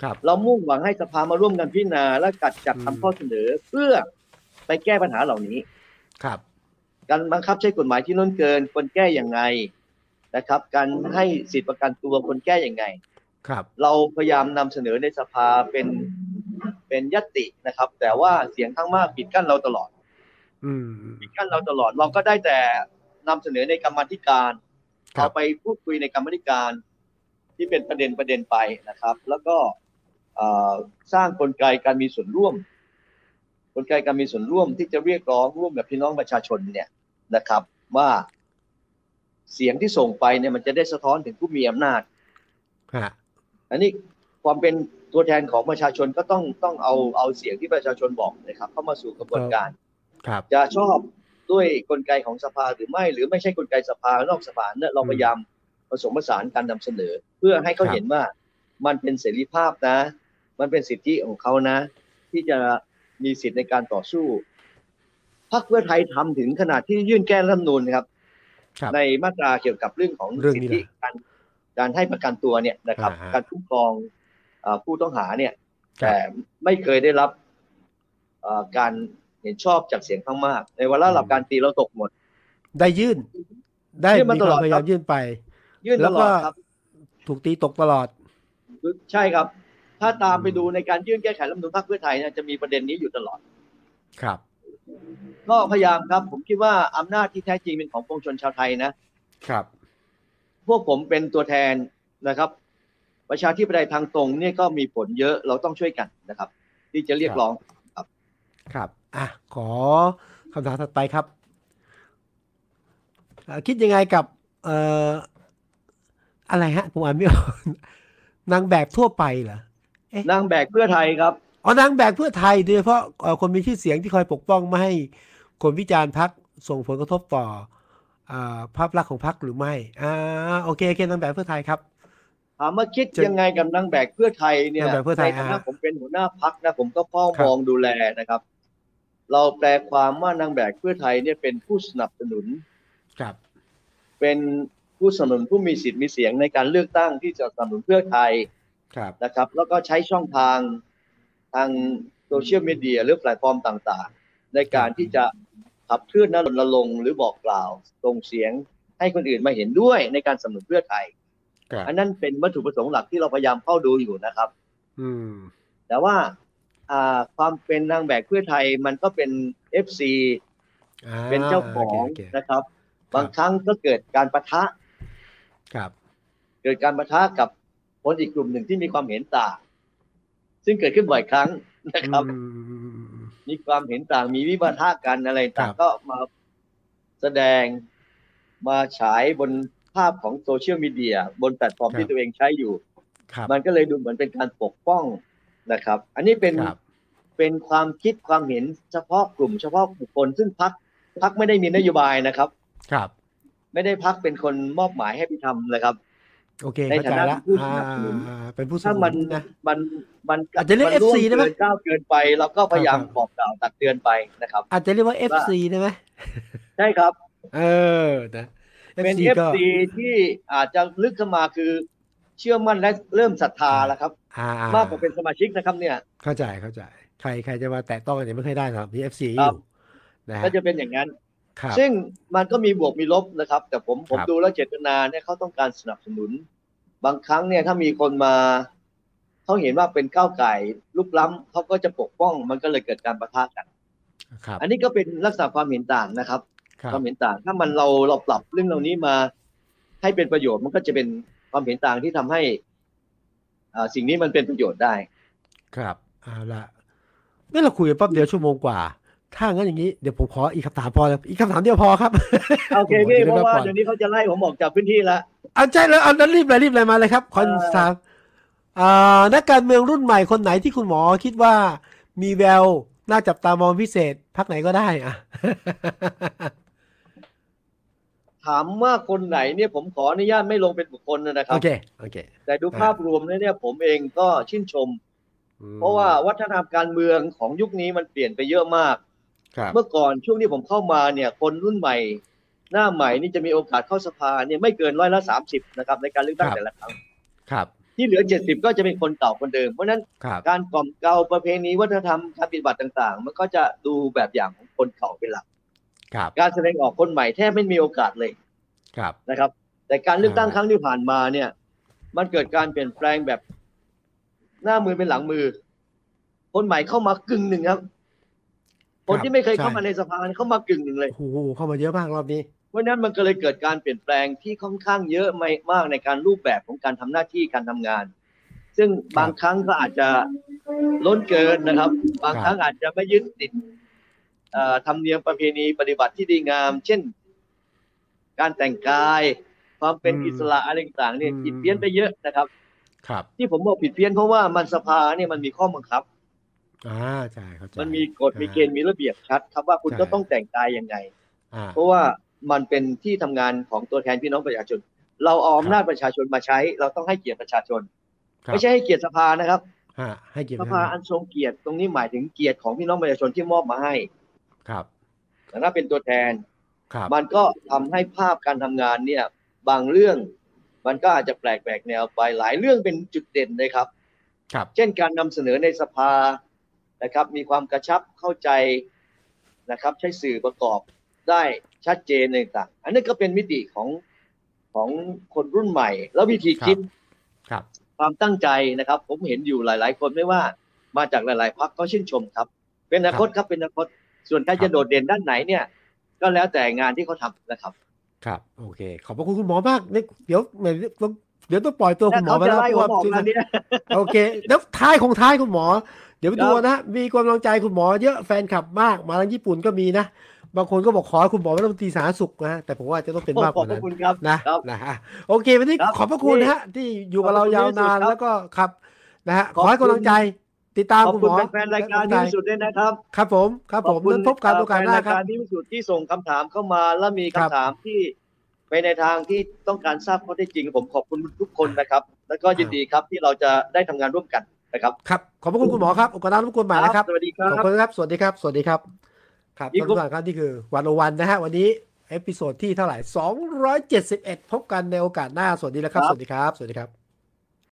ครับ เรามุ่งหวังให้สภามาร่วมกันพิจารณาและกัดจัดทำข้อเสนอเพื่อไปแก้ปัญหาเหล่านี้ ครับ การบังคับใช้กฎหมายที่ล้นเกินควรแก้อย่างไงนะครับ การให้สิทธิประกันตัวควรแก้อย่างไง ครับ เราพยายามนำเสนอในสภาเป็นเป็นยตินะครับ แต่ว่าเสียงข้างมากปิดกั้นเราตลอด อืม ปิดกั้นเราตลอด เราก็ได้แต่นำเสนอในกรรมาธิการ ครั เอา บ ไปพูดคุยในกรรมาธิการ ที่เป็นประเด็นประเด็นไปนะครับ แล้วก็เอ่อสร้างกลไกการมีส่วนร่วม กลไกการมีส่วนร่วมที่จะเรียกร้องร่วมกับพี่น้องประชาชนเนี่ยนะครับ ว่าเสียงที่ส่งไปเนี่ยมันจะได้สะท้อนถึงผู้มีอำนาจ ฮะ อันนี้ความเป็นตัวแทนของประชาชนก็ต้องต้องเอาเอาเสียงที่ประชาชนบอกนะครับ เข้ามาสู่กระบวนการ ครับ จะชอบด้วยกลไกของสภาหรือไม่หรือไม่ใช่กลไกสภานอกสภาเนี่ยเราพยายามผสมผสานการนำเสนอ เพื่อให้เขาเห็นว่ามันเป็นเสรีภาพนะ มันเป็นสิทธิของเขานะ ที่จะมีสิทธิในการต่อสู้พรรคเพื่อไทยทำถึงขนาดที่ยื่นแก้รัฐธรรมนูญครับ ครับ ในมาตราเกี่ยวกับเรื่องของ เรื่อง สิท นี้ ธิ แหละ การการให้ประกันตัวเนี่ยนะครับ อ่าฮะ การคุ้มครองเอ่อผู้ต้องหาเนี่ย ครั แต่ บ ไม่เคยได้รับ เอ่อการเห็นชอบจากเสียงข้างมาก ในวาระหลับการตีเราตกหมด ได้ยื่น ได้ ยื่นมา มี ต ค ลอ วา ด มพยายามครับ ยื่นไป ยื่นต แล้ว ลอ ก็ ดครับ ถูกตีตกตลอด ใช่ครับ ถ้าตามไป อืม ดูในการยื่นแก้ไขรัฐธรรมนูญพรรคเพื่อไทยนะจะมีประเด็นนี้อยู่ตลอด ครับ ก็พยายามครับ ผมคิดว่าอำนาจที่แท้จริงเป็นของปวงชนชาวไทยนะ ครับ พวกผมเป็นตัวแทนนะครับ ประชาธิปไตยทางตรงเนี่ยก็มีผลเยอะเราต้องช่วยกันนะครับ ที่จะเรียกร้อง ครับ อ่ะ ขอคำถามถัดไปครับเอ่อคิดยังไงกับ เอ่อ อะไรฮะ ผมอ่านไม่ออก นางแบบทั่วไปเหรอ นางแบกเพื่อไทยครับ อ๋อนางแบกเพื่อไทยโดยเฉพาะเอ่อคนมีชื่อเสียงที่คอยปกป้องไม่ให้คนวิจารณ์พักส่งผลกระทบต่ออ่าภาพลักษณ์ของพักหรือไม่ อ่า โอเคโอเคนางแบบเพื่อไทยครับ ถามว่าคิดยังไงกับนางแบกเพื่อไทยเนี่ย นางแบกเพื่อไทย ในฐานะ อ่า ผมเป็นหัวหน้าพักนะผมก็เฝ้า ครับ มองดูแลนะครับ เราแปลความว่านางแบกเพื่อไทยเนี่ยเป็นผู้สนับสนุน ครับ เป็นผู้สนับสนุนผู้มีสิทธิ์มีเสียงในการเลือกตั้งที่จะสนับสนุนเพื่อไทย ครับ นะครับ แล้วก็ใช้ช่องทางทางโซเชียลมีเดียหรือแพลตฟอร์มต่างๆ ในการที่จะขับเคลื่อนนะรณรงค์หรือบอกกล่าวส่งเสียงให้คนอื่นมาเห็นด้วยในการสนับสนุนเพื่อไทย ครับ อันนั้นเป็นวัตถุประสงค์หลักที่เราพยายามเข้าดูอยู่นะครับ อืม แต่ว่าอ่าความเป็นนางแบบเพื่อไทยมันก็เป็น FC อ่ เป็นเจ้าของ โเคโเค นะครับ ครับ บางครั้งก็เกิดการประทะ ครับ เกิดการประทะกับคนอีกกลุ่มหนึ่งที่มีความเห็นต่าง ซึ่งเกิดขึ้นบ่อยครั้งนะครับ อืมอืมอืมอืม มีความเห็นต่างมีวิวาทะกันอะไรต่าคงรับ ก็มาแสดงมาฉายบนภาพของโซเชียลมีเดียบนแพลตฟอร์มที่ตัวเองใช้อยู่ ครับ มันก็เลยดูเหมือนเป็นการปกป้องนะครับ อันนี้เป็น ครับ เป็นความคิดความเห็นเฉพาะกลุ่มเฉพาะบุคคลซึ่งพักพักไม่ได้มีนโยบายนะครับ ครับ ไม่ได้พักเป็นคนมอบหมายให้ไปทำเลยครับ โอเค ใน เข้าใจ ฐานะ ละ ผู้สนับสนุน อ่าเป็นผู้สนั ถ้า บส มัน นุนนะ มันมัน อาจจะเรียก มันวง FC ได้ไหม เกินก้าวเกินไปเราก็พยายาม ครับ บอกกล่าวตักเตือนไปนะครับ อาจจะเรียกว่า FC ได้ไหม ใช่ครับ เออนะ เป็น FC ก็ FC ที่อาจจะลึกเข้ามาคือเชื่อมั่นและเริ่มศรัทธาแล้วครับ อ่อ่ มากกว่าเป็นสมาชิกนะครับเนี่ย เข้าใจเข้าใจ ใครใครจะมาแตะต้องอันนี้ไม่เคอยได้สำหรับ BFC อ ครับ ยู่นะฮะ ก็จะเป็นอย่างนั้น ครับ ซึ่งมันก็มีบวกมีลบนะครับ แต่ผมผม ครับ ดูแล้วเจตนาเนี่ยเขาต้องการสนับสนุน บางครั้งเนี่ยถ้ามีคนมาเขาเห็นว่าเป็นก้าวไก่ลุกล้ำเขาก็จะปกป้องมันก็เลยเกิดการประทะกัน ครับ อันนี้ก็เป็นลักษณะความเห็นต่างนะครับ ครั ควา บ มเห็นต่าง ถ้ามันเราเราปรับเรื่องเหล่านี้มาให้เป็นประโยชน์มันก็จะเป็นความเห็นต่างที่ทำให้อ่าสิ่งนี้มันเป็นประโยชน์ได้ ครับเอาละนี่เราคุยกันแป๊บเดียวชั่วโมงกว่า ถ้างั้นอย่างนี้เดี๋ยวผมขออีกคำถามพอนะอีกคำถามเดียวพอครับ โอเคพี่ ผมขอเพราะว่า ก่อน เดี๋ยวนี้เขาจะไล่ผมออกจากพื้นที่แล้ว เอาใจเลยเอานั้นรีบเลยรีบเลยมาเลยครับคอนสามอ่านักการเมืองรุ่นใหม่คนไหนที่คุณหมอคิดว่ามีแววน่าจับตามองพิเศษพักไหนก็ได้อะ ถามว่าคนไหนเนี่ยผมขออนุญาตไม่ลงเป็นบุคคล นะครั โอบ เคโอเค แต่ดูภาพรวมแล้วเนี่ยผมเองก็ชื่นชม อืม เพราะว่าวัฒนธรรมการเมืองของยุคนี้มันเปลี่ยนไปเยอะมาก ครับ เมื่อก่อนช่วงที่ผมเข้ามาเนี่ย คนรุ่นใหม่ หน้าใหม่นี่จะมีโอกาสเข้าสภาเนี่ยไม่เกินร้อยละสามสิบนะครับในการเลือกตั้งแต่ละครั้ง ครับ ที่เหลือเจ็ดสิบก็จะเป็นคนเก่าคนเดิม เพราะฉะนั้น ครับ การกล่อมเกลาประเพณีวัฒนธรรมการปฏิบัติต่าง ๆ มันก็จะดูแบบอย่างของคนเก่าเป็นหลัก ครับ การแสดงออกคนใหม่แทบไม่มีโอกาสเลย ครับ นะครับแต่การเลือกตั้ง อ่า ครั้งที่ผ่านมาเนี่ย มันเกิดการเปลี่ยนแปลงแบบหน้ามือเป็นหลังมือ คนใหม่เข้ามากึ่งหนึ่งครับ คนที่ไม่เคยเข้ามาในสภาเนี่ยเข้ามากึ่งหนึ่งเลย โอ้โหเข้ามาเยอะมากรอบนี้ เพราะฉะนั้นมันก็เลยเกิดการเปลี่ยนแปลงที่ค่อนข้างเยอะไม่มากในการรูปแบบของการทำหน้าที่การทำงาน ซึ่งบางครั้งก็อาจจะล้นเกินนะครับ บางครั้งอาจจะไม่ยึดติดเอ่อธรรมเนียมประเพณีปฏิบัติที่ดีงาม เช่น การแต่งกาย ความเป็น อืม อิสระอะไรต่างๆเนี่ย อืม ผิดเพี้ยนไปเยอะนะครับ ครับ ที่ผมบอกผิดเพี้ยนเพราะว่ามันสภาเนี่ยมันมีข้อบังคับ อ่าใช่เข้าใจ มันมีกฎ อ่า มีเกณฑ์มีระเบียบชัดครับว่าคุณ ใช่ ก็ต้องแต่งกายยังไง อ่า เพราะว่ามันเป็นที่ทำงานของตัวแทนพี่น้องประชาชน เราเอาอำนาจประชาชนมาใช้ เราต้องให้เกียรติประชาชน ครับ ไม่ใช่ให้เกียรติสภานะครับ ฮะให้เกียรติ ส ไหม ภาอันทรงเกียรติตรงนี้หมายถึงเกียรติของพี่น้องประชาชนที่มอบมาให้ ครับ แต่ถ้าเป็นตัวแทน ครับ มันก็ทำให้ภาพการทำงานเนี่ย บางเรื่อง มันก็อาจจะแปลกแหวกแนวไปหลายเรื่องเป็นจุดเด่นเลยครับ ครับ เช่นการนำเสนอในสภา นะครับ มีความกระชับเข้าใจนะครับ ใช้สื่อประกอบได้ชัดเจนต่างๆอันนี้ก็เป็นมิติของของคนรุ่นใหม่ แล้ววิธีคิด ครับ ความตั้งใจนะครับ ผมเห็นอยู่หลาย ๆ คนไม่ว่า มาจากหลาย ๆพักก็ชื่นชมครับ เป็นอนาคตครับเป็นอนาคตส่วนใคร ครั จะ บ โดดเด่นด้านไหนเนี่ย ก็แล้วแต่งานที่เขาทำนะครับ ครับ โอเค ขอบพระคุณคุณหมอมากเนี่ยเดี๋ยวเดี๋ยวต้องเดี๋ยวต้องปล่อยตัวคุณหมอไป จะ แล้ว ไล่ เพ ผ ราะ มออก ว่า แล้วเนี่ย โอเค แล้วท้ายของท้ายคุณหมอ เดี๋ยวไปดู ครับ นะฮะมีกำลังใจคุณหมอเยอะแฟนคลับมาก มาทางญี่ปุ่นก็มีนะ บางคนก็บอกขอให้คุณหมอเป็นรัฐมนตรีสาธารณสุขนะฮะแต่ผมว่าจะต้องเป็นมาก ข ก อบ ว่า พระ นั้น คุณครับ นะครับ นะฮะโอเควันนี้ ครับ ขอบพระคุณนะฮะที่อยู่กับเรายาวนาน ขอบคุณที่สุดครับ แล้วก็ครับนะฮะ ข ข ออบคุณ ให้กำลังใจติดตาม ขอบ คุณ คุ ห ณ มอ แฟนๆรายการที่สุดด้วยนะครับ ครับผมครับผมนั้นพบกันโอกาสหน้า แฟนราย ครั กา บ รที่สุดที่ส่งคำถามเข้ามา แล้วมี ครั คำ บ ถามที่ไปในทางที่ต้องการทราบข้อเท็จจริง ผมขอบคุณทุกคนนะครับ แล้วก็ยิคนรับ ดีครับที่เราจะได้ทำงานร่วมกันนะครับ ครับขอบพระคุณคุณหมอครับโอกาสหน้าพบกันใหม่นะครับ สวัสดีคขรัอบบ คุณครับ สวัสดีครับ สวัสดีครับ ครับ อีก ท่าน ครับ ผู้ชมครับนี่คือวันวันนะฮะ วันนี้ เอพิโซดที่เท่าไหร่ 271 พบกันในโอกาสหน้า สวัสดีแล้วครับ สวัสดีครับ สวัสดีครับ